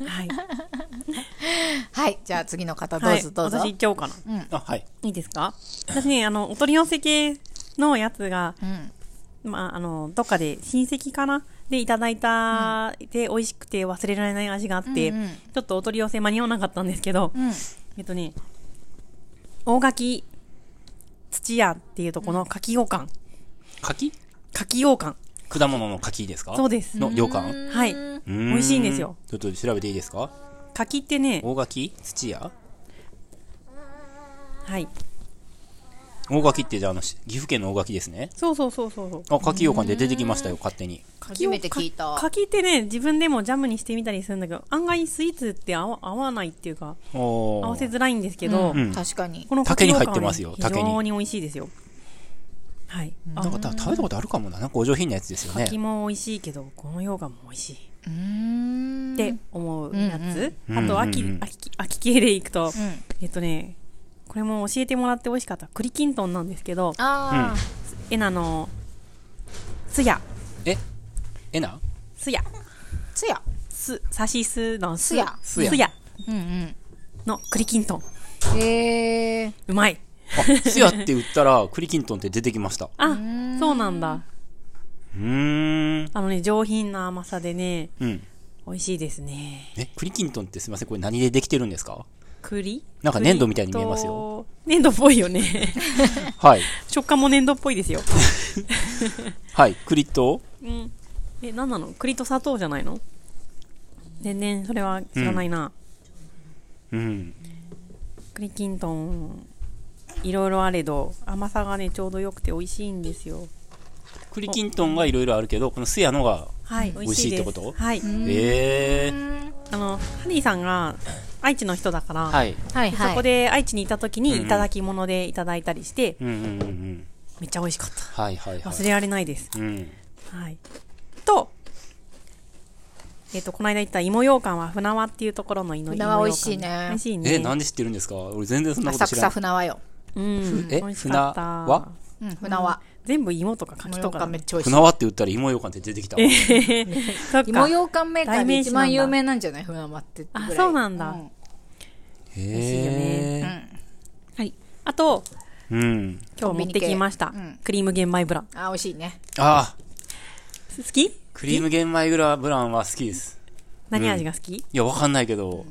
Speaker 1: えはい
Speaker 2: はいじゃあ次の方ど
Speaker 1: は
Speaker 2: う
Speaker 1: い
Speaker 2: ぞどうぞ、
Speaker 1: 私行っちゃおうかな
Speaker 3: あはい
Speaker 1: いいですか私ねあのお取り寄せ系のやつが
Speaker 2: うん
Speaker 1: まあ、あの、どっかで親戚かなでいただいた、で、美味しくて忘れられない味があって、
Speaker 2: うんうん
Speaker 1: ちょっとお取り寄せ間に合わなかったんですけど、
Speaker 2: うん
Speaker 1: えっとね、大垣土屋っていうとこの柿羊羹。
Speaker 3: 柿
Speaker 1: 柿羊羹。
Speaker 3: 果物の柿ですか
Speaker 1: そうです
Speaker 3: の羊羹
Speaker 1: はい。
Speaker 3: 美
Speaker 1: 美味しいんですよ
Speaker 3: ちょっと調べていいですか
Speaker 1: 柿ってね、
Speaker 3: 大柿土屋
Speaker 1: はい。
Speaker 3: 大柿ってじゃああのし岐阜県の大柿ですね
Speaker 1: そうそうそうそうそう。
Speaker 3: あ柿羊羹で出てきましたよ勝手に
Speaker 2: 初めて聞いた
Speaker 1: 柿柿ってね、自分でもジャムにしてみたりするんだけど、案外スイーツって合わ合わないっていうか、
Speaker 3: おー
Speaker 1: 合わせづらいんですけど、
Speaker 3: ん
Speaker 2: 確かに
Speaker 1: この
Speaker 3: 竹
Speaker 1: 柿羊
Speaker 3: に入
Speaker 1: 羹
Speaker 3: っ
Speaker 1: は
Speaker 3: て
Speaker 1: ね
Speaker 3: ますよ
Speaker 1: 非
Speaker 3: 竹に
Speaker 1: 常に美味しいですよ。はい。あ
Speaker 3: なんかた食べたことあるかもななんかお上品なやつですよね
Speaker 1: 柿も美味しいけどこのようがも美味しいっ
Speaker 2: うん
Speaker 1: て思うやつ、
Speaker 3: うんうん
Speaker 1: あと秋,、
Speaker 3: うんうんうん
Speaker 1: 秋秋系でいくと、
Speaker 2: ん
Speaker 1: えっとねこれも教えてもらって美味しかった栗きんとんなんですけど
Speaker 2: あー
Speaker 1: えなのすや
Speaker 3: ええな
Speaker 1: すや
Speaker 2: つや
Speaker 1: すさしすのす
Speaker 2: すや
Speaker 1: す
Speaker 3: すや
Speaker 1: や
Speaker 2: うん
Speaker 1: の栗きんとん
Speaker 2: うんへえ
Speaker 1: うまい
Speaker 3: あすやって売ったら 栗きんとんって出てきました
Speaker 1: あそうなんだ
Speaker 3: うーん
Speaker 1: あのね上品な甘さでね
Speaker 3: うん
Speaker 1: 美味しいですね
Speaker 3: え栗きんとんってすみませんこれ何でできてるんですか
Speaker 1: 栗
Speaker 3: なんか粘土みたいに見えますよ
Speaker 1: よ。粘土っぽいよね。
Speaker 3: はい。
Speaker 1: 食感も粘土っぽいですよ。
Speaker 3: はい。栗と、
Speaker 1: うん。え、なんなの栗と砂糖じゃないの全然それは知らないな。
Speaker 3: うん。
Speaker 1: 栗きんとん、いろいろあれど、甘さがね、ちょうど良くて美味しいんですよ。
Speaker 3: 栗きんとんがいろいろあるけど、このすやのが、
Speaker 1: はい、美味しいです。
Speaker 3: 美味しいってこと
Speaker 1: はい。
Speaker 3: ええ
Speaker 1: あの、ハリーさんが愛知の人だから、
Speaker 3: はい。
Speaker 2: はいはい
Speaker 1: そこで愛知にいた時
Speaker 3: うんう
Speaker 1: に
Speaker 3: ん
Speaker 1: いただき物でいただいたりして、
Speaker 3: うんうんうんうん。
Speaker 1: めっちゃ美味しかった。
Speaker 3: はいはいは
Speaker 1: 忘
Speaker 3: い。
Speaker 1: れられないです。
Speaker 3: うん。
Speaker 1: はい。と、えっ、と、この間行った芋羊羹は船和っていうところの芋
Speaker 2: 船和美味しいね
Speaker 1: 美味しいね。
Speaker 3: え、なんで知ってるんですか俺全然そんなこと
Speaker 2: 浅
Speaker 3: 知らな
Speaker 2: 草
Speaker 3: い。
Speaker 2: 船和よ、
Speaker 1: うん、
Speaker 3: え
Speaker 1: 美味しかった
Speaker 3: 船和
Speaker 2: うん、船和
Speaker 1: 全部芋とか柿
Speaker 2: 芋
Speaker 1: と
Speaker 2: よう
Speaker 1: かだ
Speaker 2: かん
Speaker 1: ね、
Speaker 2: めっちゃ美味し
Speaker 3: 船
Speaker 2: い
Speaker 3: 和って言ったら芋ようかんって出てきた。
Speaker 1: そっ
Speaker 2: 芋
Speaker 1: か。
Speaker 2: ようかんメーカーで
Speaker 1: 代名
Speaker 2: 一番
Speaker 1: 詞なんだ
Speaker 2: 有名なんじゃない船和ってってぐらい
Speaker 1: あそうなんだ
Speaker 2: うん
Speaker 1: しいよ
Speaker 3: へ
Speaker 1: ね
Speaker 3: え。
Speaker 1: はい。あと、
Speaker 3: うん。
Speaker 1: 今日持ってきました。
Speaker 2: コンビニ系うん
Speaker 1: クリーム玄米ブラン。
Speaker 2: あ美味しいね
Speaker 3: ああ、
Speaker 1: 好き
Speaker 3: クリーム玄米グラブランは好きです。
Speaker 1: 何味が好き、
Speaker 3: いや、わかんないけど、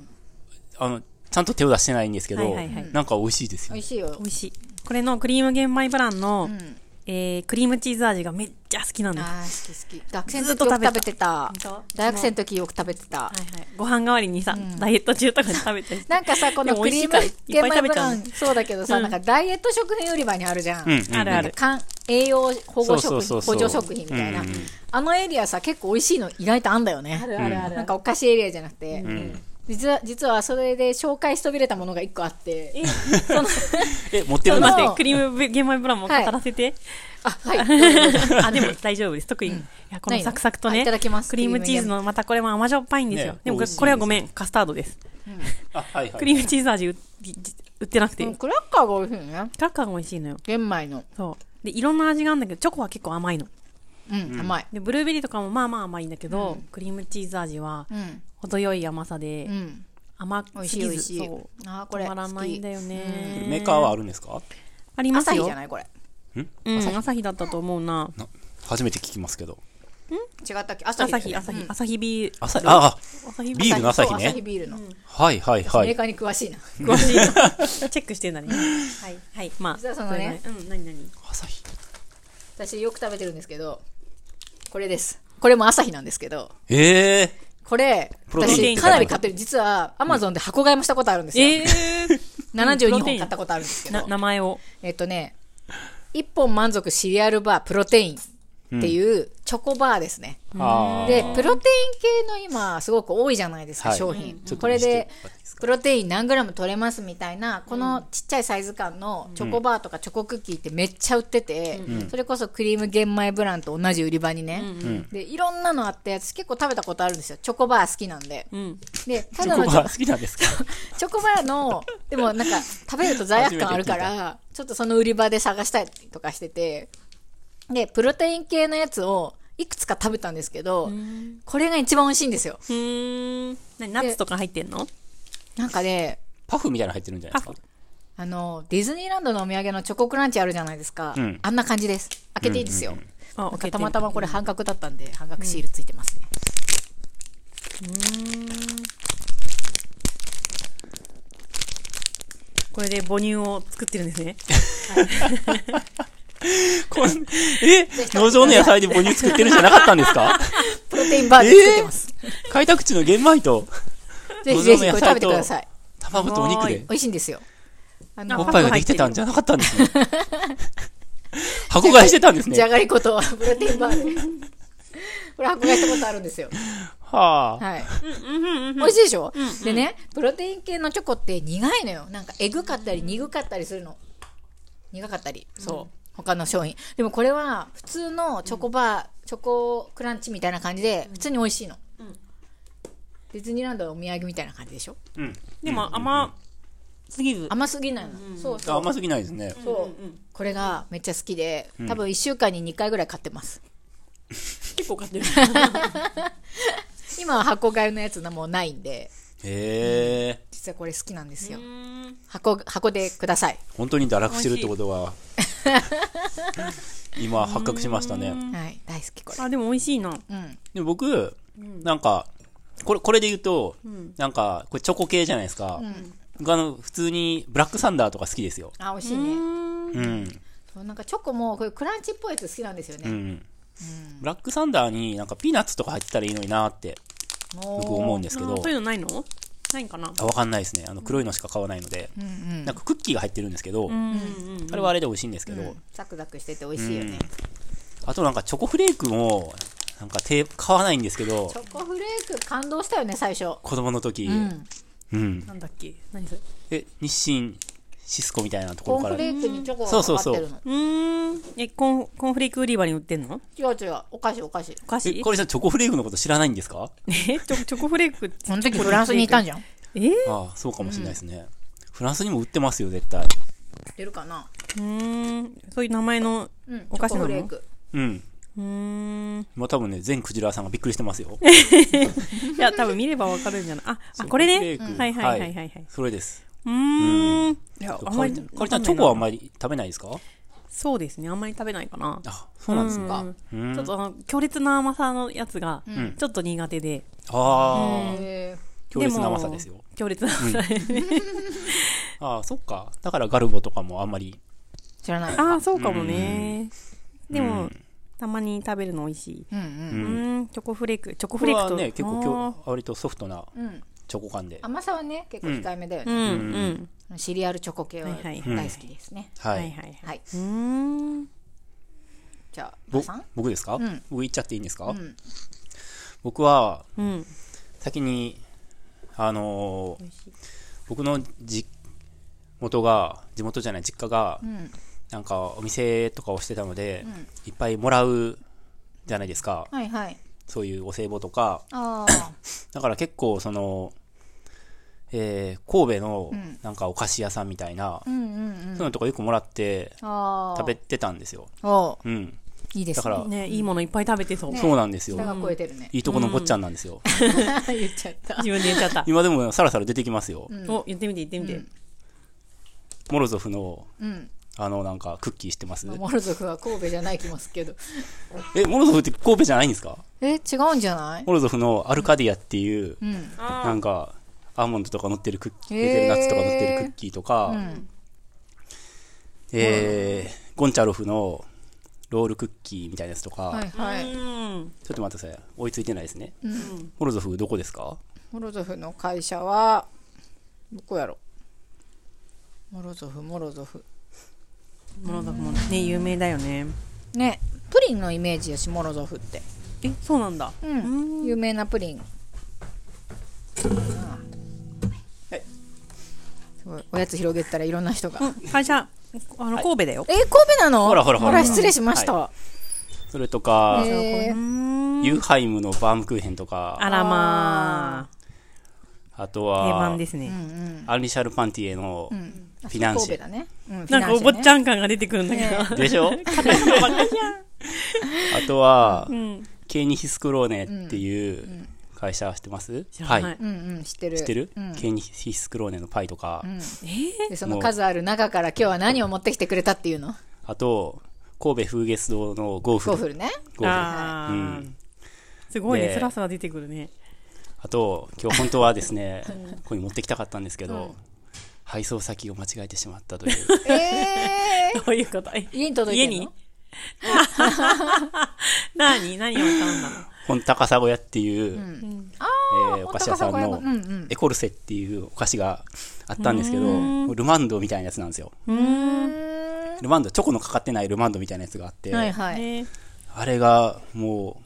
Speaker 3: あの、ちゃんと手を出してないんですけど、
Speaker 1: はいはいはい
Speaker 3: なんか美味しいですよ
Speaker 2: 美
Speaker 3: ね。
Speaker 2: 味しいよ
Speaker 1: 美味しい。これのクリーム玄米ブランの、
Speaker 2: うん
Speaker 1: えー、クリームチーズ味がめっちゃ好きなんです。は
Speaker 2: あー好き好き学生の
Speaker 1: ずっ
Speaker 2: 時
Speaker 1: と
Speaker 2: よく
Speaker 1: 食べた
Speaker 2: 食べてた
Speaker 1: 本当
Speaker 2: 大学生の時よく食べてた
Speaker 1: いはい。ご飯代わりにさ、ダイエット中とかに食べたりして。
Speaker 2: なんかさこの
Speaker 1: でも
Speaker 2: ク
Speaker 1: 美味し
Speaker 2: リ
Speaker 1: い
Speaker 2: ーム
Speaker 1: からいっぱい食べ
Speaker 2: 玄米ブ
Speaker 1: ちゃう
Speaker 2: ランそうだけどさ、
Speaker 1: うん
Speaker 2: なんかダイエット食品売り場にあるじゃん、
Speaker 3: うんうん
Speaker 1: あるある
Speaker 2: かん栄養保護食品
Speaker 3: そうそうそうそう
Speaker 2: 補助食品みたいな、
Speaker 3: うんうん
Speaker 2: あのエリアさ結構美味しいの意外とあんだよね
Speaker 1: るあるある
Speaker 2: なんかお菓子エリアじゃなくて、
Speaker 3: うん
Speaker 2: 実は実はそれで紹介しそびれたものが一個あってその
Speaker 3: え、持ってる
Speaker 2: そ
Speaker 3: ん
Speaker 2: の
Speaker 3: だ
Speaker 1: 待
Speaker 2: あ
Speaker 1: って、クリーム玄米ブランも語らせて。
Speaker 2: あはい
Speaker 1: あ、でも大丈夫です。特に、いやこの
Speaker 2: ないの
Speaker 1: サクサクと
Speaker 2: あ
Speaker 1: ね、
Speaker 2: いただきます
Speaker 1: クリームチーズの、またこれも甘じょっぱいんですよ。
Speaker 3: ね
Speaker 1: でも
Speaker 3: 美味しい
Speaker 1: これはごめん、カスタードです。
Speaker 3: あ、はいは
Speaker 1: クリ
Speaker 3: い。
Speaker 1: ームチーズ味売売ってなくて、
Speaker 2: うんクラッカーが美味しいね
Speaker 1: クラッカーが美味しいのよ。
Speaker 2: 玄米の
Speaker 1: そう。で、いろんな味があるんだけど、チョコは結構甘いの。
Speaker 2: うん、甘い
Speaker 1: で、ブルーベリーとかもまあまあ甘いんだけど、クリームチーズ味は
Speaker 2: うん
Speaker 1: 程よい甘さで、
Speaker 2: うん
Speaker 1: 甘
Speaker 2: 美
Speaker 1: す
Speaker 2: 味しい美
Speaker 1: ぎ
Speaker 2: 味
Speaker 1: ず、
Speaker 2: しい
Speaker 1: そう。
Speaker 2: あーこれ
Speaker 1: 止まらないんだ
Speaker 2: よ
Speaker 1: よね。
Speaker 3: メーカーはあるんですか
Speaker 1: あります
Speaker 2: 朝日
Speaker 1: よ
Speaker 2: じゃ。ないこれ
Speaker 1: うん、朝日だったと思うな。
Speaker 3: な初めて聞きますけど。
Speaker 2: 違ったっけ朝日だ
Speaker 1: 朝
Speaker 2: よ
Speaker 1: 日、朝日、
Speaker 2: ね
Speaker 1: 朝日ビール。
Speaker 3: 朝、あ
Speaker 1: 朝日
Speaker 3: ビールの朝日ね
Speaker 2: そう朝日ビールの、
Speaker 3: はいはいは
Speaker 2: メー
Speaker 3: い。
Speaker 2: カーに詳しいな
Speaker 1: 詳しいなチェックしてんだね。はい。はい。まあ、
Speaker 2: 実はそのね
Speaker 1: れぐらいうん、何何
Speaker 3: 朝日。
Speaker 2: 私よく食べてるんですけどこれですこれも朝日なんですけど
Speaker 3: ええ
Speaker 2: これ
Speaker 3: プロテイ
Speaker 2: 私
Speaker 3: ンっ
Speaker 2: か
Speaker 3: て書いてある
Speaker 2: なり買ってる実はアマゾンで箱買いもしたことあるんですよ、
Speaker 1: え
Speaker 2: 72
Speaker 1: プロテイン
Speaker 2: 本買ったことあるんですけ
Speaker 1: ー、な
Speaker 2: ど
Speaker 1: 名前を。
Speaker 2: えっとね1本満足シリアルバープロテインっていうチョコバーですね、
Speaker 3: ああ。
Speaker 2: でプロテイン系の今すごく多いじゃないですか、
Speaker 3: はい
Speaker 2: 商品、
Speaker 3: ちょっと
Speaker 2: これ
Speaker 3: 見せ
Speaker 2: で
Speaker 3: てもらっていいですか
Speaker 2: プロテイン何グラム取れますみたいなこのちっちゃいサイズ感のチョコバーとかチョコクッキーってめっちゃ売ってて、それこそクリーム玄米ブランと同じ売り場にね、でいろんなのあって私結構食べたことあるんですよチョコバー好きなんで
Speaker 1: うん。
Speaker 2: でた
Speaker 3: チ
Speaker 2: だ
Speaker 3: ョコ
Speaker 2: のチ
Speaker 3: バー
Speaker 2: ョ
Speaker 3: 好きなんですか
Speaker 2: チョコバーのでもなんか食べると罪悪感あるからちょっとその売り場で探したりとかしててでプロテイン系のやつをいくつか食べたんですけどこれが一番美味しいんですよ
Speaker 1: うーん。何ナッツとか入ってんの
Speaker 2: なんかね、
Speaker 3: パフみたいなの入ってるんじゃないですか
Speaker 2: あの、ディズニーランドのお土産のチョコクランチあるじゃないですか。
Speaker 3: うん
Speaker 2: あんな感じです。開けていいですよ。
Speaker 1: あ
Speaker 2: なん
Speaker 1: 開け
Speaker 2: か
Speaker 1: て
Speaker 2: たまたまこれ半額だったんで、半額シールついてますね。
Speaker 1: これで母乳を作ってるんですね。
Speaker 3: こんえ農場の野菜で母乳作ってるんじゃなかったんです か
Speaker 2: プロテインバーで作ってます。
Speaker 3: 開拓地の玄米と、
Speaker 2: ぜひぜひこれ食べてください。
Speaker 3: 卵とお肉で。
Speaker 2: 美味しいんですよ。
Speaker 1: あ
Speaker 2: あ
Speaker 3: お
Speaker 2: の
Speaker 3: っ、ぱいができてたんじゃなかったんですね。 箱買いしてたんです
Speaker 2: じゃ
Speaker 3: ね。
Speaker 2: がりことプロテインバーで。これ箱買いしたことあるんですよ。
Speaker 3: はあ。
Speaker 2: はい。美味しいでしょ、でね、プロテイン系のチョコって苦いのよ。なんか、えぐかったり、苦かったりするの。苦かったり。そう。他の商品。でもこれは、普通のチョコバー、チョコクランチみたいな感じで、普通に美味しいの。ディズニーランドのお土産みたいな感じでしょ
Speaker 3: うん。
Speaker 1: でも甘すぎず。
Speaker 2: 甘すぎないの。そうそう。
Speaker 3: 甘すぎないですね。
Speaker 2: そう、これがめっちゃ好きで、多分1週間に2回ぐらい買ってます。
Speaker 1: 結構買ってる。
Speaker 2: 今は箱買いのやつのもうないんで、
Speaker 3: へえ。
Speaker 2: 実はこれ好きなんですよ。
Speaker 1: うん
Speaker 2: 箱、箱でください。
Speaker 3: 本当に堕落してるってこと が、今発覚しましたね。
Speaker 2: はい。大好きこ れ。
Speaker 1: あ、でも美味しいな。
Speaker 2: うん。
Speaker 3: で僕、なんか、これ、これで言うと、なんか、これチョコ系じゃないですか。僕あの、普通にブラックサンダーとか好きですよ。
Speaker 2: あ美味しいね
Speaker 3: うん。
Speaker 2: そうなんかチョコもこういうクランチっぽいやつ好きなんですよ
Speaker 3: う
Speaker 2: ね、
Speaker 3: ん。ブラックサンダーになんかピーナッツとか入ってたらいいのになーって
Speaker 2: おー
Speaker 3: 僕思うんですけ
Speaker 1: あ
Speaker 3: ど
Speaker 1: ーそう、いうのないのないんかな
Speaker 3: あわかんないですね。あの黒いのしか買わないので、
Speaker 2: うん
Speaker 3: なんかクッキーが入ってるんですけど
Speaker 1: う、んうんうん
Speaker 3: あれはあれで美味しいんですけ
Speaker 2: うん
Speaker 3: ど、
Speaker 2: ザクザクしてて美味しいよね、
Speaker 3: あとなんかチョコフレークも、なんか手、買わないんですけど
Speaker 2: チ、ョコフレーク感動したよね最初
Speaker 3: 子供の時、
Speaker 2: うん
Speaker 3: うん。
Speaker 1: なんだっけ何それ
Speaker 3: え、日清シスコみたいなとこ
Speaker 2: コー
Speaker 3: ろ
Speaker 2: ン
Speaker 3: から
Speaker 2: フ。レークにチョコ
Speaker 3: そうそう
Speaker 2: がか
Speaker 3: そ
Speaker 2: か
Speaker 3: う
Speaker 2: ってるの
Speaker 1: うーんえコンコンフレーク売り場に売ってんの
Speaker 2: 違う違うお菓子お菓子
Speaker 1: お菓
Speaker 3: え、
Speaker 1: 子
Speaker 3: これじゃチョコフレークのこと知らないんですか
Speaker 1: えチョチョコフレーク
Speaker 2: その時フランスにいたんじゃん
Speaker 1: えー
Speaker 3: ああ、そうかもしれないですね。フランスにも売ってますよ、絶対。
Speaker 2: 出るかな
Speaker 1: うーんそういう名前の
Speaker 2: うん
Speaker 1: お菓子なの
Speaker 2: チョコフレーク
Speaker 3: うん。
Speaker 1: うーん
Speaker 3: まあ多分ね、全クジラさんがびっくりしてますよ。
Speaker 1: いや多分見ればわかるんじゃないああ
Speaker 3: う
Speaker 1: これね
Speaker 3: フレーク
Speaker 1: はいはいはいはいは
Speaker 3: はいそれです。
Speaker 1: うーんいや
Speaker 3: か
Speaker 1: あんま
Speaker 3: り
Speaker 1: り
Speaker 3: ちゃん、かりちゃんチョコはあんまり食べないですか
Speaker 1: そうですねあんまり食べないかな
Speaker 3: あ、そうなんですか。
Speaker 1: うんちょっとあの強烈な甘さのやつが
Speaker 3: ん
Speaker 1: ちょっと苦手で
Speaker 3: ああ、
Speaker 2: へー
Speaker 3: 強烈な甘さですよ
Speaker 1: も。強烈な甘さ でね
Speaker 3: ああ、そっか。だからガルボとかもあんまり。
Speaker 2: 知らない
Speaker 1: ああそうかもねでもたまに食べるの美味しい
Speaker 2: うんう
Speaker 1: うんーんチョコフレークチョコ
Speaker 3: こ
Speaker 1: フ
Speaker 3: れ
Speaker 1: レーク
Speaker 3: は
Speaker 1: と
Speaker 3: ね、結構
Speaker 1: あ
Speaker 3: 今日、割とソフトな
Speaker 2: うん
Speaker 3: チョコ感で。
Speaker 2: 甘さはね結構控えめだよ
Speaker 1: ーう
Speaker 2: ね、
Speaker 1: んうん
Speaker 2: シリアルチョコ系は
Speaker 1: はいはい
Speaker 2: 大
Speaker 1: は
Speaker 2: 好きですね、
Speaker 1: は
Speaker 3: はい
Speaker 1: はい
Speaker 3: い。
Speaker 1: はい
Speaker 2: はい、
Speaker 1: うーん
Speaker 2: じゃあ
Speaker 3: ぼ
Speaker 2: 皆さん
Speaker 3: 僕ですか、
Speaker 2: ん
Speaker 3: 僕言っちゃっていいんですか、
Speaker 2: ん
Speaker 3: 僕は
Speaker 1: うん
Speaker 3: 先に、あのー
Speaker 1: 美味しい
Speaker 3: 僕の地元が地元じゃない実家が、
Speaker 2: ん
Speaker 3: なんかお店とかをしてたので、いっぱいもらうじゃないですか
Speaker 2: はいはい
Speaker 3: そういうお歳暮とか
Speaker 2: ああ
Speaker 3: だから結構その、えー神戸の
Speaker 2: ん
Speaker 3: なんかお菓子屋さんみたいな、
Speaker 2: うんうんうん
Speaker 3: そういうのとかよくもらって
Speaker 2: ああ
Speaker 3: 食べてたんですよ、
Speaker 2: おう
Speaker 3: うん、
Speaker 2: いいですね
Speaker 3: だから
Speaker 1: ねいいものいっぱい食べてそう
Speaker 2: ね
Speaker 3: そうなんですよ、
Speaker 2: 下が超えてるね
Speaker 3: いいとこの坊ちゃんなんですよ、
Speaker 2: 言っちゃった
Speaker 1: 自分で言っちゃ った
Speaker 3: 今でもさらさら出てきますよ、
Speaker 1: お言ってみて言ってみて
Speaker 3: モロゾフの
Speaker 2: うん
Speaker 3: あのなんかクッキーしてます
Speaker 2: まあモル族は神戸じゃない気もするけど
Speaker 3: えモロゾフって神戸じゃないんですか
Speaker 2: え違うんじゃない
Speaker 3: モロゾフのアルカディアっていう、
Speaker 2: うん
Speaker 3: なんかアーモンドとか乗ってるクッキー、
Speaker 2: へー
Speaker 3: レーズルナッツとか乗ってるクッキーとか、えーゴンチャロフのロールクッキーみたいなやつとか、
Speaker 2: はいは
Speaker 1: う
Speaker 2: い
Speaker 1: ん
Speaker 3: ちょっと待ってください追いついてないですね、モロゾフどこですか
Speaker 2: モロゾフの会社はどこやろモロゾフモロゾフ
Speaker 1: モロゾフもね有名だよね
Speaker 2: ねプリンのイメージやしモロゾフって
Speaker 1: えそうなんだ
Speaker 2: うん有名なプリン
Speaker 3: はい
Speaker 2: すごいおやつ広げてたらいろんな人が
Speaker 1: うん会社あの神戸だよ
Speaker 2: え神戸なの
Speaker 3: ほらほらほら
Speaker 2: 失礼しました
Speaker 3: それとか、
Speaker 2: え
Speaker 1: う
Speaker 2: ー
Speaker 1: ん
Speaker 3: ユーハイムのバームクーヘンとか
Speaker 1: あらま
Speaker 3: あと
Speaker 1: あ定
Speaker 3: は
Speaker 1: 番ですね
Speaker 3: アンリシャルパンティエの、フィナンシ
Speaker 2: 神
Speaker 3: ェ
Speaker 2: 戸だねうんフィ
Speaker 1: なん
Speaker 2: ナ
Speaker 1: か
Speaker 2: ン
Speaker 1: お
Speaker 2: シ
Speaker 1: 坊
Speaker 2: ェね
Speaker 1: ちゃん感が出てくるんだけ ど
Speaker 3: でしょあとは、
Speaker 1: ん
Speaker 3: ケーニヒスクローネっていう会社知ってます、
Speaker 1: 知らな
Speaker 3: はいい。
Speaker 2: うんうん知ってる
Speaker 3: 知ってる、
Speaker 2: うん
Speaker 3: ケーニヒスクローネのパイとか、
Speaker 2: でその数ある中から今日は何を持ってきてくれたっていうの
Speaker 3: あと、神戸風月堂のゴーフ
Speaker 2: ゴ
Speaker 3: ル。
Speaker 2: ーフルね
Speaker 3: ゴーフルあ
Speaker 1: あ
Speaker 3: う
Speaker 1: ーすごいね
Speaker 3: で
Speaker 1: スラスラ出てくるね
Speaker 3: と、今日本当はですね、ここに持ってきたかったんですけど、配送先を間違えてしまったという。
Speaker 2: え
Speaker 1: どういうことえ
Speaker 2: ー、 家に届いてる
Speaker 1: 家に
Speaker 2: の
Speaker 1: 何何を頼んだの
Speaker 3: 本高砂屋っていう、えーお菓子屋さん
Speaker 2: 本高砂小屋
Speaker 3: の
Speaker 2: うんうん
Speaker 3: エコルセっていうお菓子があったんですけど、ルマンドみたいなやつなんですよ。ルマンド、チョコのかかってないルマンドみたいなやつがあって、
Speaker 2: はいはい、
Speaker 1: ね
Speaker 3: あれがもう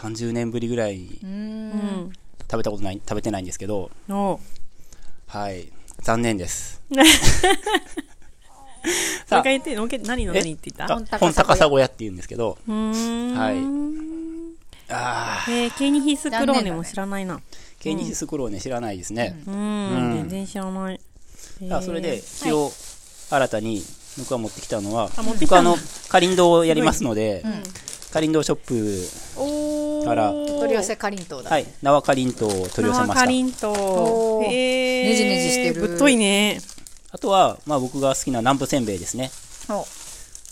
Speaker 3: 30年ぶりぐらい
Speaker 1: うん
Speaker 3: 食べたことない、食べてないんですけど、
Speaker 1: おう
Speaker 3: はい。残 念です。
Speaker 1: もう
Speaker 3: さ
Speaker 1: 一回言ってのけ何の何って言った
Speaker 3: あ
Speaker 1: う
Speaker 2: 本
Speaker 3: 本
Speaker 2: 高
Speaker 3: 高
Speaker 2: 砂
Speaker 3: 砂小屋って言うんですけど、
Speaker 1: ーん
Speaker 3: はい。ああ、
Speaker 1: えー、ケイニヒスクローネも知らないな。
Speaker 3: ケーニヒスクローね、知らないですね。
Speaker 1: うん、全然知らない。えー
Speaker 3: あそれで、一応、新たに僕が持ってきたのは、
Speaker 1: 持ってき
Speaker 3: 僕
Speaker 1: た
Speaker 3: あ
Speaker 1: の
Speaker 3: の、カリンドをやりますので、カリンドショッ
Speaker 1: おー
Speaker 3: から
Speaker 2: 取り寄せかりんとう
Speaker 3: プ、
Speaker 2: だ、
Speaker 3: はい、縄カリンドを取り寄せま
Speaker 1: 生か
Speaker 3: し
Speaker 1: り
Speaker 3: た。
Speaker 1: んとう。
Speaker 2: おー
Speaker 1: えー、
Speaker 2: ねじねじしてる
Speaker 1: ぶっといね。
Speaker 3: あとは、まあ僕が好きな南部せんべいですね。
Speaker 2: お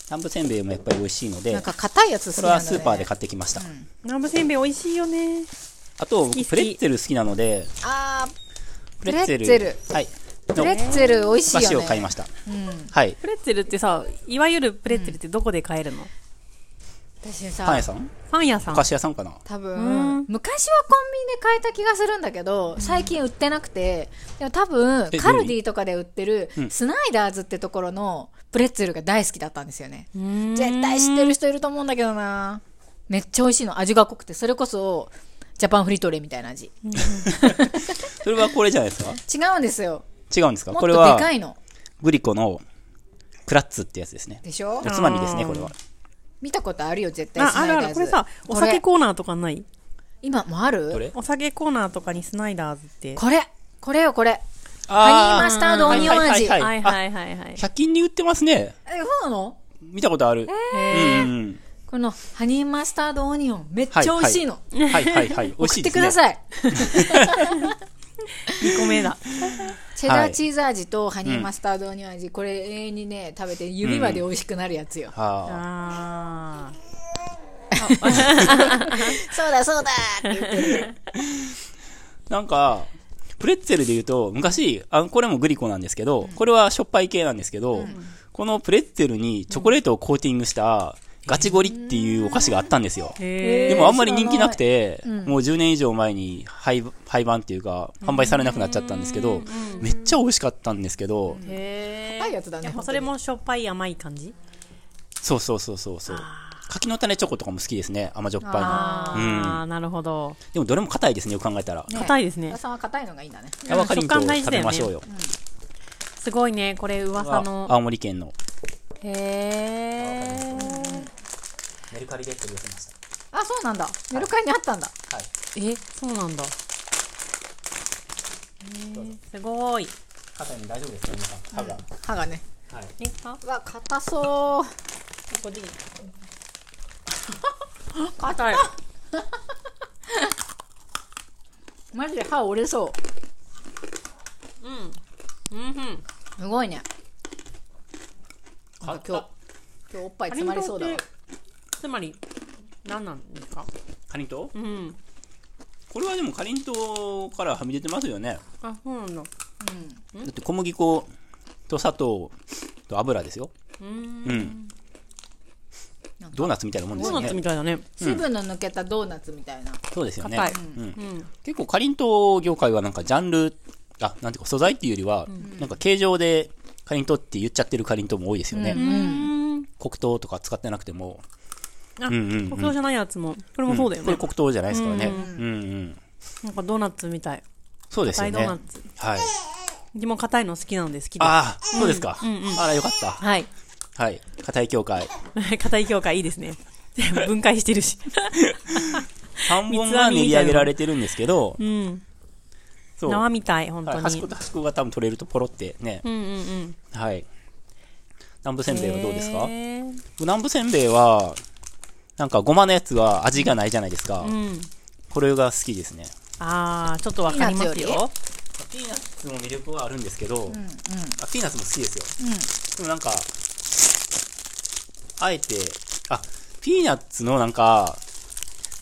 Speaker 3: 南部せんべいもやっぱり美味しいので
Speaker 2: なん、か硬いやつ好
Speaker 3: こ
Speaker 2: き
Speaker 3: れ
Speaker 2: なんだ、
Speaker 3: は
Speaker 2: ね、
Speaker 3: スーパーで買ってきました。
Speaker 1: 南部せんべい美味しいよね。
Speaker 3: あ
Speaker 1: き
Speaker 3: と、
Speaker 1: 好き
Speaker 3: 僕プレッツェル好きなので、
Speaker 2: あー
Speaker 3: プレッツェル。
Speaker 2: プレッツ
Speaker 3: はい。
Speaker 2: プレッツェル美味しいよ
Speaker 3: 菓
Speaker 2: ね
Speaker 3: 子を買いました。
Speaker 2: うん、
Speaker 3: はい。
Speaker 1: プレッツェルってさいわゆるプレッツェルってどこで買えるの、
Speaker 2: 私
Speaker 3: パン
Speaker 2: さ
Speaker 3: 屋さん
Speaker 1: パン屋さん
Speaker 3: お菓子屋さんかな
Speaker 1: う
Speaker 2: 多
Speaker 1: ん
Speaker 2: 分昔はコンビニで買えた気がするんだけど最近売ってなくてでも多分
Speaker 3: え
Speaker 2: カルディとかで売ってる
Speaker 3: うん
Speaker 2: スナイダーズってところのプレッツェルが大好きだったんですよね
Speaker 1: うん
Speaker 2: 絶対知ってる人いると思うんだけどなめっちゃ美味しいの味が濃くてそれこそジャパンフリトレみたいな味
Speaker 3: それはこれじゃないですか
Speaker 2: 違うんですよ
Speaker 3: 違うんですか
Speaker 2: もっ
Speaker 3: ことれ
Speaker 2: で
Speaker 3: は
Speaker 2: かいの
Speaker 3: グリコのクラッツってやつですね。
Speaker 2: でしょ
Speaker 3: おつまみですね、これは。
Speaker 2: 見たことあるよ絶対
Speaker 1: あ
Speaker 2: ス
Speaker 1: あ
Speaker 2: ナイ
Speaker 1: る
Speaker 2: ダ
Speaker 1: ある
Speaker 2: ーズ
Speaker 1: これさお酒コーナーとかない
Speaker 2: 今もある
Speaker 3: どれ
Speaker 1: お酒コーナーとかにスナイダーズって
Speaker 2: これこれよこれハ
Speaker 3: あ
Speaker 2: ニーマスタードオニオン味
Speaker 3: はいはいは
Speaker 1: はいい
Speaker 3: はい
Speaker 1: はいはいはい
Speaker 3: あ100均に売ってますね。
Speaker 2: えそうなの
Speaker 3: 見たことある。うんうん
Speaker 2: このハニーマスタードオニオンめっちゃ美味しいの、
Speaker 3: うん。はいはい はい。美味し
Speaker 2: 送
Speaker 3: い
Speaker 2: っ
Speaker 3: で
Speaker 2: て
Speaker 3: すね。
Speaker 2: ください
Speaker 1: 2個目だ
Speaker 2: チェダーチーズ味とハニーマスタードオニオン味、これ永遠にね食べて指まで美味しくなるやつよ、
Speaker 3: はあ
Speaker 1: あー
Speaker 2: そうだそうだって言ってる
Speaker 3: なんか、プレッツェルで言うと、昔、あこれもグリコなんですけど、これはしょっぱい系なんですけど、このプレッツェルにチョコレートをコーティングしたガチゴリっていうお菓子があったんですよ。
Speaker 1: へえ
Speaker 2: えー
Speaker 3: でもあんまり人気なくて、
Speaker 2: 知らないうん
Speaker 3: もう10年以上前に廃廃盤っていうか、販売されなくなっちゃったんですけど、めっちゃ美味しかったんですけど、
Speaker 1: へ
Speaker 2: 高いやつだね
Speaker 1: やっぱそれもしょっぱい甘い感じ
Speaker 3: そうそうそうそうそう。柿の種チョコとかも好きですね、甘じょっぱいの。
Speaker 1: ああなるほど
Speaker 3: でもどれも硬いですね、よく考えたら。
Speaker 2: ね
Speaker 1: 硬いですね
Speaker 2: お母さんは硬いのがいいんだね
Speaker 3: ヤワカリンと
Speaker 1: 食感大事
Speaker 3: 食
Speaker 1: だ
Speaker 3: べ
Speaker 1: よね
Speaker 3: ましょうよ。
Speaker 1: すごいねこれ噂
Speaker 3: あ
Speaker 1: の
Speaker 3: 青森県の。
Speaker 1: へえ
Speaker 3: メルカリで取り寄せました。
Speaker 2: あそうなんだメルカリにあったんだ
Speaker 3: はい。
Speaker 1: えそうなんだへーすごい
Speaker 3: 硬いの大丈夫ですか皆さん。歯が。
Speaker 2: 歯がね
Speaker 3: はい。
Speaker 1: えあ
Speaker 2: うわ硬そう
Speaker 1: こっちに
Speaker 2: 硬いマジで歯折れそ
Speaker 1: うんうん
Speaker 2: うすごいねなんか今
Speaker 3: 硬
Speaker 2: 日今日おっぱい
Speaker 1: カ
Speaker 2: 詰
Speaker 1: リン
Speaker 2: まり
Speaker 1: ト
Speaker 2: そ
Speaker 1: っ
Speaker 2: うだわ
Speaker 1: てつまり何なんですか
Speaker 3: カリンと
Speaker 1: う
Speaker 3: うんこれはでもカリンとからはみ出てますよね。
Speaker 1: あそうなんだ
Speaker 3: だって小麦粉と砂糖と油ですよ。
Speaker 1: うーん
Speaker 3: うん
Speaker 2: なん。か
Speaker 3: ドーナツみたいなもんで
Speaker 1: ド
Speaker 3: す
Speaker 1: ー
Speaker 3: よ
Speaker 1: ナツみ
Speaker 3: ね。
Speaker 1: たいだね
Speaker 2: 水分の抜けたドーナツみたいな
Speaker 3: そうですよね。
Speaker 1: 硬い
Speaker 3: うん
Speaker 1: うん
Speaker 3: 結構かりんとう業界はなんかジャンル、あ、なんていうか素材っていうよりは、なんか形状でかりんとうって言っちゃってるかりんとうも多いですよね。
Speaker 2: う
Speaker 1: うん
Speaker 3: 黒糖とか使ってなくても。
Speaker 1: あ
Speaker 3: うんうんうん
Speaker 1: 黒糖じゃないやつもこれもそうだよ
Speaker 3: こ
Speaker 1: ね
Speaker 3: れ黒糖じゃないですからね。うんうん。
Speaker 1: なんかドーナツみたい
Speaker 3: そうですよ
Speaker 1: 硬い
Speaker 3: ね。
Speaker 1: ド
Speaker 3: は
Speaker 1: ーナツ
Speaker 3: い。
Speaker 1: でも硬いの好きなので好きです
Speaker 3: ああ、そうですか。あら、よかった。
Speaker 1: はい
Speaker 3: はい。硬い協会。
Speaker 1: 硬い教会いいですね分解してるし
Speaker 3: 半本が練り上げられてるんですけど、
Speaker 1: うん
Speaker 3: そう。
Speaker 1: 縄
Speaker 3: は
Speaker 1: みたい本
Speaker 3: い
Speaker 1: 当
Speaker 3: 端っこ
Speaker 1: に
Speaker 3: と端っこが多分取れるとポロってね
Speaker 1: う。んうんうん
Speaker 3: はい。南部せんべいはどうですか
Speaker 1: へー
Speaker 3: 南部せんべいは、なんかごまのやつは味がないじゃないですか。
Speaker 1: うん
Speaker 3: これが好きですね。
Speaker 1: あーちょっとわかります
Speaker 2: ピーナッ
Speaker 1: よ
Speaker 2: ツよ
Speaker 3: ピーナッツも魅力はあるんですけど、
Speaker 2: うんうん
Speaker 3: あピーナッツも好きですよ。
Speaker 2: うん
Speaker 3: でもなんか、あえて、あ、ピーナッツのなんか、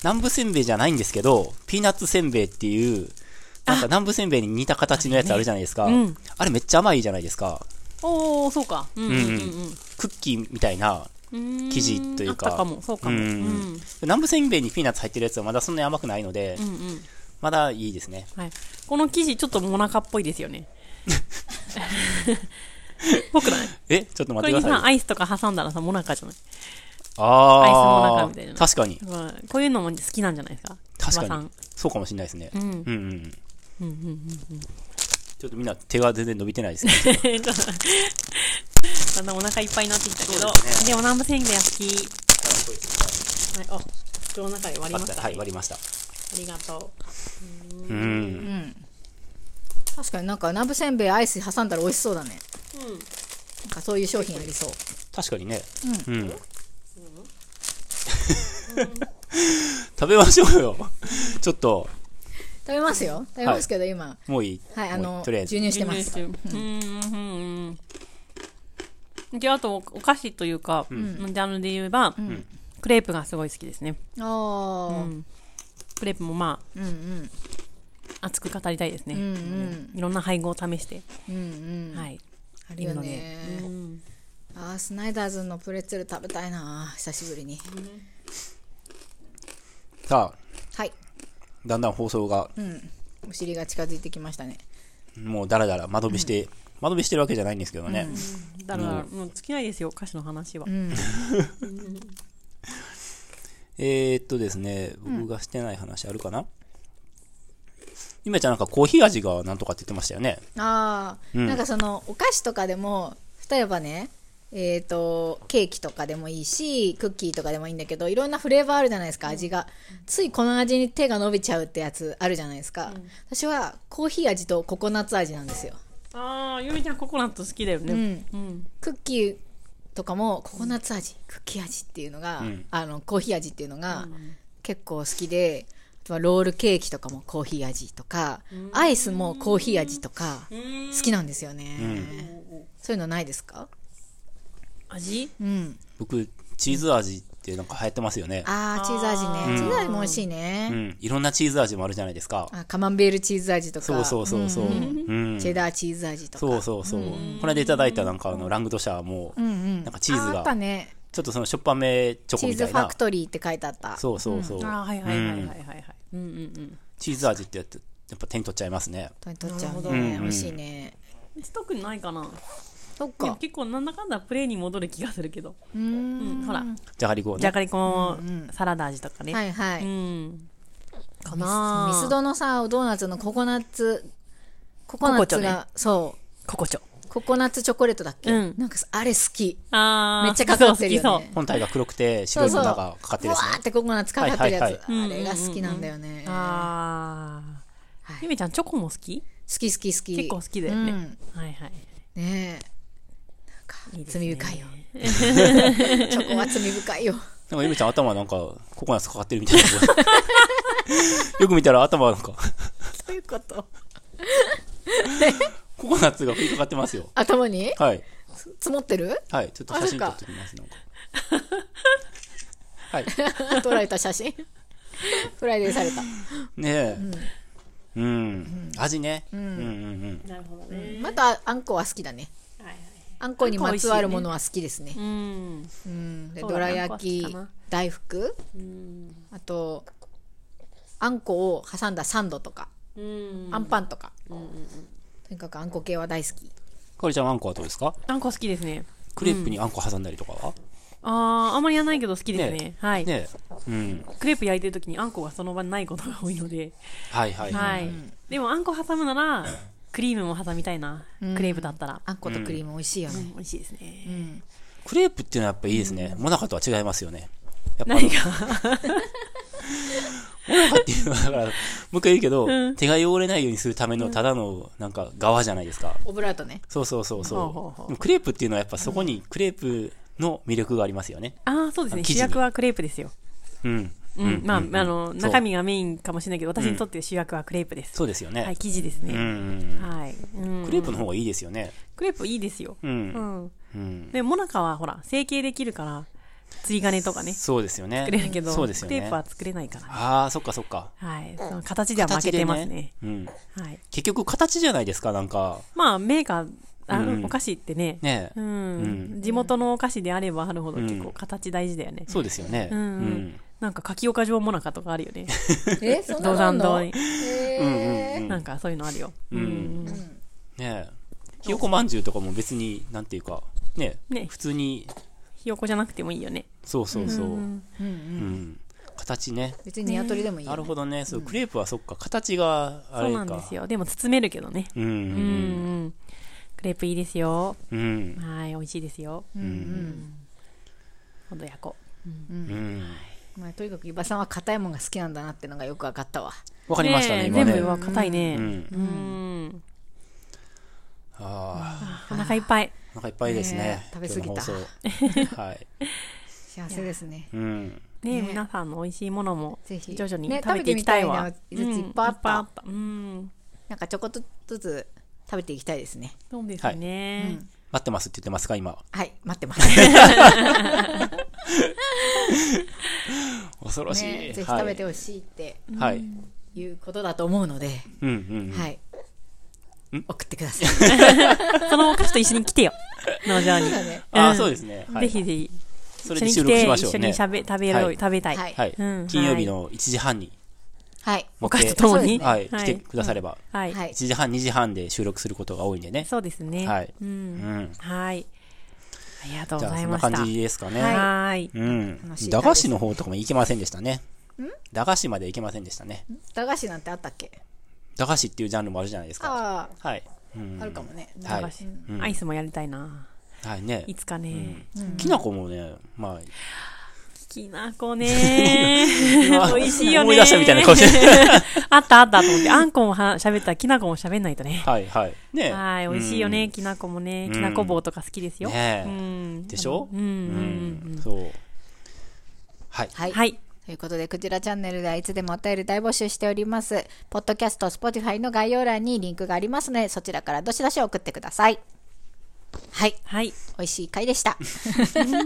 Speaker 3: 南部せんべいじゃないんですけど、ピーナッツせんべいっていう、なんか南部せんべいに似た形のやつあるじゃないですか。あ
Speaker 1: あ
Speaker 3: れ,、
Speaker 1: れねうん
Speaker 3: めっちゃ甘いじゃないですか。
Speaker 1: おおそうかうんうんうん
Speaker 3: クッキーみたいな。
Speaker 1: うんうーん
Speaker 3: 生地というか
Speaker 1: あったかもそうかも
Speaker 3: う
Speaker 1: うんんうん
Speaker 3: 南部せんべいにピーナッツ入ってるやつはまだそんなに甘くないので、
Speaker 1: うん
Speaker 3: まだいいですね。
Speaker 1: はいこの生地ちょっともなかっぽいですよ ね僕だね
Speaker 3: えちょっと
Speaker 1: こ
Speaker 3: 待っ
Speaker 1: れ
Speaker 3: て
Speaker 1: に
Speaker 3: くだ
Speaker 1: さ
Speaker 3: さい。
Speaker 1: アイスとか挟んだらさもなかじゃない
Speaker 3: あ
Speaker 1: アイスの
Speaker 3: あ
Speaker 1: 中みたいな
Speaker 3: 確かに。
Speaker 1: まあこういうのも好きなんじゃないですか
Speaker 3: 確
Speaker 1: 馬さ
Speaker 3: か
Speaker 1: ん
Speaker 3: に。そうかもしれないですね。
Speaker 1: うん
Speaker 3: うんうんうん。ちょっとみんな手が全然伸びてないです ね。
Speaker 1: ちょっとだんだんお腹いっぱいになってきたけど、
Speaker 3: そうです
Speaker 1: でも南部せんべいは好き。はい、あ、口の中で割り
Speaker 3: あ
Speaker 1: まし
Speaker 3: っ
Speaker 1: たた、
Speaker 3: はい、割りました。
Speaker 1: ありがと
Speaker 3: うん。
Speaker 2: 確かになんかナブせんべいアイス挟んだら美味しそうだねなんかそういう商品ありそう
Speaker 3: 確かにね。うん。 食べましょうよ。ちょっと、
Speaker 2: 食べますよ食べますけど今
Speaker 3: もういい。
Speaker 2: はいあ
Speaker 3: もう
Speaker 2: の
Speaker 3: とりあえ
Speaker 2: 授
Speaker 3: ず。
Speaker 2: 乳
Speaker 1: う。
Speaker 2: してます
Speaker 1: うんうんうん。で、あと、お菓子というか、のジャンルで言えば、クレープがすごい好きですね。
Speaker 2: ああ
Speaker 1: クレープもま
Speaker 2: うんうん
Speaker 1: あ、熱く語りたいですね、
Speaker 2: うんうん
Speaker 1: いろんな配合を試して、
Speaker 2: うんうん、
Speaker 1: はい
Speaker 2: あ
Speaker 1: い
Speaker 2: る
Speaker 1: る
Speaker 2: よ
Speaker 1: ので
Speaker 2: ね、
Speaker 1: うん
Speaker 2: あースナイダーズのプレッツェル食べたいな久しぶりに
Speaker 3: さあ、
Speaker 2: はい
Speaker 3: だんだん放送が、
Speaker 2: うんお尻が近づいてきましたね
Speaker 3: もうだらだら間延びして、間延びしてるわけじゃないんですけどね。
Speaker 1: だから、もう尽きないですよ歌詞の話は、
Speaker 2: うん
Speaker 3: えー、っとですね、僕がしてない話あるかな、今ちゃんなんかコーヒー味がなんとかって言ってましたよね。
Speaker 2: ああ、
Speaker 3: うん
Speaker 2: なんかそのお菓子とかでも例えばねえー、とケーキとかでもいいしクッキーとかでもいいんだけどいろんなフレーバーあるじゃないですか味が、ついこの味に手が伸びちゃうってやつあるじゃないですか、私はコーヒー味とココナッツ味なんですよ、
Speaker 1: ああゆみちゃんココナッツ好きだよね、
Speaker 2: うん、
Speaker 1: うん
Speaker 2: クッキーとかもココナッツ味、クッキー味っていうのが、
Speaker 3: うん
Speaker 2: あのコーヒー味っていうのが結構好きで、あとはロールケーキとかもコーヒー味とか、アイスもコーヒー味とか好きなんですよね、そういうのないですか、
Speaker 1: 味
Speaker 2: うん、
Speaker 3: 僕、チーズ味ってなんか流行ってますよね。
Speaker 2: あーチーズ味ね、
Speaker 3: うん
Speaker 2: チーズ味も美味しいうね、
Speaker 3: ん。いろんなチーズ味もあるじゃないですか。
Speaker 2: あカマンベールチーズ味とか
Speaker 3: そうそうそうそう。うん
Speaker 2: ん
Speaker 3: ん。
Speaker 2: チェダーチーズ味とか
Speaker 3: そうそうそう。これでいただいたなんかあの、ラングドシャーも、
Speaker 2: うんうん
Speaker 3: なんかチーズ
Speaker 2: ああ
Speaker 3: が
Speaker 2: ったね
Speaker 3: ちょっとそのしょっぱめチョ
Speaker 2: チ
Speaker 3: コみ
Speaker 2: ー
Speaker 3: た
Speaker 2: ズ
Speaker 3: い
Speaker 2: ファ
Speaker 3: な
Speaker 2: ク。トリーって書いてあった
Speaker 3: そうそうそう。
Speaker 1: ああはいはいはいはい
Speaker 3: うん
Speaker 1: はいはいうんうん
Speaker 3: チーズ味ってやつやっぱ手に取っちゃいますね。
Speaker 2: 本当に取っちゃ
Speaker 1: な
Speaker 2: う
Speaker 1: るほど
Speaker 2: ね、
Speaker 3: うん
Speaker 2: 美味しいね
Speaker 1: うん特にないかな
Speaker 2: そっ
Speaker 1: でも
Speaker 2: か
Speaker 1: 結構なんだかんだプレーに戻る気がするけど、
Speaker 2: うー
Speaker 1: うんん、ほら
Speaker 3: じゃがりこね。
Speaker 1: じゃがりこサラダ味とかね、
Speaker 2: はいはい、
Speaker 1: うんかな
Speaker 2: ミスドのさドーナツのココナッツココナッツが、そう
Speaker 1: ココチョ
Speaker 2: ココナッツチョコレートだっけ、
Speaker 1: うん
Speaker 2: なんかさあれ好き
Speaker 1: あ
Speaker 2: めっちゃかかってる
Speaker 1: そ
Speaker 2: よ
Speaker 1: う
Speaker 2: ね
Speaker 3: 本体が黒くて
Speaker 2: そう
Speaker 3: 白い粉
Speaker 2: そう
Speaker 3: がかかってるです
Speaker 2: ふわーっ
Speaker 3: ね。
Speaker 2: てココナッツかかってるやつ、
Speaker 3: はいはい
Speaker 1: はい
Speaker 2: あれが好きなんだよね、
Speaker 1: ああ、
Speaker 2: はい
Speaker 1: ゆめちゃんチョコも好き
Speaker 2: 好き好き好き
Speaker 1: 結構好きだよね、
Speaker 2: うん
Speaker 1: はいはい
Speaker 2: ねえなんか
Speaker 1: いいです
Speaker 2: 罪
Speaker 1: ね
Speaker 2: 深いよチョコは罪深いよ
Speaker 3: なんかゆめちゃん頭なんかココナッツかかって るみたいな。よく見たら頭なんか
Speaker 2: どういうこと
Speaker 3: ココナッツが振りかかってますよ。
Speaker 2: 頭 に
Speaker 3: はい。
Speaker 2: 積もってる
Speaker 3: はい。ちょっと写真撮ってきます。 なんか。はい。
Speaker 2: 撮られた写真 フライデーされた、
Speaker 3: ねえ。うん。味ね。うんうんうん。
Speaker 1: なるほどね
Speaker 2: またあんこは好きだね
Speaker 1: はいはい
Speaker 2: あんこにまつわるものは好きですね
Speaker 1: うん
Speaker 2: うんで
Speaker 1: そうだ
Speaker 2: どら焼
Speaker 1: あんこは好きか
Speaker 2: き
Speaker 1: な
Speaker 2: 大福
Speaker 1: うん
Speaker 2: あとあんこを挟んだサンドとか、
Speaker 1: うん
Speaker 2: あんパンとか、とにかくあんこ系は大好き
Speaker 3: かおりちゃんはあんこはどうですか
Speaker 1: あんこ好きですね
Speaker 3: クレープにあんこ挟んだりとかは
Speaker 1: あああんまりやらないけど好きですね
Speaker 3: ね
Speaker 1: はい
Speaker 3: ねえ。うん。
Speaker 1: クレープ焼いてる時にあんこがその場にないことが多いので、
Speaker 3: はいはい
Speaker 1: は
Speaker 3: はいい。
Speaker 1: でもあんこ挟むならクリームも挟みたいな、クレープだったら
Speaker 2: あんことクリーム美味しいよね、
Speaker 1: 美味しいですね、
Speaker 3: クレープっていうのはやっぱいいですね。モナカとは違いますよね。やっ ぱ
Speaker 1: 何が
Speaker 3: っていうのは、だ から、もう一回言うけど、手が汚れないようにするためのただの、なんか、側じゃないですか。
Speaker 2: オブラートね
Speaker 3: そうそうそう
Speaker 1: ほうほうほ
Speaker 3: そうう。でもクレープっていうのはやっぱそこにクレープの魅力がありますよね。
Speaker 1: ああそうですね
Speaker 3: あ生地
Speaker 1: 主
Speaker 3: に
Speaker 1: 役はクレープですよ
Speaker 3: うん。
Speaker 1: うん、まあ、あの、
Speaker 3: そう
Speaker 1: 中身がメインかもしれないけど、私にとって主役はクレープです。
Speaker 3: そうですよね。
Speaker 1: はい、生地です
Speaker 3: うん
Speaker 1: ね。
Speaker 3: うんうん。
Speaker 1: はい。うん
Speaker 3: クレープの方がいいですよね。
Speaker 1: クレープいいですよ。
Speaker 3: う。
Speaker 1: うんん。
Speaker 3: うん。
Speaker 1: で、モナカはほら、成形できるから、釣り金とかね、
Speaker 3: そうですよね。
Speaker 1: 作れるけど、
Speaker 3: そうですよ
Speaker 1: クレー
Speaker 3: ね
Speaker 1: プ。は作れないからね。
Speaker 3: ああ、そっかそっか。
Speaker 1: はい。その形では負けてますね。
Speaker 3: 形でね。うん。
Speaker 1: はい。
Speaker 3: 結局形じゃないですか、なんか。
Speaker 1: まあ、メーカー、あ
Speaker 3: うん
Speaker 1: お菓子ってね、
Speaker 3: ね
Speaker 1: う
Speaker 3: え。
Speaker 1: ん、
Speaker 3: う
Speaker 1: 地元のお菓子であればあるほど
Speaker 3: うん
Speaker 1: 結構形大事だよね。
Speaker 3: そうですよね。
Speaker 1: う
Speaker 3: うん
Speaker 1: うん
Speaker 3: ん。
Speaker 1: なんか、柿岡城モナカとかあるよね。
Speaker 2: えそんな
Speaker 1: 道
Speaker 2: のあ
Speaker 1: 山
Speaker 2: ん
Speaker 1: 堂
Speaker 2: の
Speaker 1: に。
Speaker 2: えー
Speaker 3: うん
Speaker 1: なんか、そういうのあるよ。うん。
Speaker 3: ねえ。ひよこまんじゅうとかも別に、なんていうか、ねえ
Speaker 1: ね
Speaker 3: 普通に、
Speaker 1: ひよこじゃなくてもいいよね。
Speaker 3: そうそうそう。うん
Speaker 2: うん
Speaker 3: 形ね。
Speaker 2: 別にニワトリでもいいよ、
Speaker 3: なるほどね。そう、クレープはそっか、形があ
Speaker 1: そう
Speaker 3: れ
Speaker 1: な
Speaker 3: か。
Speaker 1: んですよ。でも包めるけどね。
Speaker 3: うんう
Speaker 1: うん
Speaker 3: ん
Speaker 1: うん。クレープいいですよ。
Speaker 3: うん。うん。
Speaker 1: はい、美味しいですよ。
Speaker 2: うんうん
Speaker 1: 今度焼こ
Speaker 3: うん。
Speaker 2: まあ、とにかく伊庭さんは硬いものが好きなんだなってのがよく分かったわ
Speaker 1: う。
Speaker 3: わかりました
Speaker 1: え
Speaker 3: ね、今ね。
Speaker 1: 全部は硬いね。
Speaker 3: う
Speaker 1: うん
Speaker 3: ん。
Speaker 1: うん。
Speaker 3: あ
Speaker 1: お腹いっぱい。
Speaker 3: あ、お腹いっぱいですね
Speaker 2: ね。え食べ過ぎた
Speaker 3: 今日 の放送はい。
Speaker 2: 幸せですね
Speaker 3: うん。
Speaker 1: ね、
Speaker 2: ね
Speaker 1: 皆さんの美味しいものも
Speaker 2: ぜひ
Speaker 1: 徐々に
Speaker 2: ね
Speaker 1: 食べていきたいわ。
Speaker 2: 食べてみたいなやついっぱいあった
Speaker 1: うんぱいうん。
Speaker 2: なんかちょこっとずつ食べていきたいですね
Speaker 1: そうですね。
Speaker 3: 待ってますって言ってますか、今。
Speaker 2: はい待ってます
Speaker 3: 恐ろしい。
Speaker 2: ね、ぜひ
Speaker 3: はい
Speaker 2: 食べてほしいって
Speaker 3: はい。
Speaker 2: いうことだと思うので、
Speaker 3: うんうん。
Speaker 2: はい。送ってください。
Speaker 1: そのお菓子と一緒に来て よ。農場に。
Speaker 3: あ
Speaker 1: う
Speaker 3: あ、
Speaker 1: ん
Speaker 3: そうですね。はい
Speaker 1: ぜひぜひ。
Speaker 3: そ
Speaker 1: 一
Speaker 3: れ
Speaker 1: 緒に来
Speaker 3: で収録
Speaker 1: て、
Speaker 3: しましょう
Speaker 1: 一緒
Speaker 3: ね。
Speaker 1: にしゃべ、食べろ
Speaker 3: はい
Speaker 1: い、食べたい。
Speaker 2: はい
Speaker 3: はい
Speaker 1: うん。
Speaker 3: 金曜日の1時半に、
Speaker 2: はい。
Speaker 1: お菓子とともに。
Speaker 2: そうですね
Speaker 3: はい、
Speaker 1: は
Speaker 3: 来
Speaker 1: い
Speaker 3: てくだされば、
Speaker 1: はい。
Speaker 2: はい
Speaker 3: 1時半、2時半で収録することが多いんでね。
Speaker 1: そうですね。
Speaker 3: はい。
Speaker 1: う。
Speaker 3: うんん。
Speaker 1: はい。ありがとう
Speaker 3: じ
Speaker 1: ご
Speaker 3: ゃあ、
Speaker 1: ざい
Speaker 3: そん
Speaker 1: ま
Speaker 3: な
Speaker 1: した。
Speaker 3: 感じですかね。
Speaker 1: はい。
Speaker 3: うん
Speaker 2: 楽しい。
Speaker 3: 駄菓子の方とかも行けませんでしたね。駄菓子まで行けませんでしたね。
Speaker 2: 駄菓子なんてあったっけ
Speaker 3: 駄菓子っていうジャンルもあるじゃないですか。
Speaker 2: あ
Speaker 3: はい。うん
Speaker 2: あ、あるかもね。
Speaker 3: は
Speaker 1: 駄
Speaker 3: い
Speaker 1: 菓子
Speaker 3: ん
Speaker 1: アイスもやりたいな。
Speaker 3: はいね
Speaker 1: い。つかね。
Speaker 3: きなこもね、まあ、
Speaker 1: きなこね。 美味しいよね。
Speaker 3: 思い出したみたいな顔してる。
Speaker 1: あったあったと思って、あんこもは喋ったらきなこも喋んないとね。
Speaker 3: はいはい。ね
Speaker 1: はい、美味しいよね、きなこもね。きなこ棒とか好きですよ。
Speaker 3: ね
Speaker 1: う
Speaker 3: え
Speaker 1: ん
Speaker 3: でしょ
Speaker 1: うん
Speaker 3: うん。そう。 はい。
Speaker 2: はい。
Speaker 1: はい。
Speaker 2: ということで、クジラチャンネルではいつでもお便り大募集しております。ポッドキャスト、スポティファイの概要欄にリンクがありますので、そちらからどしどし送ってください。はい。
Speaker 1: はい。
Speaker 2: 美味しい回でした。
Speaker 3: 何だっ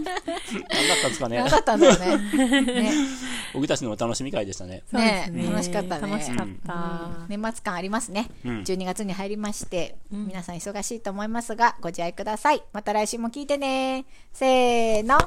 Speaker 3: たんですかね
Speaker 2: 長。かったんだよね。ね
Speaker 3: 僕たちのお楽しみ会でしたね。
Speaker 1: そうです
Speaker 2: ね楽しかったね
Speaker 1: 楽しかった。
Speaker 2: 年末感ありますね、
Speaker 3: うん
Speaker 2: 12月に入りまして、皆さん忙しいと思いますがご自愛くださいまた来週も聞いてねせーの